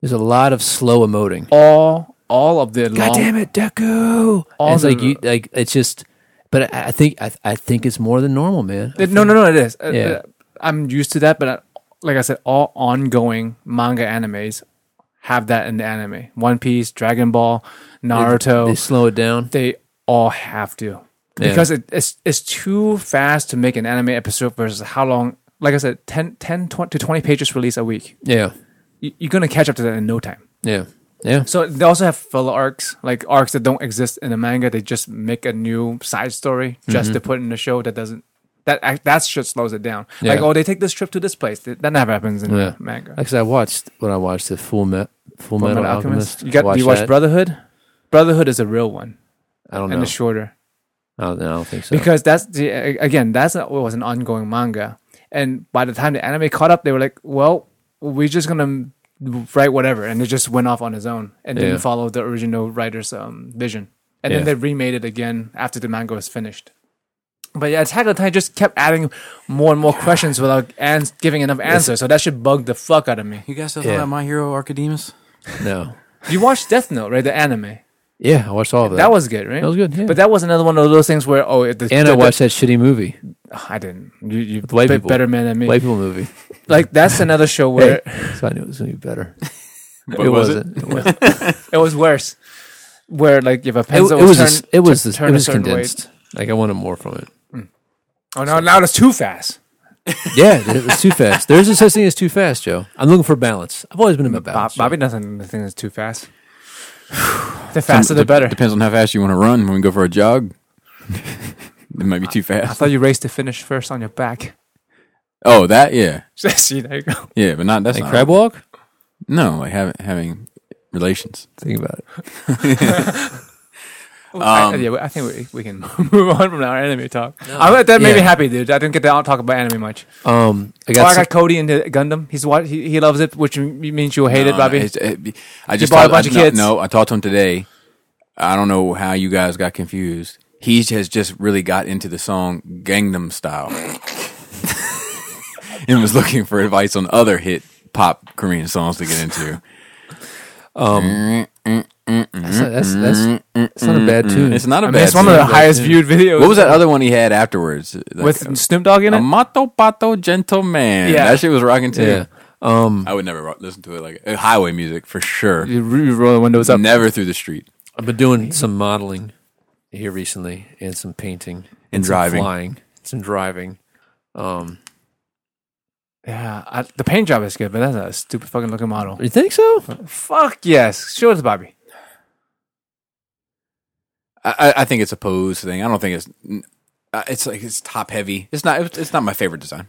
D: There's a lot of slow emoting.
C: All all of the
D: God
C: long
D: damn it, Deku!
C: All
D: And it's
C: the-
D: like you, like it's just. But I, I think I, I think it's more than normal, man.
C: It- no, no, no, it is. Uh,
D: Yeah.
C: uh, I'm used to that, but I, like I said, all ongoing manga animes have that in the anime. One Piece, Dragon Ball, Naruto,
D: They slow it down.
C: they all have to because it, it's it's too fast to make an anime episode versus how long. Like I said, 10, 10 20 to 20 pages release a week.
D: Yeah,
C: you- you're gonna catch up to that in no time.
D: Yeah. Yeah.
C: So they also have filler arcs, like arcs that don't exist in the manga. They just make a new side story just
D: Mm-hmm.
C: to put in the show that doesn't. That act- that shit slows it down. Like,
D: Yeah.
C: oh, they take this trip to this place. That that never happens in
D: Yeah.
C: the manga.
D: Actually, I watched when I watched the Full, Me-
C: Full
D: Full, Metal,
C: Metal
D: Alchemist.
C: You got? do you watch
D: that. Oh,
C: Brotherhood? Brotherhood is a real one
D: I don't know.
C: and it's shorter
D: I, don't, Oh, I don't think so.
C: because that's the a- again that's a, was an ongoing manga, and by the time the anime caught up, they were like, well, we're just gonna write whatever, and it just went off on its own and
D: Yeah.
C: didn't follow the original writer's um, vision, and
D: Yeah.
C: then they remade it again after the manga was finished. But yeah, Attack on Titan just kept adding more and more questions without ans- giving enough answers, so that should bug the fuck out of me.
B: You guys still
D: Yeah.
B: talking about My Hero Archidemus?
D: no.
C: You watched Death Note, right? The anime.
D: Yeah, I watched all of that.
C: That was good, right?
D: That was good, yeah.
C: But that was another one of those things where oh, it, the,
D: and
C: the,
D: I watched that shitty movie,
C: the- I didn't. You you
D: white
C: bit
D: people.
C: better man than me.
D: white people movie.
C: Like that's another show
D: Hey,
C: where
D: so I knew it was gonna be better.
B: But was it?
D: wasn't. It, wasn't.
C: it was worse. Where like if a
D: it,
C: pencil
D: it was.
C: was,
D: a
C: turned,
D: s- it was.
C: tu-
D: this-
C: turned
D: It
C: a
D: was
C: certain way-
D: condensed. Like I wanted more from it.
C: Oh no! Now that's too fast.
D: Yeah, it was too fast. There's no such thing as too fast, Joe. I'm looking for balance. I've always been about
C: Bob,
D: balance.
C: Bobby doesn't think it's too fast. the faster
B: Dep-
C: the Ah, better.
B: Depends on how fast you want to run. When we go for a jog, it might be too
C: I
B: fast.
C: thought you raced to finish first on your back.
B: Oh, that yeah,
C: See, there you go.
B: yeah, but not that's
D: Joe.
B: not
D: Like crab walk.
B: No, like having having relations.
D: Think about it. Um,
C: I, yeah, I think we, we can move on from our anime talk. I, that made me
D: Yeah.
C: happy, dude. I didn't get to talk about anime much.
D: Um, I
C: Oh,
D: got.
C: I
D: some-
C: got Cody into Gundam. He's what he, he loves it, which m- means you'll hate
B: No,
C: it, Bobby.
B: Uh, it's- it- I just
C: bought a
B: talked-
C: bunch of
B: no,
C: kids?
B: No, I talked to him today. I don't know how you guys got confused. He has just really got into the song Gangnam Style and was looking for advice on other hit pop Korean songs to get into.
C: Um,
D: that's, not- that's, that's, that's not a bad tune.
B: It's not a
C: I
B: bad.
C: mean, it's one of
B: tune,
C: the
B: but-
C: highest viewed videos.
B: What was that other one he had afterwards?
C: with
B: Like, uh,
C: Snoop Dogg in it?
B: Amato Pato Gentleman.
C: Yeah.
B: That shit was rocking too.
D: Yeah. Um,
B: I would never ro- listen to it like uh, highway music for sure.
C: you re- you roll the windows up.
B: Never through the street.
D: I've been doing some modeling here recently, and some painting,
B: And
D: some
B: driving.
D: flying, some driving. Um,
C: Yeah, I, the paint job is good, but that's a stupid fucking looking model.
D: you think so?
C: Fuck yes, show it to Bobby.
B: I, I I think it's a pose thing. I don't think it's. uh, It's like it's top heavy. It's not. It's it's not my favorite design.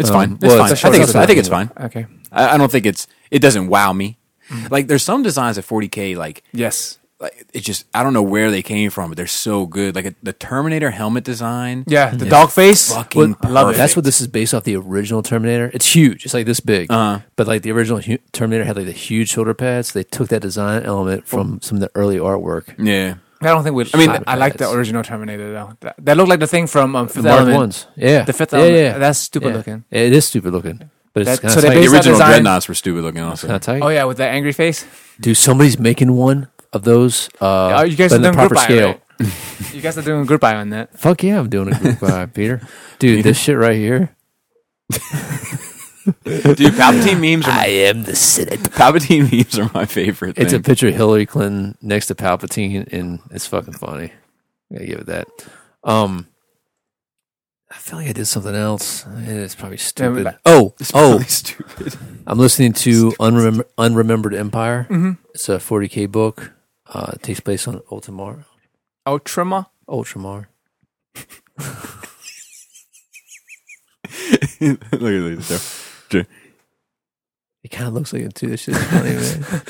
B: It's
D: Um,
B: fine. It's
D: well,
B: fine.
D: it's
C: a
B: I think it's.
C: short
B: I think it's fine.
C: Okay.
B: I, I don't think it's. It doesn't wow me.
C: Mm-hmm.
B: Like there's some designs at 40k. Like
C: Yes.
B: like it just. I don't know where they came from, but they're so good. Like the Terminator helmet design.
C: Yeah, the dog face.
B: Fucking
C: I love it.
D: That's what this is based off the original Terminator. It's huge. It's like this big.
C: Uh.
B: Uh-huh.
D: But like the original hu- Terminator had like the huge shoulder pads. They took that design element
C: Oh.
D: from some of the early artwork.
B: Yeah.
C: I don't think we. I
B: mean,
C: mean, I like the
D: that's-
C: original Terminator though. That, that looked like the thing from um, Fifth
D: The Mark
C: Element.
D: ones. Yeah.
C: The fifth
D: yeah,
C: element.
D: Yeah.
C: That's stupid
D: Yeah.
C: looking.
D: It is stupid looking. But
C: That-
D: it's kind
C: so
D: of
C: they
D: tight.
B: The
C: Based on
B: original
C: design-
B: dreadnoughts were stupid looking. Also,
D: Kinda tight.
C: Oh yeah, with the angry face.
D: Dude, somebody's making one of those. Uh,
C: Oh, you guys
D: but
C: are
D: in the
C: doing
D: proper
C: group eye,
D: scale.
C: right? you guys are doing a group eye on that.
D: Fuck yeah, I'm doing a group by Peter. Dude, this shit right here.
B: dude, Palpatine memes are my,
D: am the Senate.
B: Palpatine memes are my favorite.
D: It's a
B: thing.
D: picture of Hillary Clinton next to Palpatine, and it's fucking funny. I gotta give it that. Um, I feel like I did something else. It's probably stupid.
C: like-
D: oh,
B: It's
D: oh!
B: really stupid.
D: I'm listening to Unremem- Unremembered Empire. It's a 40k book. Uh, it takes place on Ultramar.
C: Oh, Ultramar.
D: Ultramar.
B: Look at this.
D: It kind of looks like it too. This shit's funny, man.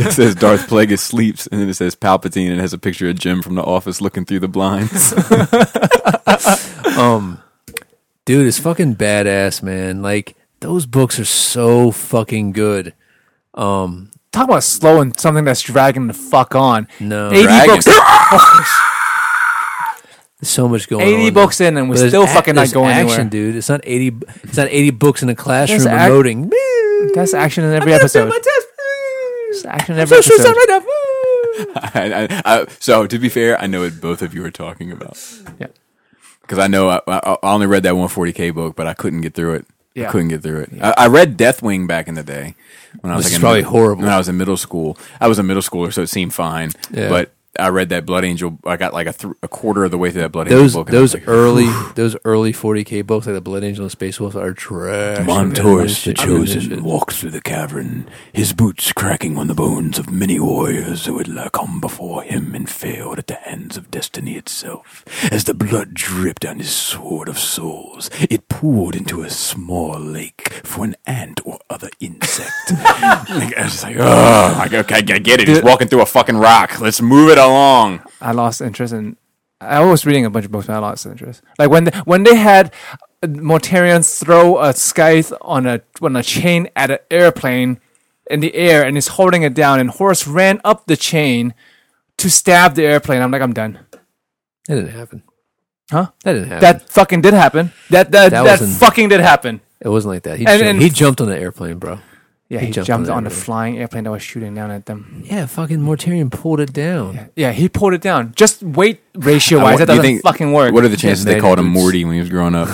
B: It says Darth Plagueis sleeps, and then it says Palpatine, and it has a picture of Jim from The Office looking through the blinds.
D: Um, dude, it's fucking badass, man. Like those books are so fucking good. Um,
C: Talk about slow and something that's dragging the fuck on.
D: no,
C: 80
B: Dragging.
C: books.
D: There's so much going on.
C: 80 books in and we're
D: But there's
C: still
D: ac-
C: fucking not
D: there's
C: going
D: action,
C: anywhere.
D: dude. It's not eighty. b- It's not eighty books in a classroom
C: There's ac-
D: emoting.
C: That's action in every
D: I'm gonna
C: episode.
D: fail my
C: There's action in every episode.
B: I, I, I, so, to be fair, I know what both of you are talking about.
C: Yeah.
B: Because I know I, I, I only read that 140K book, but I couldn't get through it.
C: Yeah.
B: I couldn't get through it. I, I read Deathwing back in the day when I was like
D: Which is
B: in
D: probably
B: mid-
D: horrible.
B: When I was in middle school, I was a middle schooler, so it seemed fine.
D: Yeah.
B: But I read that Blood Angel. I got like a, th- a quarter of the way through that Blood
D: Those
B: Angel book. and I was
D: those
B: like,
D: early those early 40k books like the Blood Angel and Space Wolf are trash.
B: Montour's the
D: Shit.
B: chosen walks through the cavern, his boots cracking on the bones of many warriors who had come before him and failed at the hands of destiny itself. As the blood dripped down his sword of souls, it poured into a small lake for an ant or other insect. like, I was like, oh, like, okay, I get it. He's walking through a fucking rock. Let's move it along.
C: I lost interest in. I was reading a bunch of books, but I lost interest. Like when they, when they had Mortarians throw a scythe on a on a chain at an airplane in the air, and he's holding it down, and Horace ran up the chain to stab the airplane. I'm like, I'm done.
D: That didn't happen.
C: Huh?
D: That didn't happen.
C: That fucking did happen. That that
D: That
C: that,
D: was in-
C: fucking did happen.
D: it wasn't like that. He,
C: And-
D: jumped,
C: and-
D: he jumped on the airplane, bro.
C: Yeah,
D: He
C: he,
D: jumped
C: jumped,
D: on
C: on the
D: everything.
C: flying airplane that was shooting down at them.
D: Yeah, fucking Mortarian pulled it down.
C: Yeah, he pulled it down. Just weight ratio wise,
B: I-
C: that
B: do you
C: doesn't fucking work.
B: What are the chances they
D: man
B: called him
D: boots.
B: Morty when he was growing up?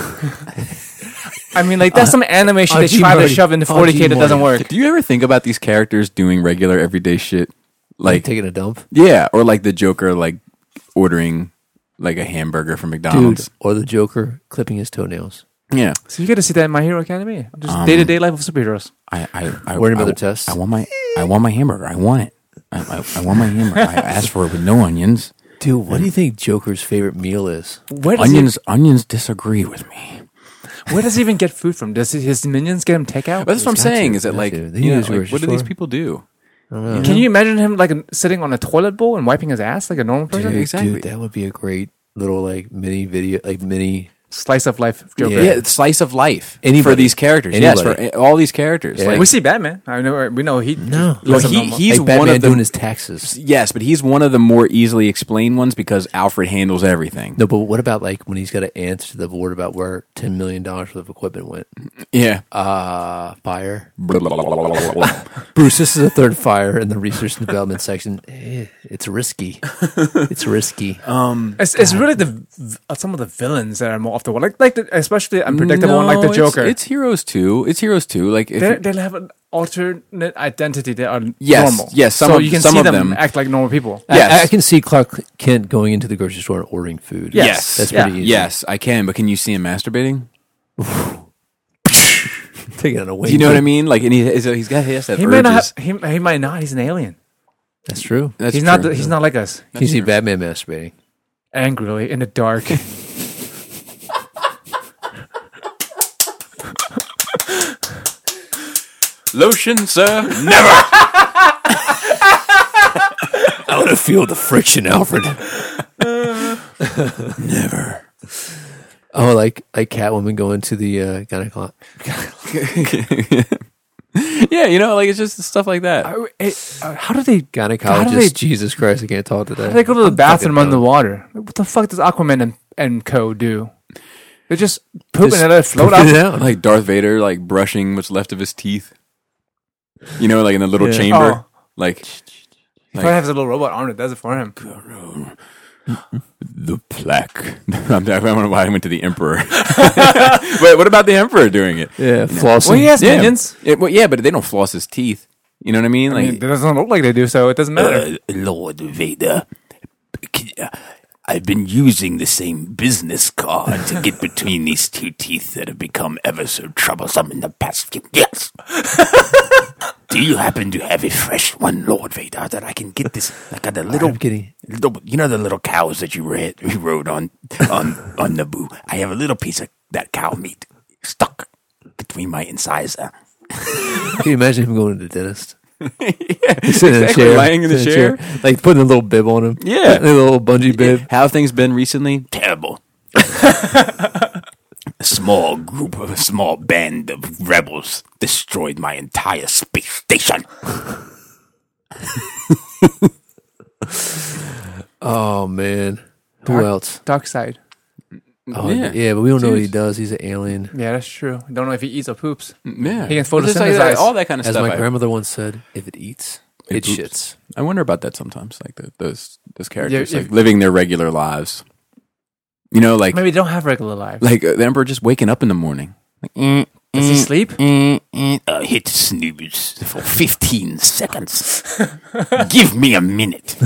C: I mean, like that's some animation
D: Oh,
C: they
D: gee,
C: try to
D: Marty.
C: shove into
D: Oh,
C: 40k
D: gee,
C: that doesn't
D: Marty.
C: work.
B: Do you ever think about these characters doing regular everyday shit? Like,
D: taking a dump,
B: yeah, or like the Joker, like ordering like a hamburger from
D: dude,
B: McDonald's.
D: or the Joker clipping his toenails.
B: Yeah,
C: So you got to see that in My Hero Academia. Just
B: Um,
C: day to day life of superheroes.
B: I, I, I
D: Worried about
B: I-
D: the test?
B: I want my, I want my hamburger. I want it. I, I, I want my hamburger. I asked for it with no onions.
D: Dude, what do you think Joker's favorite meal is?
C: Where does,
B: Onions, onions disagree with me.
C: he, where does he even get food from? Does his minions get him takeout?
B: But that's what I'm
D: Wisconsin,
B: saying. Is that like,
D: Wisconsin.
B: you know,
D: Use
B: like
D: grocery
B: what do these
D: store.
B: people do?
D: I don't know.
C: Can you imagine him like sitting on a toilet bowl and wiping his ass like a normal person?
D: Dude,
B: Exactly.
D: dude, that would be a great little like mini video, like mini.
C: Slice of life Joker.
D: Yeah.
B: Yeah, it's slice of life for
D: Anybody.
B: these characters.
D: Anybody.
B: Yes, for all these characters.
D: Yeah.
B: Like,
C: We see Batman. I know. We know he.
D: No.
B: Well,
C: lives a
B: he-
C: normal-
B: he- He's one
D: like Batman
B: of the-
D: doing his taxes.
B: yes, but he's one of the more easily explained ones because Alfred handles everything.
D: No, but what about like when he's got to answer the board about where ten million dollars worth of equipment went?
B: Yeah.
D: Uh fire.
B: yeah,
D: Bruce, this is a third fire in the research and development section. Eh, it's risky. It's risky.
C: It's, it's really the v- uh, some of the villains that are more off the wall, like like the, especially the unpredictable one, like the
B: it's-
C: Joker.
B: It's, Heroes too. It's Heroes too. Like if
C: they
B: you-
C: they have an alternate identity that are
B: Yes,
C: normal.
B: yes, some
C: so
B: of-
C: you can
B: some
C: see
B: of
C: them,
B: them-
C: act like normal people.
D: I- I,
B: yes.
D: can see Clark Kent going into the grocery store and ordering food.
C: Yes.
D: That's
C: Yeah.
D: pretty easy.
B: yes, I can. But can you see him masturbating?
D: Taking it away.
B: Do you know what I mean? Like, and he is, he's got he has that
C: He
B: urges.
C: might not. Have, he, he might not. He's an alien.
D: That's true.
B: That's
C: he's not.
B: true.
C: the- He's not like us.
D: you see Batman masturbating.
C: Angrily in the dark.
B: lotion, sir. Never.
D: I want to feel the friction, Alfred.
B: Never.
D: Oh, like like Catwoman going to the uh, gynecologist.
B: yeah, you know, like it's just stuff like that.
C: Oh, it- uh, how do they? How do they-
D: Gynecologist. Jesus Christ, I can't talk today.
C: How do they go to the bathroom underwater? What the fuck does Aquaman and, and Co do? They just poop
D: Just
C: and let it float
D: poop
C: out.
D: it out.
B: Like Darth Vader, like brushing what's left of his teeth. You know, like in the little
D: Yeah.
C: Oh.
B: chamber, like
C: He probably has a little robot arm that does it for him.
B: the plaque. I'm, I don't know why I went to the emperor. but what about the emperor doing it?
D: yeah, flossing.
C: Well, he has
B: Yeah.
C: minions.
B: Yeah, well, yeah, but they don't floss his teeth. You know what I mean?
C: I
B: Like,
C: mean, it doesn't look like they do, so it doesn't matter.
B: Uh, Lord Vader, c- uh, I've been using the same business card to get between these two teeth that have become ever so troublesome in the past few years. Do you happen to have a fresh one, Lord Vader, that I can get this? I got a little.
D: I'm kidding.
B: little- you know the little cows that you read, you rode on on on Naboo. I have a little piece of that cow meat stuck between my Uh, incisor.
D: Can you imagine him going to the dentist? He's sitting
B: exactly, lying in the
D: sitting
B: chair.
D: like putting a little bib on him.
B: Yeah.
D: a little bungee bib.
B: How have things been recently? Terrible. a small group of a small band of rebels destroyed my entire space station.
D: Oh man, who
C: Dark-
D: else?
C: Dark side.
D: Oh,
B: Yeah.
D: yeah. but we don't know what he does. He's an alien.
C: Yeah, that's true. Don't know if he eats or poops.
B: Yeah.
C: He can
B: It's just like
C: photosynthesize.
B: that- all that kind of
D: As
B: stuff.
D: my
B: I-
D: grandmother once said, "If it eats,
B: It
D: it,
B: poops.
D: shits."
B: I, wonder about that sometimes, like the, those those characters,
C: Yeah,
B: like
C: if-
B: living their regular lives. You know, like
C: Maybe they don't have regular lives.
B: like uh, the emperor just waking up in the morning. Like,
C: Does he sleep?
B: mm, mm, can't uh, hit snooze for 15 seconds. Give me a minute.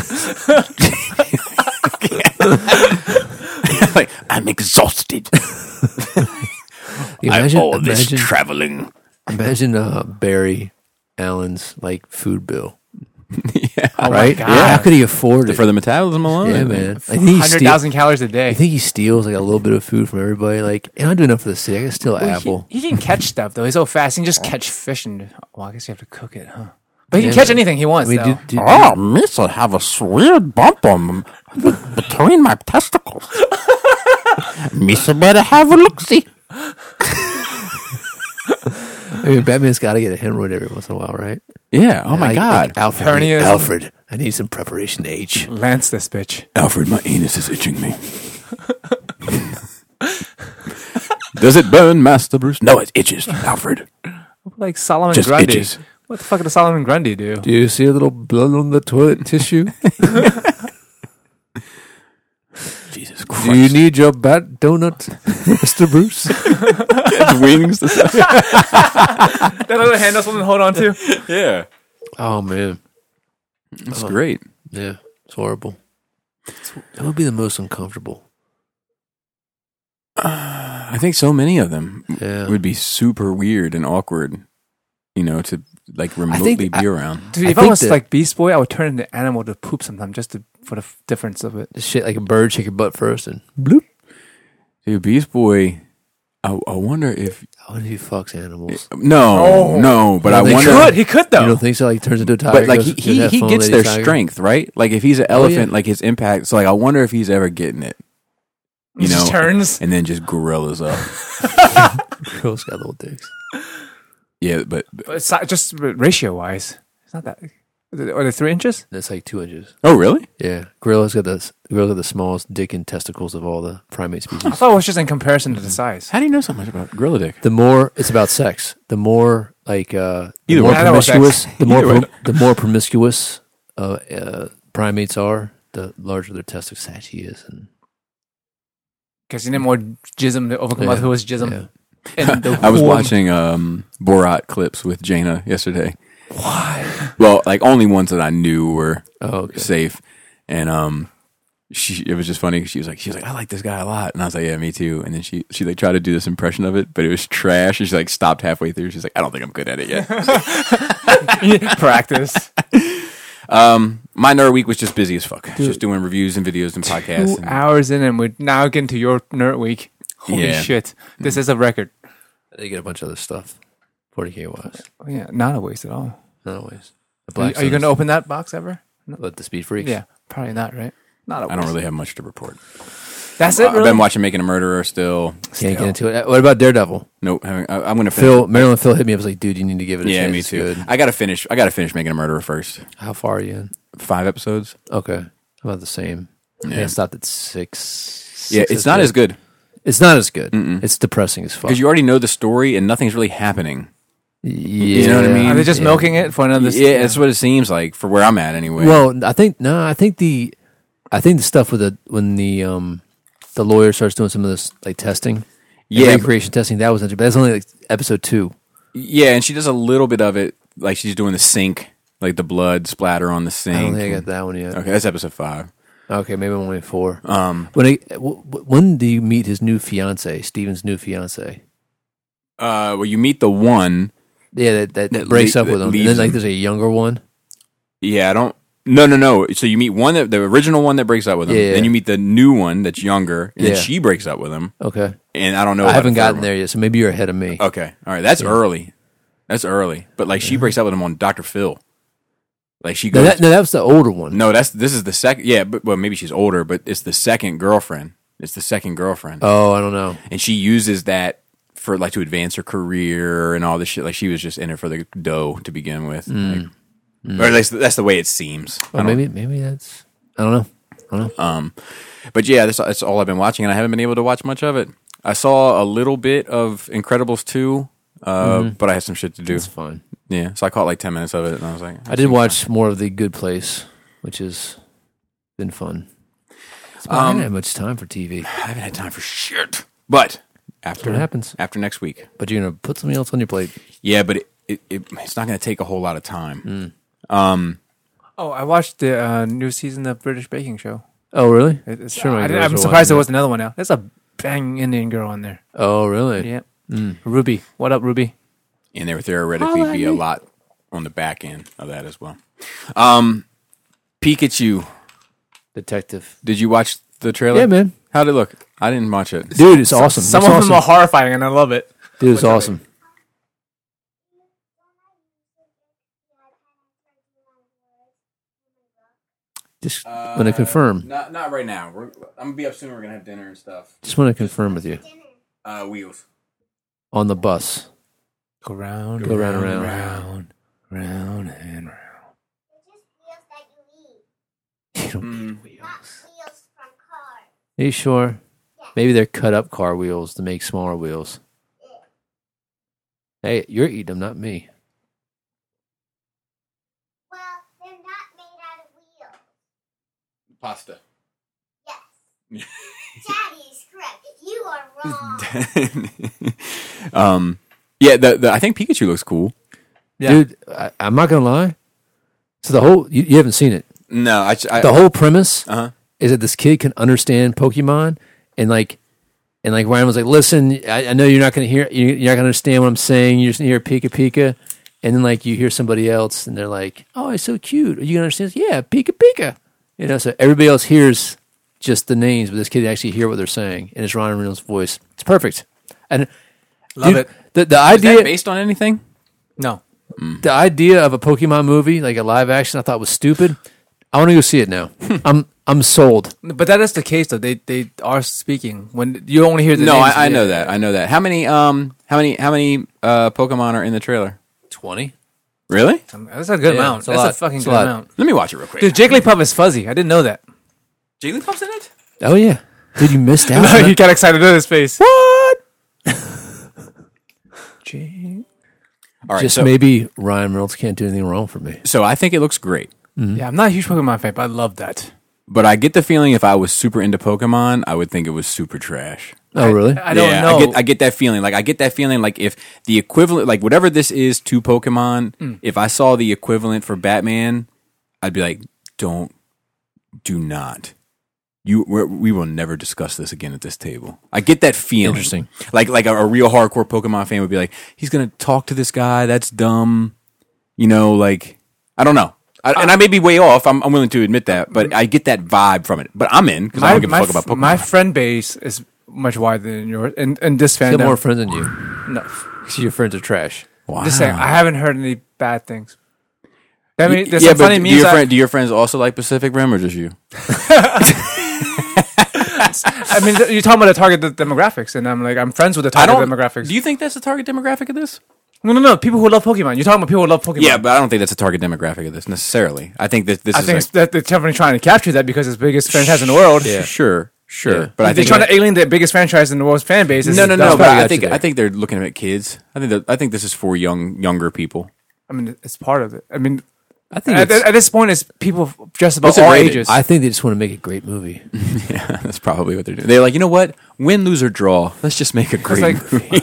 B: like, I'm exhausted.
D: Imagine,
B: I'm all this
D: imagine,
B: traveling.
D: imagine uh, Barry Allen's like food bill,
B: yeah.
D: right?
C: Oh God.
D: How could he afford it?
B: For the metabolism alone. I
D: yeah, man.
B: mean,
D: I think he
C: Hundred
D: steal-
C: thousand calories a
D: I
C: day.
D: think he steals like a little bit of food from everybody. Like, and I do enough for the city. I can steal
C: Well, he-
D: apple.
C: He, can catch stuff though. He's so fast. He can just catch fish and. Well, I guess you have to cook it, huh? But he
D: Yeah,
C: can catch
D: man.
C: anything he wants.
D: I mean,
C: though.
D: dude, dude,
B: Oh, miss, I have a weird bump on between my testicles. miss, I better have a look see.
D: I mean, Batman's got to get a hemorrhoid every once in a while, right?
B: Yeah, oh my
D: Like-
B: god.
D: like, Alfred,
C: Hernias. Mm.
D: Alfred, I need some preparation H.
C: Lance this bitch.
B: Alfred, my anus is itching me. Does it burn, Master Bruce? No, it itches, Alfred.
C: Like Solomon
B: Just
C: Grundy.
B: itches.
C: What the fuck did Solomon Grundy do?
D: Do you see a little blood on the toilet tissue?
B: Jesus
D: Do you need your bat donut, Mr. Bruce?
B: wings?
C: That other hand, that's something to hold on to.
B: yeah.
D: Oh, man.
B: That's great.
D: Yeah, it's horrible. It's- That would be the most uncomfortable.
B: I think so many of them
D: Yeah.
B: would be super weird and awkward, you know, to like remotely
D: think-
B: be
D: I-
B: around.
C: Dude,
D: I
C: if I,
D: think
C: was
D: that-
C: like Beast Boy, I would turn into animal to poop sometime just to, for the f- difference of it.
D: This shit like a bird shake your butt first and
B: Bloop. Dude, Beast Boy, I, I wonder if.
D: I wonder if he oh, fucks animals.
B: No,
C: Oh.
B: no, but
D: No,
B: I
D: they
C: He
B: wonder.
C: could, he could though.
D: You don't think so? Like turns into a tiger.
B: But like
D: goes,
B: he,
D: "Just
B: he,
D: have
B: he
D: fun,
B: gets
D: lady
B: their
D: tiger."
B: strength, right? Like if he's an
D: Oh, yeah.
B: elephant, like his impact. So like I wonder if he's ever getting it. You
C: He
B: know,
C: just turns.
B: and then just gorillas up.
D: Girls got little dicks.
B: yeah, but
C: But it's not, just ratio wise, it's not that. Are they three inches?
D: That's like two inches.
B: oh really?
D: Yeah, gorilla's got the gorilla's got the smallest dick and testicles of all the primate
C: I
D: species.
C: thought it was just in comparison to the size.
B: How do you know so much about gorilla dick?
D: the more it's about sex, the more like uh, the
B: Either
D: more
B: way.
C: I know what sex-
D: promiscuous, the more
B: Either way.
D: pro- the more promiscuous uh, uh, primates are, the larger their testicles actually is. And
C: Because you need more jism to overcome
D: Yeah,
C: other people's jism.
D: yeah.
C: And the
B: I was
C: warm-
B: watching um, Borat clips with Jaina yesterday. Why? Well, like only ones that I knew were
D: oh, okay.
B: safe, and um, she it was just funny. 'cause She was like, she was like, I like this guy a lot, and I was like, yeah, me too. And then she she like tried to do this impression of it, but it was trash. And she like stopped halfway through. She's like, I don't think I'm good at it yet.
C: practice.
B: Um, my nerd week was just busy as fuck. Just doing reviews and videos and podcasts.
C: Two
B: and-
C: hours in, and we're now getting to your nerd week. Holy
B: Yeah. Mm.
C: shit! This is a record.
D: They get a bunch of other stuff. 40k wise,
C: Oh, yeah, not a waste at all.
D: not always. The
C: Are you, are you going to
D: Suns,
C: open that box ever?
D: but the speed freaks?
C: Yeah, probably not. Right? Not a
B: I
C: waste.
B: don't really have much to report.
C: That's it.
B: I've
C: Really?
B: been watching Making a Murderer still.
D: can't get into it. Uh, What about Daredevil?
B: Nope, having, I, I'm gonna finish.
D: Phil Maryland Phil hit me up. Was like, dude, you need to give it a
B: yeah,
D: chance.
B: me
D: It's
B: too.
D: good.
B: I gotta finish. I gotta finish Making a Murderer first.
D: How far are you in?
B: Five episodes.
D: Okay, about the same. Yeah,
B: Yeah.
D: it stopped at six. six
B: Yeah,
D: is
B: it's not
D: good.
B: as good
D: It's not as good. It's depressing as fuck.
B: because you already know the story and nothing's really happening.
D: yeah.
B: know what I
C: Are
B: mean?
C: they just
D: Yeah.
C: milking it for another?
B: yeah, that's what it seems like for where I'm at anyway.
D: Well, I think no, I think the, I think the stuff with the when the um, the lawyer starts doing some of this like testing,
B: Yeah, but-
D: recreation testing. That was interesting. But that's only like episode two.
B: yeah, and she does a little bit of it, like she's doing the sink, like the blood splatter on the sink.
D: I don't think I got that one yet. Okay,
B: Okay, that's episode five.
D: maybe I'm only at four.
B: Um,
D: When I, w- w- when do you meet his new fiance, Steven's new fiance?
B: uh, well, you meet the one.
D: Yeah, that, that,
B: That
D: breaks
B: le-
D: up with
B: that
D: him. And
B: leaves
D: then like
B: him.
D: there's a younger one.
B: Yeah, I don't. No, no, no. So you meet one that the original one that breaks up with him,
D: Yeah.
B: then you meet the new one that's younger, and
D: Yeah.
B: then she breaks up with him.
D: Okay,
B: And I don't know.
D: I
B: about
D: haven't
B: the Oh, third
D: gotten
B: one. Oh,
D: there yet, so maybe you're ahead of me.
B: Okay, all right. That's early. That's early. But like she breaks up with him on Doctor Phil. Like she
D: No,
B: goes.
D: that, no, that was the older one.
B: no, that's this is the second. Yeah, but well, maybe she's older, but it's the second girlfriend. It's the second girlfriend,
D: Oh, I don't know.
B: and she uses that for like to advance her career and all this shit. Like she was just in it for the dough to begin with. Like- Or at least that's the way it seems. I
D: Or
B: don't-
D: Mm. Oh, maybe maybe that's I don't know. I don't know.
B: Um, but yeah, that's, that's all I've been watching, and I haven't been able to watch much of it. I saw a little bit of Incredibles two, uh,
D: Mm-hmm.
B: but I had some shit to do.
D: It's fine.
B: Yeah, so I caught like ten minutes of it, and I was like,
D: I did watch more of the Good Place, which has been fun. It's- I
B: Um,
D: didn't have much time for TV.
B: I haven't had time for shit. But after
D: what happens.
B: after next week.
D: But you're gonna put something else on your plate.
B: Yeah, but it, it, it it's not going to take a whole lot of
D: Mm.
B: time. Um,
C: Oh, I watched the uh, new season of British Baking Show.
D: Oh really?
C: It- it's-
D: Sure, my
C: I,
D: girls
C: am
D: are
C: surprised
D: watching
C: there
D: it.
C: was another one now. There's a bang Indian girl on there.
D: Oh really? Mm.
C: Yeah. Ruby. What up, Ruby?
B: And there would theoretically be a lot on the back end of that as well. Um, Pikachu,
D: Detective.
B: did you watch the trailer?
D: Yeah, man.
B: How did it look? I didn't watch it.
D: Dude, it's awesome.
C: Some
D: it's
C: of
D: awesome.
C: them are horrifying, and I love it.
D: Dude, it's awesome. Just want
B: Uh,
D: to confirm.
B: Not not right now. We're, I'm gonna be up soon. We're gonna have dinner and stuff.
D: Just want to confirm with you
B: Uh, wheels.
D: on the bus.
C: Go round,
D: Go round and
C: round,
D: round.
C: round, round and round.
D: You
C: Hmm.
D: don't need
B: Mm.
D: wheels. Are you sure? Maybe they're cut up car wheels to make smaller wheels. Hey, you're eating them, not me.
E: Well, they're not made out of wheels.
B: Pasta.
E: Yes. Daddy is correct. You are wrong.
B: um, yeah. The, the I think Pikachu looks cool.
C: Yeah.
D: Dude, I, I'm not going to lie. So the whole, you, you haven't seen it.
B: No, I. I
D: The whole premise
B: uh-huh.
D: is that this kid can understand Pokemon and like and like Ryan was like, listen, I, I know you're not gonna hear you- you're not gonna understand what I'm saying. You're just gonna hear Pika Pika, and then like you hear somebody else and they're like, oh, it's so cute. Are you gonna understand? Yeah, Pika Pika. You know, so everybody else hears just the names, but this kid can actually hear what they're saying, and it's Ryan Reynolds' voice. It's perfect. And
C: Love it.
D: The the
B: Is that
D: idea
B: based on anything?
C: No.
D: the idea of a Pokemon movie like a live action I thought was stupid. I want to go see it now. I'm I'm sold.
C: But that is the case, though. They they are speaking when you only hear the
B: No,
C: names.
B: I, I know
C: Yeah.
B: that. I know that. How many? Um, how many? How many? Uh, Pokemon are in the trailer?
D: Twenty.
B: Really?
C: Um, That's a good
D: Yeah,
C: amount.
D: it's a
C: That's a
D: lot.
C: fucking
D: It's a
C: good
D: lot.
C: amount.
B: Let me watch it real quick.
C: Dude, Jigglypuff is fuzzy. I didn't know that.
B: Jigglypuff's in it.
D: Oh yeah, dude, you missed out.
C: No, he got excited in his face.
B: What?
C: Jig-
B: All right.
D: Just
B: so,
D: maybe Ryan Reynolds can't do anything wrong for me.
B: so I think it looks great,
C: Yeah, I'm not a huge Pokemon fan, but I love that.
B: but I get the feeling if I was super into Pokemon, I would think it was super trash.
D: Oh really?
C: I don't
B: yeah,
C: know.
B: I get, I get that feeling. Like I get that feeling. Like if the equivalent, like whatever this is to Pokemon,
C: Mm.
B: if I saw the equivalent for Batman, I'd be like, don't, do not. You, we're, we will never discuss this again at this table. I get that feeling.
D: Interesting.
B: Like, like a, a real hardcore Pokemon fan would be like, he's gonna talk to this guy. That's dumb. You know, like I don't know. I, and I may be way off. I'm, I'm willing to admit that, but I get that vibe from it. But I'm in because I don't give a fuck
C: f-
B: about Pokemon.
C: my friend base is much wider than yours, and and this
D: I got
C: fandom.
D: more friends than you.
C: no,
D: Because your friends are trash.
B: wow.
C: just saying, I haven't heard any bad things. I mean, there's
B: yeah,
C: some
B: but
C: funny
B: do your,
C: memes. I-
B: friend, do your friends also like Pacific Rim or just you?
C: I mean, th- you're talking about the target de- demographics, and I'm like, I'm friends with the target demographics.
B: Do you think that's the target demographic of this?
C: no, no, no. People who love Pokemon. You're talking about people who love Pokemon.
B: Yeah, but I don't think that's a target demographic of this necessarily. I think that this
C: I
B: is
C: think
B: like,
C: that they're definitely trying to capture that because it's the biggest franchise in the world.
B: Sh- sure, sure.
D: Yeah.
B: But I
C: they're
B: think
C: trying to alien the biggest franchise in the world's fan base. It's-
B: no, no, no.
C: that's
B: But
C: probably-
B: I
D: got
B: think
D: you there.
B: I think they're looking at kids. I think that, I think this is for young younger people.
C: I mean, it's part of it. I mean,
D: I think.
C: at,
D: it's-
C: at this point, it's people just about
B: What's it
C: all
B: Hmm. rated?
C: ages.
D: I think they just want to make a great movie.
B: yeah, that's probably what they're doing. They're like, you know what? Win, lose, or draw. Let's just make a great
C: like-
B: movie.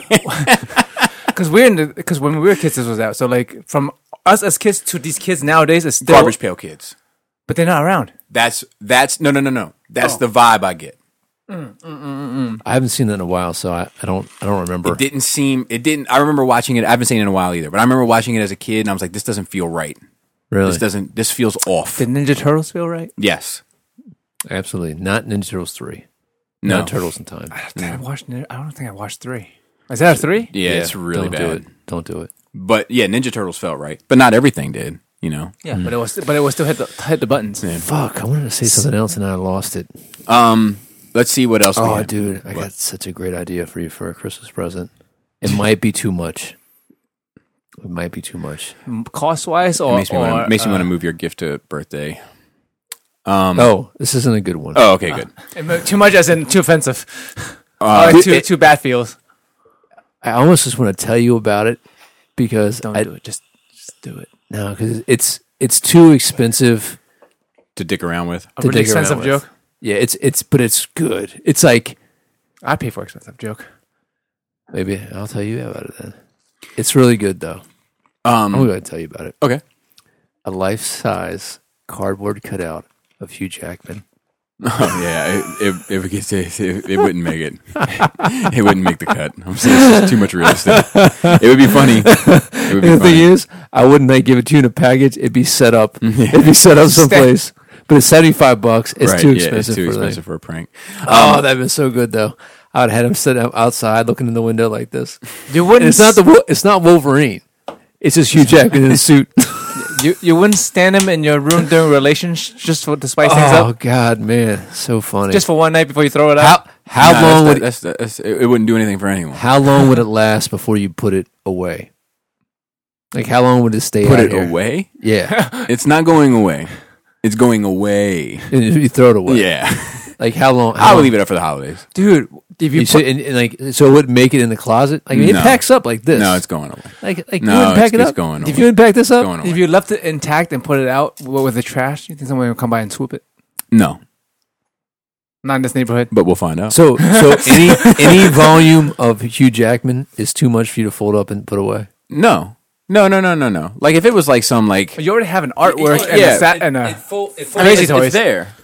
C: Because we're in the because when we were kids, this was out. So like from us as kids to these kids nowadays, it's still
B: Garbage Pail Kids.
C: but they're not around.
B: That's that's no, no, no, no. That's
C: Oh.
B: the vibe I get.
D: I haven't seen that in a while, so I, I don't. I don't remember.
B: It didn't seem. It didn't. I remember watching it. I haven't seen it in a while either. But I remember watching it as a kid, and I was like, this doesn't feel right.
D: really?
B: This doesn't. This feels off.
C: Did Ninja Turtles feel right?
B: Yes.
D: Absolutely not. Ninja Turtles three.
B: No.
D: Not Turtles in Time.
C: Did I watched. I don't think I watched three. Is that a three?
B: Yeah, it's really
D: don't
B: bad.
D: Do it. Don't do it.
B: But yeah, Ninja Turtles felt right, but not everything did. You know.
C: Yeah, but it was but it was still hit the hit the buttons.
D: Fuck! I wanted to say something else and I lost it.
B: Um. Let's see what else. we
D: Oh,
B: had.
D: dude, I got such a great idea for you for a Christmas present. It might be too much. It might be too much.
C: Cost wise,
B: It
C: or
B: makes me want
C: or,
B: to makes me
C: uh,
B: want to move your gift to birthday.
D: oh, this isn't a good one.
B: Oh, okay, good.
C: too much as in too offensive.
B: Uh,
C: Or
B: it-
C: too
B: it-
C: too bad feels.
D: I almost just want to tell you about it because
C: Don't
D: I,
C: do it. Just just do it.
D: No, because it's it's too expensive
B: to dick around with.
C: A
D: to
C: really
D: dig around
C: expensive
D: with.
C: joke.
D: Yeah, it's it's but it's good. It's like
C: I pay for expensive joke.
D: Maybe I'll tell you about it then. It's really good though.
B: Um,
D: I'm going to tell you about it.
B: Okay.
D: A life size cardboard cutout of Hugh Jackman.
B: Oh, yeah, if, if it gets it, it wouldn't make it. It wouldn't make the cut. I'm saying it's just too much real estate. It would be funny. It would be
D: the thing
B: funny.
D: is, I wouldn't like give it to you in a package. It'd be set up. It'd be set up someplace. But it's seventy five bucks. It's
B: Right,
D: too
B: yeah,
D: expensive.
B: it's too
D: for like-
B: expensive for a prank. Um,
D: Oh, that'd been so good though. I would have had him sit out outside looking in the window like this.
C: You wouldn't.
D: And it's not the Wo- it's not Wolverine. It's just Hugh Jackman in a suit.
C: you, you wouldn't stand him in your room during relations just for to spice things
D: oh
C: up,
D: God, man, so funny.
C: just for one night before you throw it
D: how
C: out.
D: how
B: Nah,
D: long
B: that's-
D: would
B: that's, that's, it it wouldn't do anything for anyone.
D: how long would it last before you put it away? Like how long would it stay?
B: Put
D: out
B: it
D: here?
B: away?
D: Yeah,
B: It's not going away. It's going away.
D: and you throw it away.
B: Yeah,
D: like how long? How
B: I would
D: long-
B: leave it up for the holidays.
C: Dude, if
D: You
C: you,
D: should, and, and, like so, it would make it in the closet. Like I mean, it
B: No.
D: packs up like this.
B: No, it's going away.
D: like like
B: No,
D: you
B: it's-
D: unpack it
B: it's
D: up.
B: going
D: if
B: away.
D: you unpack this up,
B: Going away.
C: if you left it intact and put it out w- with the trash, you think someone will come by and swoop it?
B: No,
C: Not in this neighborhood.
B: but we'll find out.
D: So, so any any volume of Hugh Jackman is too much for you to fold up and put away.
B: No, no, no, no, no, no. Like if it was like some like
C: You already have an artwork and
B: yeah,
C: a sat and a.
B: it's-
C: Crazy
B: it's
C: Toys.
B: there.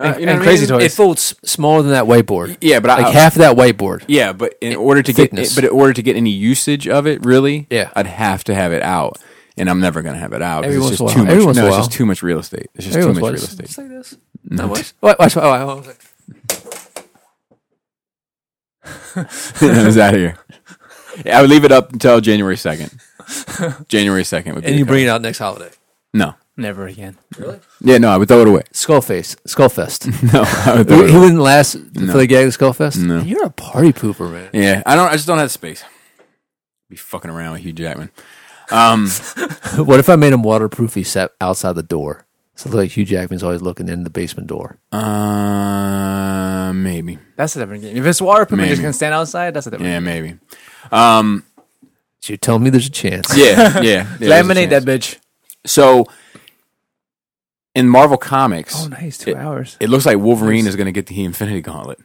B: Uh,
C: And-
B: you know
C: and
B: what I
C: Crazy
B: mean?
C: Toys.
D: It folds smaller than that whiteboard.
B: Yeah, but I-
D: like half that whiteboard.
B: Yeah, but in order to get
D: thickness.
B: but in order to get any usage of it, really,
D: Yeah.
B: I'd have to have it out, and I'm never gonna have it out. 'cause
D: Every
B: it's
D: once
B: just
D: in a while.
B: too much.
D: Every once
B: no,
D: in a
B: it's
D: while.
B: just too much real estate. It's just too much real estate.
D: like this. No, watch. Watch. watch, watch, watch, watch.
B: it was out of here. Yeah, I would leave it up until January second. January second would be.
D: And
B: the
D: you
B: cut.
D: bring it out next holiday.
B: no.
C: Never again.
B: Yeah, no, I would throw it away.
D: Skullface, Skullfest.
B: No, I would
D: he
B: throw it away.
D: wouldn't last for the gag of Skullfest.
B: No.
D: You're a party pooper, man.
B: Yeah, I don't. I just don't have the space. Be fucking around with Hugh Jackman. Um,
D: what if I made him waterproof? He sat outside the door, so like Hugh Jackman's always looking in the basement door.
B: uh, maybe.
C: That's a different game. If it's waterproof, and
B: Maybe.
C: just gonna stand outside. That's a different.
B: Yeah, maybe. Um,
D: So you're telling me there's a chance?
B: yeah, yeah. yeah, there's a
C: Laminate
B: chance.
C: that bitch.
B: So in Marvel Comics,
C: Oh, nice. Two
B: It-
C: hours.
B: it looks like Wolverine is going to get the Infinity Gauntlet.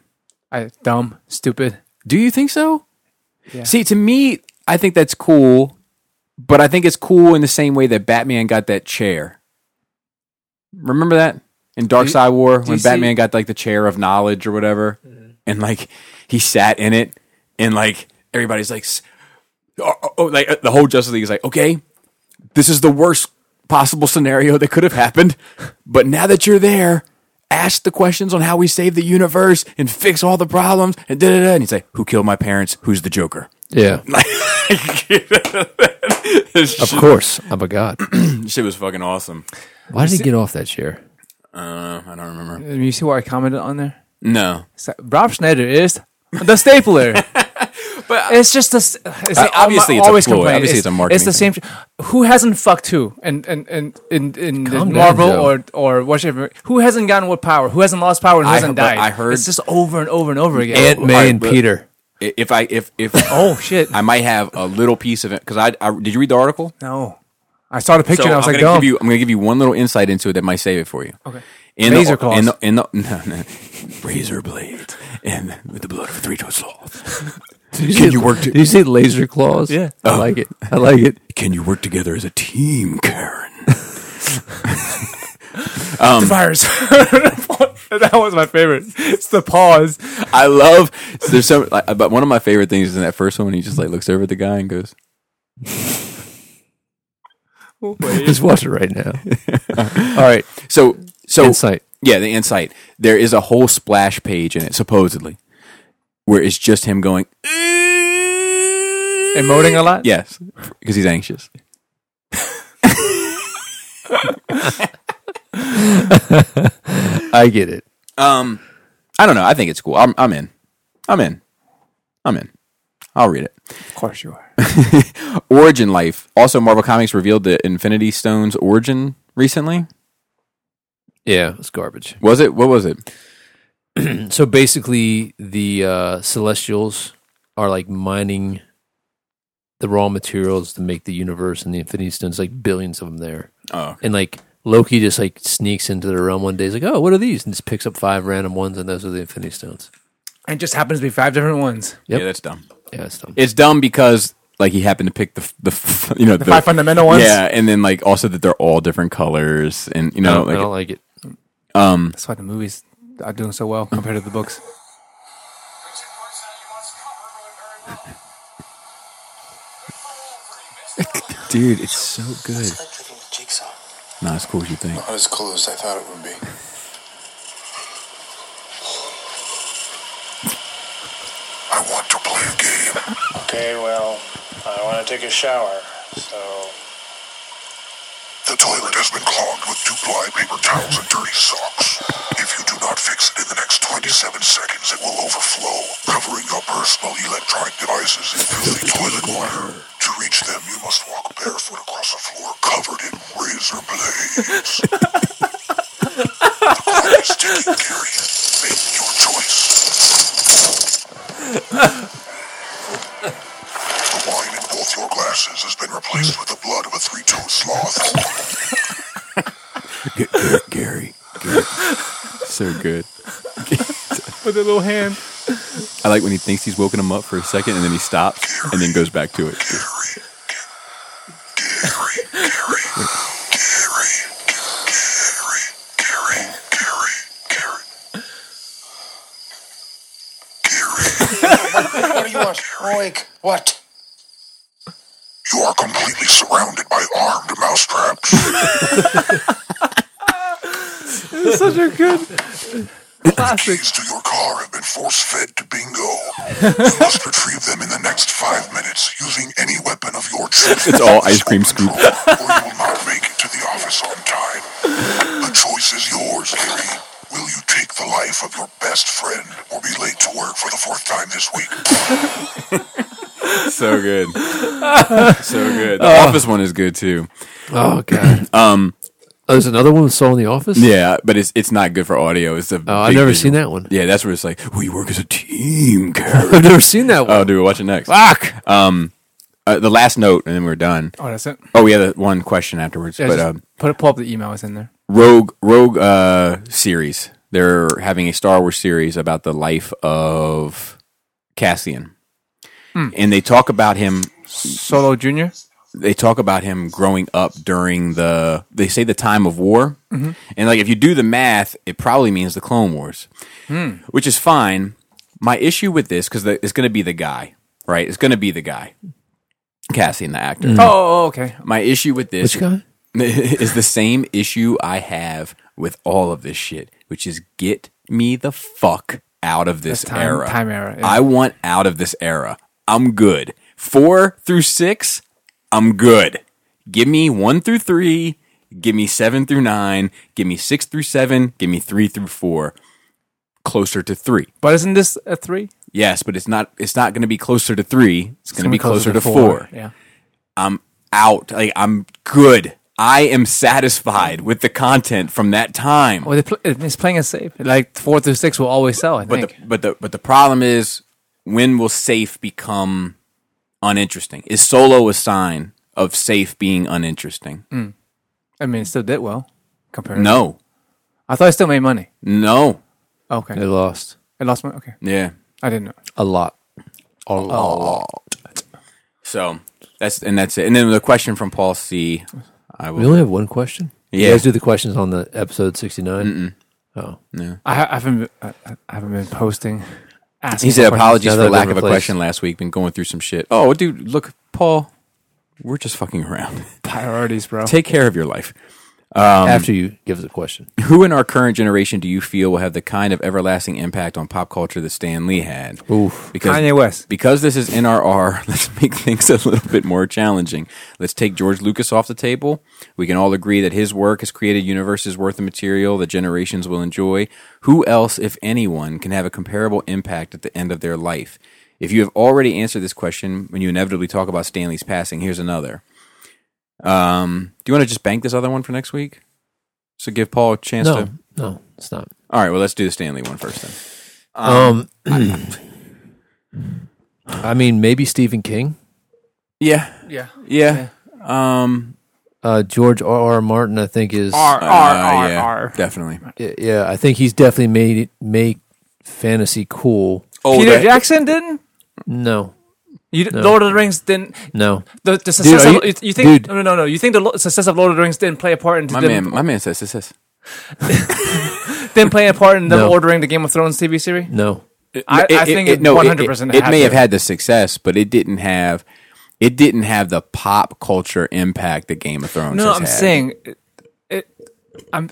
C: I dumb, stupid.
B: Do you think so?
C: Yeah.
B: See, to me, I think that's cool, but I think it's cool in the same way that Batman got that chair. Remember that in Dark
C: you-
B: Side War
C: you
B: when
C: see- Mm-hmm.
B: Batman got like the chair of knowledge or whatever, and like he sat in it, and like everybody's like, s- oh, oh, oh, like uh, the whole Justice League is like, okay, this is the worst possible scenario that could have happened. But now that you're there, ask the questions on how we save the universe and fix all the problems. And da da da. And he's like, "Who killed my parents? Who's the Joker?"
D: Yeah. Of course, I'm a god.
B: Shit was fucking awesome.
D: Why did he get off that chair?
B: Uh, I don't remember.
C: And You see what I commented on there?
B: No,
C: It's like, Rob Schneider is the stapler. but it's just a. s- It's like,
B: uh, obviously
C: I'm
B: it's a
C: always
B: ploy.
C: complaining.
B: Obviously it's a marketing
C: It's the same. Who hasn't fucked who? And and and in in the
D: Calm down,
C: Marvel
D: Joe.
C: or or whatever. Who hasn't gotten what power? Who hasn't lost power and who
B: I-
C: hasn't
B: but
C: died?
B: I heard-
C: it's just over and over and over again.
D: Aunt May
B: alright,
D: and
B: but-
D: Peter.
B: I- if I if if
C: oh shit!
B: I might have a little piece of it because I, I did you read the article?
C: no, I saw the picture and I was
B: I'm
C: like,
B: gonna
C: dumb.
B: give you, I'm going to give you one little insight into it that might save it for you. Okay. In
C: Razor
B: the,
C: claws.
B: In the, in the, no, no. razor blades and with the blood of a three-toed sloth. Can you work?
D: Did
B: To, Oh.
D: you see laser claws?
C: Yeah.
D: I like it. I like it.
B: can you work together as a team, Karen? um,
C: the virus. that was my favorite. It's the pause.
B: I love. There's so, like, but one of my favorite things is in that first one when he just like looks over at the guy and goes,
D: Just watch it right now. All right.
B: So, so
D: Insight.
B: Yeah, the insight. There is a whole splash page in it, supposedly, where it's just him going.
C: Emoting a lot.
B: Yes, because he's anxious.
D: I get it.
B: Um, I don't know. I think it's cool. I'm, I'm in. I'm in. I'm in. I'll read it.
C: of course you are.
B: Origin life. Also, Marvel Comics revealed the Infinity Stones origin recently.
D: Yeah, it's garbage.
B: Was it? What was it?
D: So basically, the uh, Celestials are like mining the raw materials to make the universe and the Infinity Stones, like billions of them there.
B: Oh, okay.
D: And like Loki just like sneaks into the realm one day. He's like, oh, what are these? And just picks up five random ones, and those are the Infinity Stones.
C: And it just happens to be five different ones.
D: Yep.
B: yeah, that's dumb.
D: Yeah, it's dumb.
B: It's dumb because like he happened to pick the f- the f- you know the,
C: five fundamental ones?
B: Yeah, and then like also that they're all different colors, and you
D: I
B: know
D: don't, I don't
B: like
D: like it.
B: um
C: That's why the movies are doing so well compared to the books.
B: dude, it's so good.
F: It's like living with jigsaw.
B: Not as cool as you think.
F: Not as cool as I thought it would be. I want to play a game.
G: Okay, well, I want to take a shower, so
F: The toilet has been clogged with two-ply paper towels and dirty socks. If you do not fix it in the next 27 seconds, it will overflow, covering your personal electronic devices in filthy toilet water. To reach them, you must walk barefoot across a floor covered in razor blades. the clock is ticking, Gary. Make your choice. The wine in both your glasses has been replaced with the blood of a three-toed sloth.
B: G- Gary, Gary, Gary. so good.
C: With a little hand.
B: I like when he thinks he's woken him up for a second, and then he stops, and then goes back to it.
F: Gary, Gary, Gary, Gary, Gary, Gary, Gary, Gary.
G: What do you want? Awake. What?
F: You are completely surrounded by armed mousetraps.
C: Such a good classic.
F: Keys to your car have been force-fed to Bingo. You must retrieve them in the next five minutes using any weapon of your choice.
B: It's all ice cream scoop.
F: Control, or you will not make it to the office on time. The choice is yours, Gary. Will you take the life of your best friend or be late to work for the fourth time this week?
B: So good, so good. The Office one is good too.
D: Oh god. um, there's another one we saw in the office.
B: Yeah, but it's it's not good for audio. It's the
D: Oh, I've
B: big
D: never
B: visual.
D: seen that one.
B: Yeah, that's where it's like we work as a team, Gary.
D: I've never seen that one.
B: oh, dude, watch it next.
D: Fuck.
B: Uh, the last note, and then we're done.
C: Oh, that's it.
B: Oh, we had a, one question afterwards,
C: Yeah,
B: but
C: just
B: um,
C: put pull up the emails in there.
B: Rogue Rogue uh, series. They're having a Star Wars series about the life of Cassian, and they talk about him.
C: Solo Junior.
B: They talk about him growing up during the. They say the time of war, and like if you do the math, it probably means the Clone Wars, which is fine. My issue with this because it's going to be the guy, right? It's going to be the guy, Cassian, the actor.
C: Oh, oh, oh, okay.
B: My issue with this
D: Which guy?
B: is the same issue I have with all of this shit, which is get me the fuck out of this
C: That's time-
B: era.
C: time era, yeah.
B: I want out of this era. I'm good. Four through six, I'm good. Give me one through three. Give me seven through nine. Give me six through seven. Give me three through four. Closer to three.
C: But isn't this a three?
B: Yes, but it's not. It's not going to be closer to three. It's going to be closer, to four.
C: Yeah.
B: I'm out. Like I'm good. I am satisfied with the content from that time.
C: Well, they pl- it's playing it safe. Like four through six will always sell. I
B: but
C: think.
B: the, but the but the problem is when will safe become uninteresting? Is solo a sign of safe being uninteresting?
C: Mm. I mean, it still did well compared.
B: No.
C: I thought it still made money.
B: No.
C: Okay.
D: They lost
C: It lost money. Okay.
B: Yeah.
C: I didn't know.
D: a lot. A
B: So that's and that's it. And then the question from Paul C. I
D: We
B: will.
D: only have one question.
B: Yeah.
D: You guys do the questions on the episode 69. Oh.
C: I, ha- I haven't. been- I, I haven't been posting. asking
B: He said
C: for questions.
B: apologies
D: Now
B: for
D: they've
B: lack
D: been
B: of a
D: replaced.
B: question last week. Been going through some shit. Oh, dude, look, Paul, we're just fucking around.
C: Priorities, bro.
B: Take care of your life.
D: After you give us a question.
B: Who in our current generation do you feel will have the kind of everlasting impact on pop culture that Stan Lee had?
D: Oof.
B: Because,
C: Kanye West.
B: Because this is NRR, let's make things a little bit more challenging. Let's take George Lucas off the table. We can all agree that his work has created universes worth of material that generations will enjoy. Who else, if anyone, can have a comparable impact at the end of their life? If you have already answered this question when you inevitably talk about Stanley's passing, here's another. Um, do you want to just bank this other one for next week? So give Paul a chance
D: No,
B: to.
D: no, it's not.
B: All right, well, let's do the Stanley one first then.
D: Um, I mean, maybe Stephen King,
B: Yeah,
C: Yeah.
B: yeah. Um,
D: uh, George R. R. Martin. I think is
C: R
B: uh,
C: R R
B: yeah,
C: R.
B: Definitely.
D: yeah, yeah, I think he's definitely made it make fantasy cool.
B: Oh,
C: Peter
B: that-
C: Jackson didn't.
D: No,
C: You, d
D: No.
C: Lord of the Rings didn't.
D: No.
C: The, the success
D: are
C: of,
D: you-
C: you, you think
D: dude.
C: no no no no you think the lo- success of Lord of the Rings didn't play a part in
B: My
C: them,
B: man, my man says this. this.
C: didn't play a part in them
D: No.
C: ordering the Game of Thrones TV series.
D: No.
C: I, I think it,
B: no,
C: 100%
B: It, it
C: had
B: may
C: to.
B: have had the success, but it didn't have. It didn't have the pop culture impact that Game of Thrones.
C: No,
B: has
C: I'm
B: had.
C: saying it, it- I'm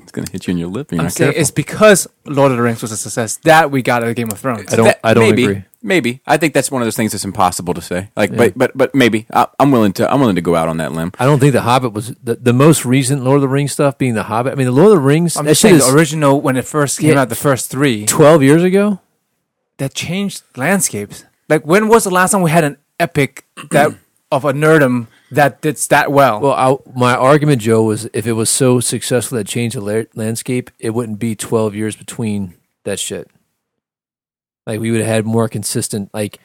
B: it's gonna hit you in your lip. and You're
C: I'm
B: not
C: saying
B: careful.
C: it's because Lord of the Rings was a success that we got out of Game of Thrones.
D: I don't.
B: That-
D: I don't
B: maybe,
D: agree.
B: Maybe I think that's one of those things that's impossible to say. Like, but but but maybe I, I'm willing to I'm willing to go out on that limb.
D: I don't think the Hobbit was the, the most recent Lord of the Rings stuff. Being the Hobbit. I mean, the Lord of the Rings.
C: I'm
D: that
C: just
D: shit
C: saying
D: is
C: the original when it first came
D: Yeah.
C: out, the first three
D: twelve years ago.
C: that changed landscapes. Like when was the last time we had an epic that of a nerdum that did that well?
D: Well, I, my argument, Joe, was if it was so successful that changed the la- landscape, it wouldn't be 12 years between that shit. Like, we would have had more consistent, like,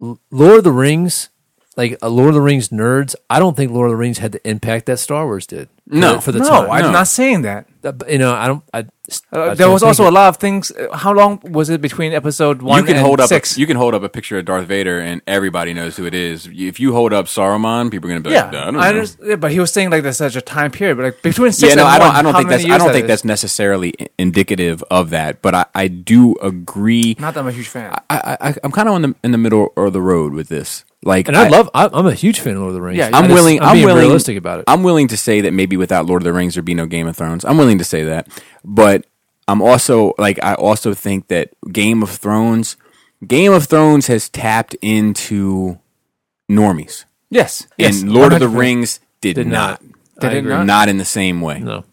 D: L- Lord of the Rings, like, uh, Lord of the Rings nerds. I don't think Lord of the Rings had the impact that Star Wars did.
B: No.
D: For the
C: no,
D: time.
C: I'm
B: No.
C: not saying that.
D: Uh, but, you know, I don't. I,
C: Uh, there was also a lot of things. uh, How long was it between episode one
B: you can
C: and
B: hold up
C: six?
B: A, you can hold up a picture of Darth Vader and everybody knows who it is. If you hold up Saruman, people are gonna be
C: yeah,
B: like, "Nah, I don't
C: I
B: know."
C: understand, but he was saying like there's such a time period, but like between six
B: yeah, no,
C: and
B: I don't.
C: one,
B: I don't
C: how
B: think
C: many
B: that's. I
C: years
B: don't
C: that
B: think
C: is?
B: that's necessarily i- indicative of that. But I, I do agree.
C: Not that I'm a huge fan.
B: I, I I'm kind of in the in the middle or the road with this. Like,
D: And I love, I, I'm a huge fan of Lord of the Rings.
C: Yeah,
D: I
B: I'm
D: just-
B: willing.
D: I'm,
B: I'm,
D: being
B: willing.
D: realistic about it.
B: I'm willing to say that maybe without Lord of the Rings there'd be no Game of Thrones. I'm willing to say that, but I'm also like I also think that Game of Thrones, Game of Thrones has tapped into normies,
C: yes, yes,
B: and Lord of the
C: 100%.
B: Rings did, not.
C: Did it not?
B: Not in the same way.
D: no.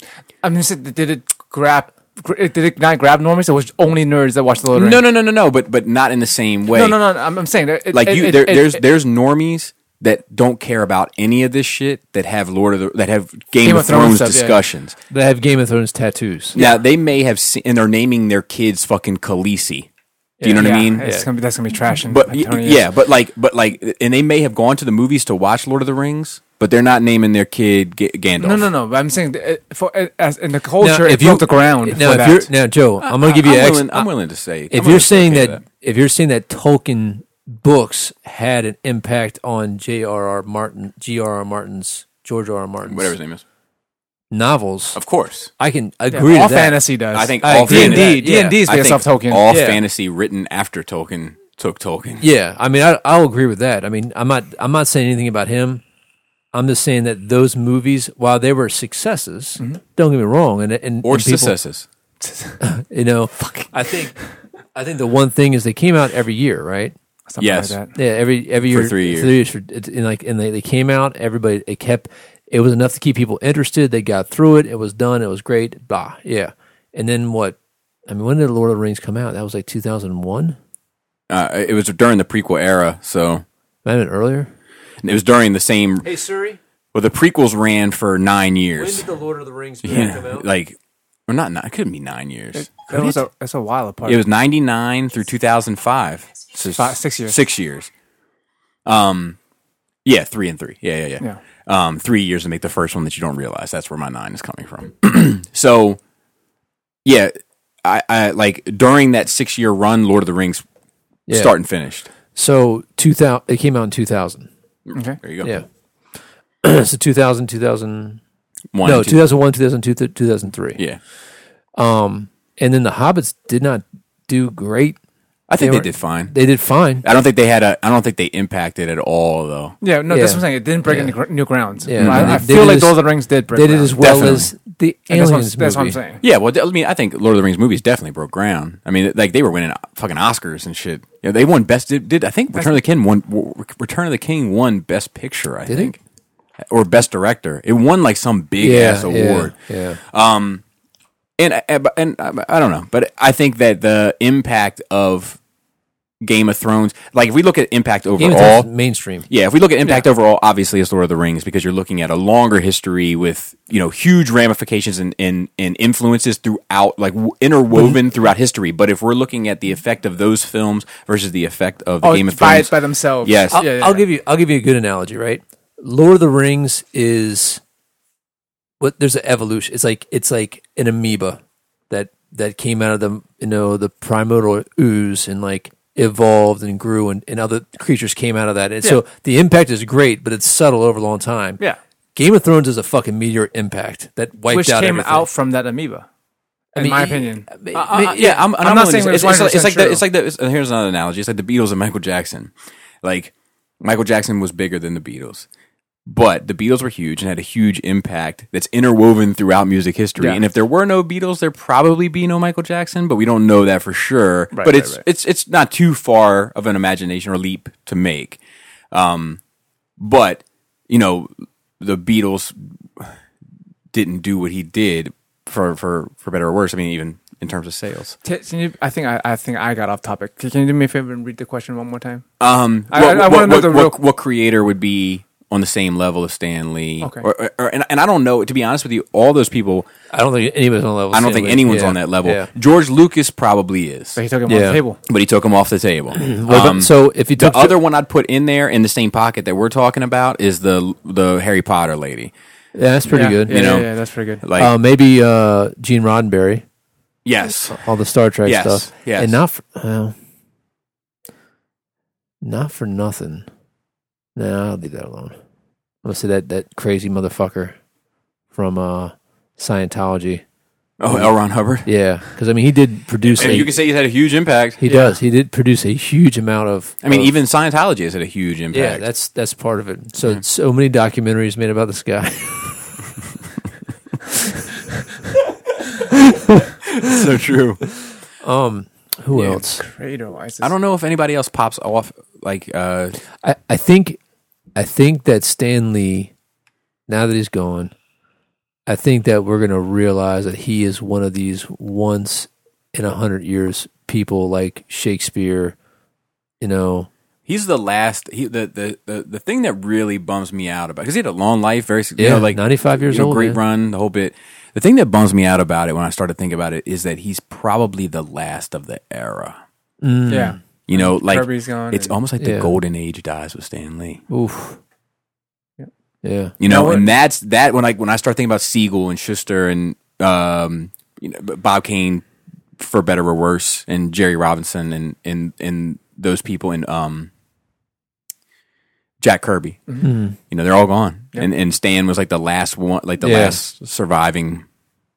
C: I mean, so did it grab? gr- Did it not grab normies? It was only nerds that watched the Lord of the
B: No,
C: Rings.
B: no, no, no, no. But but not in the same way.
C: no, no, no, no. I'm, I'm saying that it,
B: Like
C: it-
B: you,
C: it-
B: there,
C: it-
B: there's
C: it-
B: there's normies that don't care about any of this shit that have Lord of the that have Game,
C: Game
B: of,
C: of Thrones
B: Thrones,
C: stuff, yeah.
B: discussions.
D: They have Game of Thrones tattoos.
B: Now they may have seen, and they're naming their kids fucking Khaleesi. Do you know what I
C: yeah,
B: mean?
C: It's gonna be that's gonna be trash. in
B: But
C: like 20 years.
B: yeah, but like, but like, and they may have gone to the movies to watch Lord of the Rings, but they're not naming their kid G- Gandalf.
C: no, no, no. But I'm saying that
B: uh,
C: it, for it- as in the
D: Now,
C: culture, it broke the ground.
D: now,
C: for
D: if
C: that.
D: you're, now, Joe, I'm going to give you
B: Uh, I'm
D: ex-
B: willing, I'm willing to say I'm
D: if
B: willing
D: you're
B: to
D: saying
B: okay
D: that, if you're saying that Tolkien books had an impact on J.R.R. Martin, G.R.R. Martin's George R.R. Martin's
B: whatever his name is,
D: novels,
B: of course,
D: I can
C: Yeah,
D: agree
C: all
D: to that.
C: fantasy does.
B: I think
D: I
B: all
D: agree with
B: fantasy-
D: that, yeah.
C: D&D is
B: I
C: based
B: think
C: off Tolkien.
B: All
D: Yeah.
B: fantasy written after Tolkien took Tolkien.
D: Yeah, I mean, I, I'll agree with that. I mean, I'm not, I'm not saying anything about him. I'm just saying that those movies, while they were successes,
B: Mm-hmm.
D: don't get me wrong, and and
B: Or
D: and people-
B: successes.
D: you know, I think, I think the one thing is they came out every year, right?
C: Something
B: yes.
C: Like that.
D: Yeah, every every year
B: three years.
D: for it's and like and they, they came out. Everybody it kept it was enough to keep people interested. They got through it. It was done. It was great. Bah, yeah. And then what? I mean, when did Lord of the Rings come out? That was like two thousand one.
B: Uh, it was during the prequel era, so
D: Might have been earlier.
B: it was during the same.
D: Hey Siri,
B: Well, the prequels ran for nine years.
D: the Lord of the Rings
B: Yeah, like or not nine. It couldn't be nine years.
C: That was a, that's a while apart.
B: It was ninety nine through two thousand five. So
C: Five- six years.
B: Six years. Um, yeah, three and three. Yeah, yeah, yeah. Um, three years to make the first one that you don't realize. That's where my nine is coming from. so, yeah, I, I like during that six year run, Lord of the Rings
D: Yeah.
B: start and finished.
D: So two thousand. It came out in two thousand.
C: Okay.
B: There you go.
D: Yeah. so 2000, 2000,
B: One,
D: no,
B: two-
D: 2001, 2002, 2003.
B: Yeah,
D: Um, And then the Hobbits did not do great.
B: I think
D: They
B: they,
D: were-
B: did fine.
D: They did fine.
B: I don't think they had a. I don't think they impacted at all though.
C: Yeah, no, that's
D: Yeah.
C: what I'm saying. It didn't break any gr- new grounds.
D: Yeah.
C: I,
D: They-
C: I
D: they
C: feel
D: did
C: like
D: as-
C: Lord of the Rings did break.
D: they did
C: ground.
D: as well
B: Definitely.
D: as the
C: And
D: aliens
C: that's, what I'm, that's what I'm
D: movie.
C: saying.
B: Yeah, well, I mean, I think Lord of the Rings movies definitely broke ground. I mean, like they were winning fucking Oscars and shit. Yeah, they won best. Did, did I think Return of the King won? w- Return of the King won best picture. I
D: Did it?
B: think, or best director. It won like some big ass award.
D: Yeah,
B: And I- and and I I don't know, but I think that the impact of Game of Thrones, like if we look at impact
D: Game
B: overall,
D: of Thrones is mainstream.
B: yeah, if we look at impact overall, obviously it's Lord of the Rings because you're looking at a longer history with you know huge ramifications and and, and influences throughout, like w- interwoven throughout history. But if we're looking at the effect of those films versus the effect of the
C: Oh,
B: Game of
C: by,
B: Thrones,
C: by themselves.
B: Yes.
D: I'll,
C: Yeah, yeah,
D: I'll
C: yeah.
D: give you. I'll give you a good analogy. Right, Lord of the Rings is what there's an evolution. It's like it's like an amoeba that that came out of the you know the primordial ooze and like evolved and grew and, and other creatures came out of that. And so the impact is great, but it's subtle over a long time.
C: Yeah.
D: Game of Thrones is a fucking meteor impact that wiped
C: which
D: out
C: came
D: everything.
C: out from that amoeba. In
D: mean,
C: my
D: it-
C: opinion,
D: I mean,
B: Uh, uh, yeah, I'm,
C: I'm
B: I'm
C: not
B: not
C: saying
B: saying
C: it
B: it's,
C: was
B: it's, like- it's like
C: 100%
B: the, it's like the, it's- and here's another analogy. It's like the Beatles and Michael Jackson. Like Michael Jackson was bigger than the Beatles, but the Beatles were huge and had a huge impact that's interwoven throughout music history.
C: Yeah.
B: And if there were no Beatles, there'd probably be no Michael Jackson, but we don't know that for sure. but
C: Right, right,
B: it's
C: right.
B: it's it's not too far of an imagination or leap to make. Um, but you know, the Beatles didn't do what he did for for for better or worse. I mean, even in terms of sales.
C: T- can you, I think I, I think I got off topic. Can you do me a favor and read the question one more time?
B: Um,
C: I-
B: what,
C: I- I wanna
B: what,
C: know
B: what,
C: the
B: what-
C: real-
B: what creator would be on the same level as Stan Lee?
C: Okay.
B: Or, or, or- and, and I don't know. To be honest with you, all those people,
D: I don't think anyone's on that level.
B: I don't think anyone's
D: Yeah.
B: on that level. Um,
D: Yeah.
B: George Lucas probably is,
C: So he took him off
D: Yeah.
C: the table.
B: but he took him off the table.
D: What about-
B: Um,
D: so if you
B: the
D: took
B: other one I'd put in there in the same pocket that we're talking about is the the Harry Potter lady.
D: yeah, that's pretty
C: yeah,
D: good.
C: Yeah,
B: you know?
C: yeah, yeah, that's pretty good.
B: Like
D: uh, maybe uh, Gene Roddenberry,
B: yes,
D: all the Star Trek
B: Yes,
D: stuff,
B: yes.
D: and not for, well, not for nothing. No, I'll leave that alone. I'm gonna say that that crazy motherfucker from uh, Scientology.
B: oh L. Ron Hubbard.
D: Yeah, because I mean, he did produce.
B: And
D: a-
B: you can say he's had a huge impact.
D: he does. He did produce a huge amount of.
B: I mean,
D: of-
B: even Scientology has had a huge impact.
D: yeah, that's that's part of it.
B: Mm-hmm.
D: So so many documentaries made about this guy.
B: so true.
D: um, who
B: Yeah.
D: else?
C: Creator wise,
B: I don't know if anybody else pops off like uh,
D: I, I think I think that Stanley, now that he's gone, I think that we're gonna realize that he is one of these once in a hundred years people like Shakespeare, you know.
B: He's the last. He, the, the the the thing that really bums me out about because he had a long life, very you know,
D: Yeah,
B: like
D: 95 years
B: you know,
D: old,
B: great
D: man.
B: run, the whole bit. The thing that bums me out about it when I started thinking about it is that he's probably the last of the era.
D: Mm.
C: Yeah,
B: You know, like
C: Kirby's gone.
B: it's
C: and-
B: almost like the
D: Yeah.
B: golden age dies with Stan Lee.
D: Oof.
C: Yeah.
D: Yeah.
B: You know,
C: Now what-
B: and that's that when I when I start thinking about Siegel and Schuster and um, you know, Bob Kane for better or worse, and Jerry Robinson and and and those people and um, Jack Kirby.
D: Mm.
B: you know they're all gone and and stan was like the last one like the
D: Yeah.
B: last surviving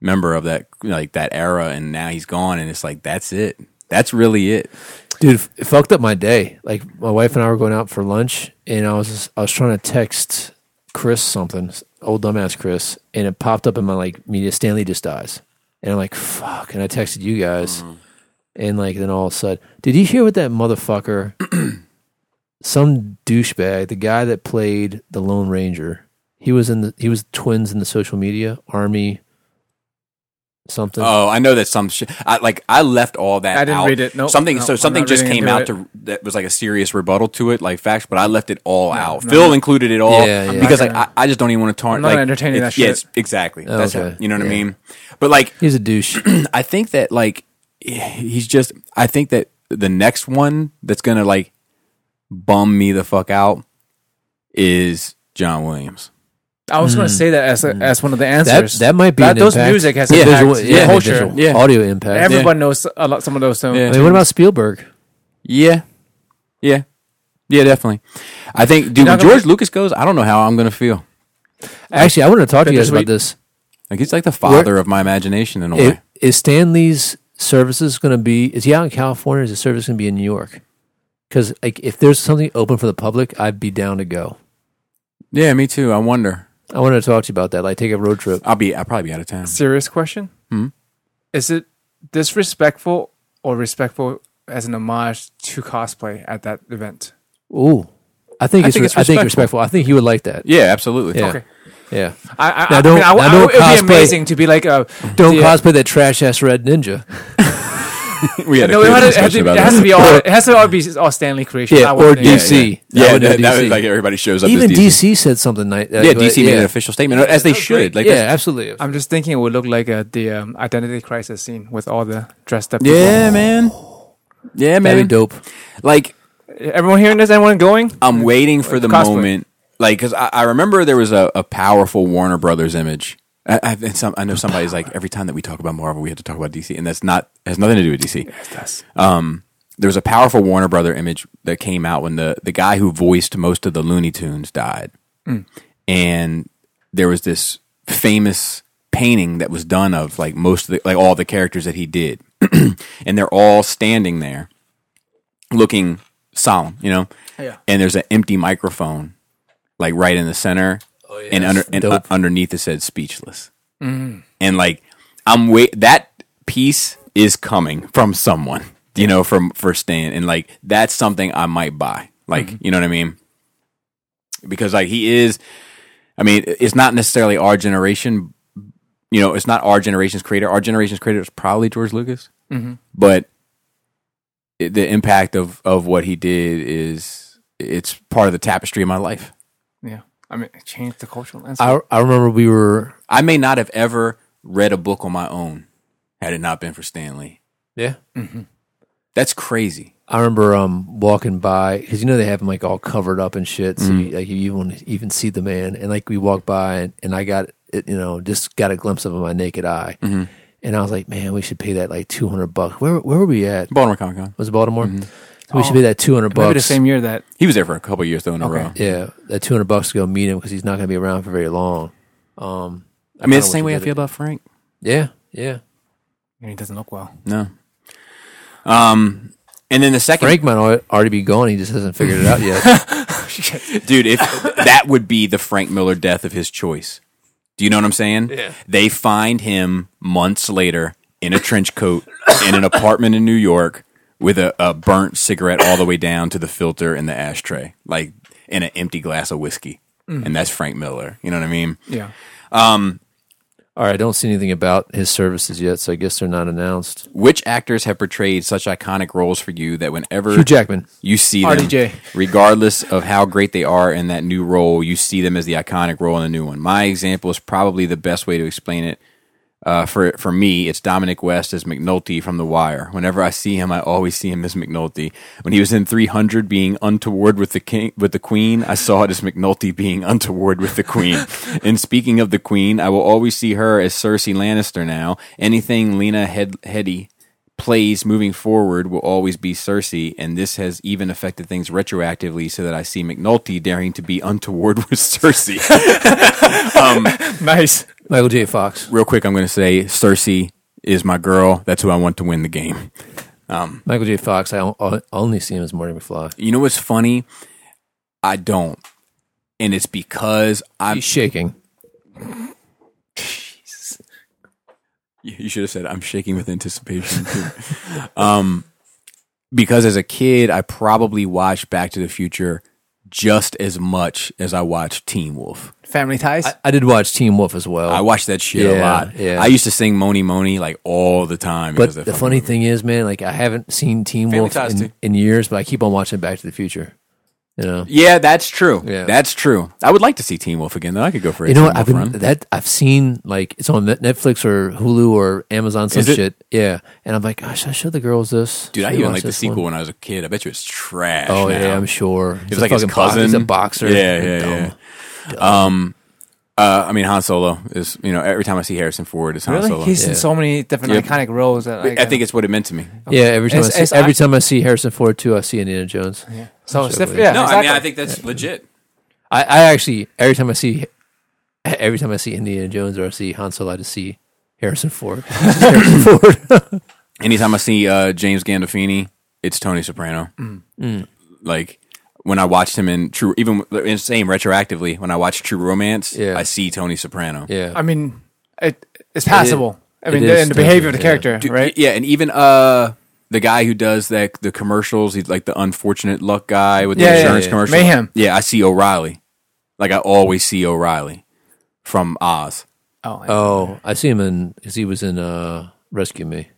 B: member of that like that era and now he's gone and it's like that's it that's really it
D: Dude, f- it fucked up my day. Like my wife and I were going out for lunch and I was just, I was trying to text Chris something, old dumbass Chris, and it popped up in my like media Stanley just dies. And I'm like, fuck. And I texted you guys. And like then all of a sudden, did you hear what that motherfucker some douchebag, the guy that played the Lone Ranger, he was in the he was twins in the social media, army something.
B: oh i know that some shit i like i left all that
C: I didn't
B: out.
C: read it. Nope.
B: something
C: No,
B: so
C: I'm
B: something
C: not
B: just came
C: reading into
B: out
C: it.
B: to that was like a serious rebuttal to it like facts but i left it all out
C: no,
B: phil
C: no.
B: included it all
D: Yeah, yeah.
B: because
C: I'm
B: like
C: not
B: I, I just don't even want to
C: I'm
B: tarnish
C: not
B: like,
C: entertaining
B: it's-
C: that shit.
B: yeah, it's- exactly
D: Oh,
B: that's
D: okay.
B: it you know what i
D: Yeah.
B: mean but like
D: He's a douche.
B: I think that like he's just I think that the next one that's gonna like bum me the fuck out is John Williams.
C: I was going to say that as
B: Mm.
C: a, as one of the
D: Mm. that,
C: answers.
D: that might be an
C: those
D: impact.
C: music has
D: yeah,
C: impacted
D: visual, yeah,
C: the culture.
D: visual,
B: Yeah.
D: audio impact.
C: Everyone knows a lot. Some of those songs.
B: Yeah.
D: I mean, what about Spielberg?
B: Yeah. Yeah. Yeah, definitely. I think dude when
C: not gonna-
B: George Lucas goes, I don't know how I'm gonna feel.
D: Actually, I wanted to talk to you guys
C: Bittersweet.
D: about this.
B: Like he's like the father of my imagination in a
D: Is
B: way.
D: is Stanley's services going to be? Is he out in California? Or is his service going to be in New York? Because like, if there's something open for the public, I'd be down to go.
B: Yeah, me too. I wonder.
D: I wanted to talk to you about that. Like, take a road trip.
B: I'll be I'll probably be out of town.
C: Serious question. Is it disrespectful or respectful as an homage to cosplay at that event?
D: Ooh, I think
B: I
D: it's,
B: think
D: re-
B: it's
D: I
B: respectful.
D: think respectful. I think he would like that.
B: Yeah, absolutely.
D: Yeah.
C: Okay.
D: Yeah.
C: I, I,
D: Now
C: I
D: don't-
C: mean, I,
D: now
C: I,
D: don't
C: it would
D: cosplay-
C: be amazing to be like a
D: Don't
C: the-
D: cosplay that trash ass red ninja.
B: We had a
C: No, it,
B: good
C: had to- it, had
B: discussion
C: to,
B: about
C: it has
B: that.
C: to be all. It has to all be all Stanley creation.
D: Yeah,
C: I would
D: or
C: think.
D: DC.
B: Yeah,
D: I would do
B: that, that was
D: DC.
B: like everybody shows up.
D: Even
B: as
D: DC. said something uh, like that.
B: Yeah, DC made
D: yeah.
B: an official statement as they should. Like
D: yeah,
B: that's-
D: absolutely.
C: I'm just thinking it would look like uh the um, Identity Crisis scene with all the dressed up.
B: Yeah, man. Yeah,
D: That'd be
B: man.
D: dope.
B: Like
C: people. everyone hearing this? Anyone going?
B: I'm waiting for the
C: Cosplay.
B: moment, like because I, I remember there was a, a powerful Warner Brothers image. I, I, and some, I know somebody's like every time that we talk about Marvel, we have to talk about DC, and that's not has nothing to do with DC.
C: Yes.
B: Um, there was a powerful Warner Brother image that came out when the the guy who voiced most of the Looney Tunes died,
D: Mm.
B: and there was this famous painting that was done of like most of the like all the characters that he did, and they're all standing there, looking solemn, you know.
C: Yeah.
B: And there's an empty microphone, like right in the center,
D: yeah,
B: and under
D: that's
B: and
D: dope.
B: uh, underneath it said speechless, and like I'm wait that piece is coming from someone, you know, from for Stan, and like that's something I might buy, like you know what I mean, because like he is, I mean, it's not necessarily our generation, you know, it's not our generation's creator. Our generation's creator is probably George Lucas, but it, the impact of of what he did is it's part of the tapestry of my life.
C: Yeah. I mean, it changed the cultural landscape.
D: I I remember we were
B: I may not have ever read a book on my own had it not been for Stanley.
D: yeah.
B: That's crazy.
D: I remember um walking by because you know they have them like all covered up and shit,
B: Mm.
D: so you, like you even even see the man. And like we walked by and, and I got it, you know, just got a glimpse of him in my naked eye,
B: Mm-hmm.
D: and I was like, man, we should pay that like two hundred bucks. Where where were we at?
B: Baltimore Comic Con.
D: Was it Baltimore?
B: Mm-hmm.
D: We should pay that two hundred bucks.
C: Maybe the same year that
B: He was there for a couple years though in a row.
D: Yeah, that two hundred bucks to go meet him because he's not going to be around for very long. Um,
B: I mean,
D: kinda
B: it's the same
D: wish
B: way I
D: we
B: feel
D: did it.
B: about Frank.
D: Yeah, yeah.
C: and he doesn't look well.
B: No. Um, and then the second
D: Frank might al- already be gone. He just hasn't figured it out yet.
B: dude, if that would be the Frank Miller death of his choice. Do you know what I'm saying? Yeah. They find him months later in a trench coat in an apartment in New York with a, a burnt cigarette all the way down to the filter in the ashtray, like in an empty glass of whiskey. And that's Frank Miller. You know what I mean?
C: Yeah.
D: All right, I don't see anything about his services yet, so I guess they're not announced.
B: Which actors have portrayed such iconic roles for you that whenever
D: Hugh Jackman.
B: you see them,
C: RDJ.
B: regardless of how great they are in that new role, you see them as the iconic role in the new one. My example is probably the best way to explain it. Uh, for for me, it's Dominic West as McNulty from The Wire. Whenever I see him, I always see him as McNulty. When he was in 300, being untoward with the king with the Queen, I saw it as McNulty being untoward with the Queen. and speaking of the Queen, I will always see her as Cersei Lannister. Now, anything Lena Head- Headey plays moving forward will always be Cersei, and this has even affected things retroactively so that I see McNulty daring to be untoward with Cersei.
C: Nice.
D: Michael J. Fox.
B: Real quick, I'm going to say Cersei is my girl. That's who I want to win the game.
D: Michael J. Fox. I o- o- only see him as Marty McFly.
B: You know what's funny? I don't. And it's because I'm.
D: He's shaking.
B: You should have said I'm shaking with anticipation. Too. um, because as a kid, I probably watched Back to the Future just as much as I watched Teen Wolf.
C: Family ties.
D: I, I did watch Team Wolf as well.
B: I watched that shit a
D: Yeah,
B: lot.
D: yeah.
B: I used to sing Moni Moni like all the time.
D: but
B: of
D: the
B: that fucking
D: funny
B: movie.
D: thing is, man, like I haven't seen Team
B: Family
D: Wolf
B: Ties
D: in,
B: too.
D: in years, but I keep on watching Back to the Future. You know,
B: yeah, that's true.
D: Yeah.
B: That's true. I would like to see Teen Wolf again. Though I could go for a
D: You know
B: Teen
D: what? I've
B: Wolf
D: been
B: run.
D: that I've seen like it's on Net- Netflix or Hulu or Amazon some
B: Is it?
D: shit. Yeah, and I'm like, gosh, I show the girls this.
B: Dude, I
D: Should we
B: even
D: watch
B: liked the
D: this
B: sequel
D: one?"
B: when I was a kid. I bet you it's trash.
D: Oh
B: now.
D: yeah, I'm sure. It
B: was like his cousin.
D: He's a boxer.
B: Yeah, yeah,
D: Dumb.
B: yeah. Uh, I mean, Han Solo is. You know, every time I see Harrison Ford, it's Han
C: really?
B: Solo.
C: He's
D: Yeah.
C: in so many different
B: Yep.
C: iconic roles. That, like,
B: I think it's what it meant to me.
D: Yeah, every time
C: It's-
D: I
C: it's-
D: see, every
C: I-
D: time I see Harrison Ford too, I see Indiana Jones.
C: so. it's diff-
D: Absolutely.
C: yeah.
B: No, I
C: exactly.
B: mean, I think that's legit.
D: I, I actually every time I see every time I see Indiana Jones or I see Han Solo, I just see Harrison Ford. Harrison Ford.
B: anytime I see uh, James Gandolfini, it's Tony Soprano.
D: Mm.
B: Like when I watched him in True, even in same retroactively when I watched True Romance,
D: Yeah.
B: I see Tony Soprano.
D: yeah,
C: I mean, it, it's passable. I mean,
D: it
C: the,
D: is
C: and the behavior of the
D: different,
C: character,
B: Dude,
C: right?
B: Yeah, and even uh, the guy who does that the commercials, he's like the unfortunate luck guy with the
C: Yeah, yeah,
B: insurance
D: yeah.
B: commercial.
C: Mayhem.
B: Yeah, I see O'Reilly. Like I always see O'Reilly from Oz.
C: Oh,
D: oh, I see him in because he was in uh, Rescue Me.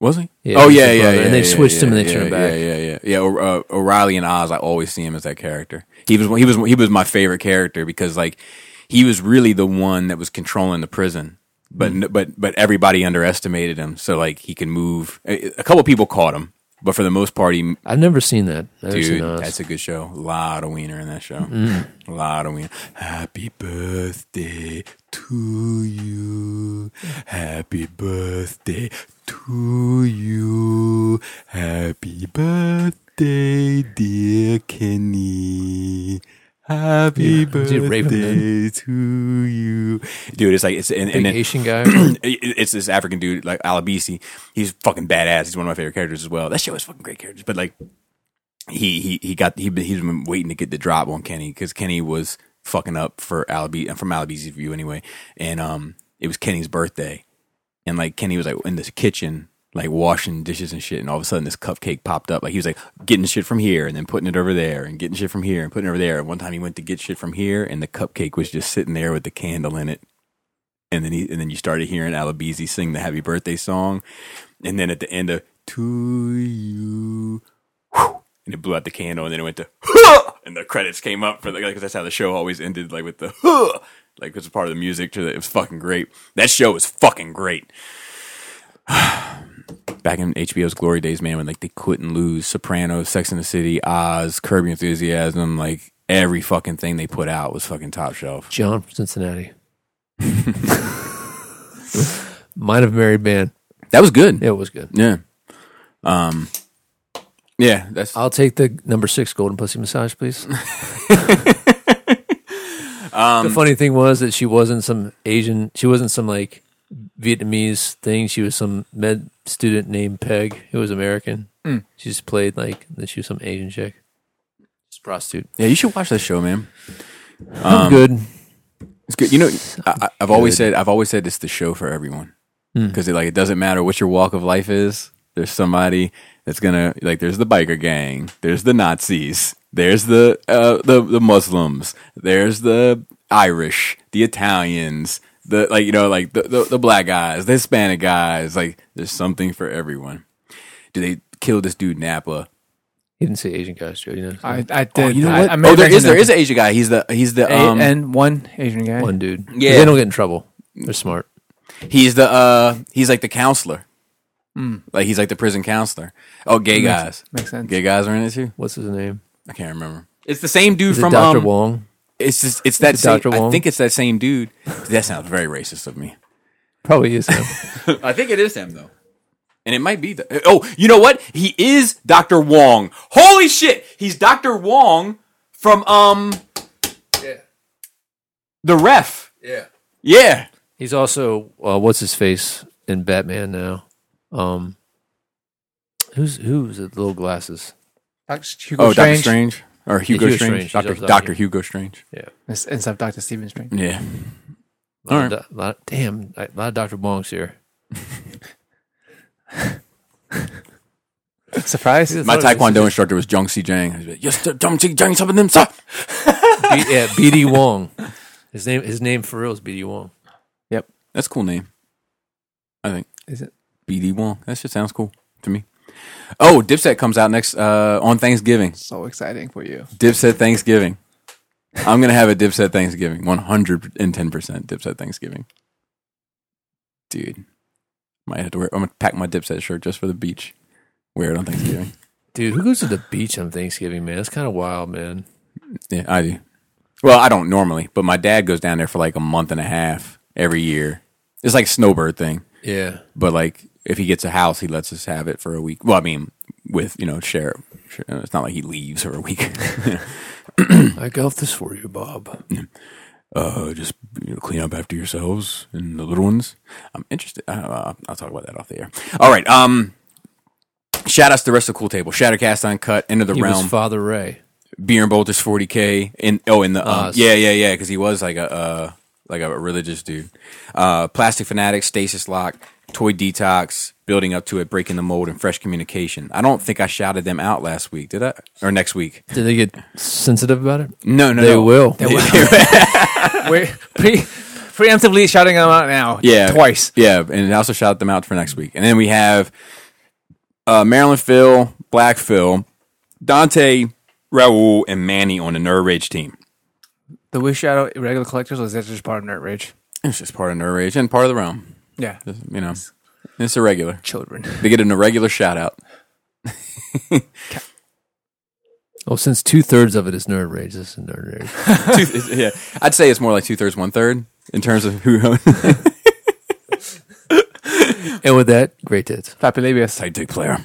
B: Was he?
D: Yeah,
B: oh
D: he was
B: yeah,
D: the
B: yeah,
D: brother,
B: yeah.
D: and they
B: yeah,
D: switched him
B: yeah,
D: and they
B: yeah,
D: turned
B: yeah,
D: back.
B: Yeah, yeah, yeah. O- uh, O'Reilly and Oz, I always see him as that character. He was he was he was my favorite character because like he was really the one that was controlling the prison, Mm-hmm. but n but but everybody underestimated him. So like he can move. A, a couple people caught him, But for the most part, he
D: I've never seen that. I've never
B: Dude,
D: seen uh, Oz.
B: that's a good show. A lot of wiener in that show. A lot of wiener. Happy birthday to you. Happy birthday to you. Happy birthday, dear Kenny. Happy
D: Yeah, is he raping
B: birthday to you, dude. It's like it's and, and
D: Big
B: then,
D: Asian guy.
B: it- it's this African dude like Alabisi. He's fucking badass. He's one of my favorite characters as well. That show is fucking great characters. But like he he he got he he's been waiting to get the drop on Kenny because Kenny was fucking up for Alabisi from Alabisi's view anyway. And um, it was Kenny's birthday, and like Kenny was like in this kitchen. Like washing dishes and shit, and all of a sudden this cupcake popped up. Like he was like getting shit from here and then putting it over there and getting shit from here and putting it over there. And one time he went to get shit from here, and the cupcake was just sitting there with the candle in it and then he, and then you started hearing Alabisi sing the Happy Birthday song, and then at the end of To You, whew, and it blew out the candle, and then it went to "Huh!" and the credits came up for the because that's how the show always ended, like with the "Huh!" like it's part of the music to the, it was fucking great. That show was fucking great. Back in HBO's glory days, man, when like they couldn't lose Sopranos, Sex and the City, Oz, Curb Your Enthusiasm, like every fucking thing they put out was fucking top shelf.
D: John from Cincinnati. Might have married man.
B: That was good.
D: It was good.
B: Yeah. Um. Yeah, that's
D: I'll take the number six golden pussy massage, please. the funny thing was that she wasn't some Asian. She wasn't some like Vietnamese thing. She was some med student named Peg who was American.
B: Hmm.
D: She just played like that. She was some Asian chick. She's a prostitute.
B: yeah. You should watch that show, man. Um,
D: I'm good.
B: It's good. You know, I, I- I've always said I've always said it's the show for everyone
C: Hmm.
B: because it like it doesn't matter what your walk of life is. There's somebody that's gonna like. There's the biker gang. There's the Nazis. There's the uh, the the Muslims. There's the Irish. The Italians. The like you know like the the, the black guys. The Hispanic guys. Like there's something for everyone. Do they kill this dude Napa?
D: He didn't say Asian guys, Joe. You know,
C: I, I did.
B: Oh, you know
C: I-
B: what?
C: I may
B: oh, there
C: mention
B: is there
C: that.
B: is an Asian guy. He's the he's the
C: A-
B: um
C: and one Asian guy.
D: one dude. 'Cause
B: Yeah.
D: they don't get in trouble. They're smart.
B: he's the uh he's like the counselor. Like he's like the prison counselor. Oh, gay guys.
C: makes sense.
B: Gay guys are in it too.
D: What's his name?
B: I can't remember. It's the same dude
D: Is
B: from
D: it Doctor
B: um,
D: Wong.
B: It's just it's that
D: Is it
B: same,
D: Dr.
B: I
D: Wong?
B: think it's that same dude. That sounds very racist of me.
D: Probably is him.
B: I think it is him though. And it might be the Oh, you know what? He is Dr. Wong. Holy shit. He's Dr. Wong from um
D: Yeah.
B: The Ref.
D: yeah.
B: Yeah.
D: He's also uh, what's his face in Batman now. Um, who's who's the little glasses?
C: Hugo
B: oh, Doctor
C: Strange,
B: Strange or Hugo,
D: Hugo
B: Strange.
D: Strange.
B: Doctor
D: He's also-
B: Doctor Hugo Strange.
C: It's- it's of Doctor Stephen Strange.
B: Yeah.
D: A lot
B: Alright.
D: of do- lot of- damn, a lot of Doctor Bongs here.
C: Surprise!
B: My Taekwondo instructor was Jung Si Jang. He's like, yes, Jung Si Jang, something them, sir.
D: B, yeah, BD Wong. His name his name for real is BD Wong.
B: That's a cool name. I think
C: Is it?
B: BD Wong. That shit sounds cool to me. Oh, Dipset comes out next uh, on Thanksgiving.
C: So exciting for you.
B: Dipset Thanksgiving. I'm gonna have a Dipset Thanksgiving. 110 percent Dipset Thanksgiving. Dude, might have to wear. I'm gonna pack my Dipset shirt just for the beach. Wear it on Thanksgiving.
D: Dude, who goes to the beach on Thanksgiving, man? That's kind of wild, man.
B: yeah, I do. Well, I don't normally, but my dad goes down there for like a month and a half every year. It's like snowbird thing.
D: Yeah,
B: but like if he gets a house, he lets us have it for a week. Well, I mean, with you know, share. share- uh, It's not like he leaves for a week.
D: I golfed this for you, Bob.
B: uh, just you know, clean up after yourselves and the little ones. I'm interested. Uh, I'll talk about that off the air. All right. Um, shout outs to the rest of the cool table. Shattercast uncut. End of the
D: He
B: realm.
D: was Father Ray.
B: Beer and Bolters 40K and oh and the um,
D: Oz.
B: yeah yeah yeah because he was like a uh, like a religious dude. Uh, Plastic Fanatic, Stasis Lock, Toy Detox, building up to it, breaking the mold, and fresh communication. I don't think I shouted them out last week, did I? Or next week?
D: Did they get sensitive about it?
B: No, no,
D: They
B: no.
D: will.
C: We're pre- preemptively shouting them out now.
B: yeah,
C: twice.
B: Yeah, and I also shout them out for next week. And then we have uh, Maryland Phil, Black Phil, Dante, Raul, and Manny on the Nerd Rage team.
C: The Wish Shadow regular collectors was that just part of Nerd Rage?
B: It's just part of Nerd Rage and part of the realm.
C: Yeah,
B: You know, it's irregular.
C: children.
B: They get an irregular shout out.
D: Well, Oh, since two thirds of it is nerd rage, this is nerd rage.
B: Two, it's- yeah, I'd say it's more like two thirds, one third in terms of who owns
D: and with that, great tits.
C: Flappy Labius.
B: tight dick player.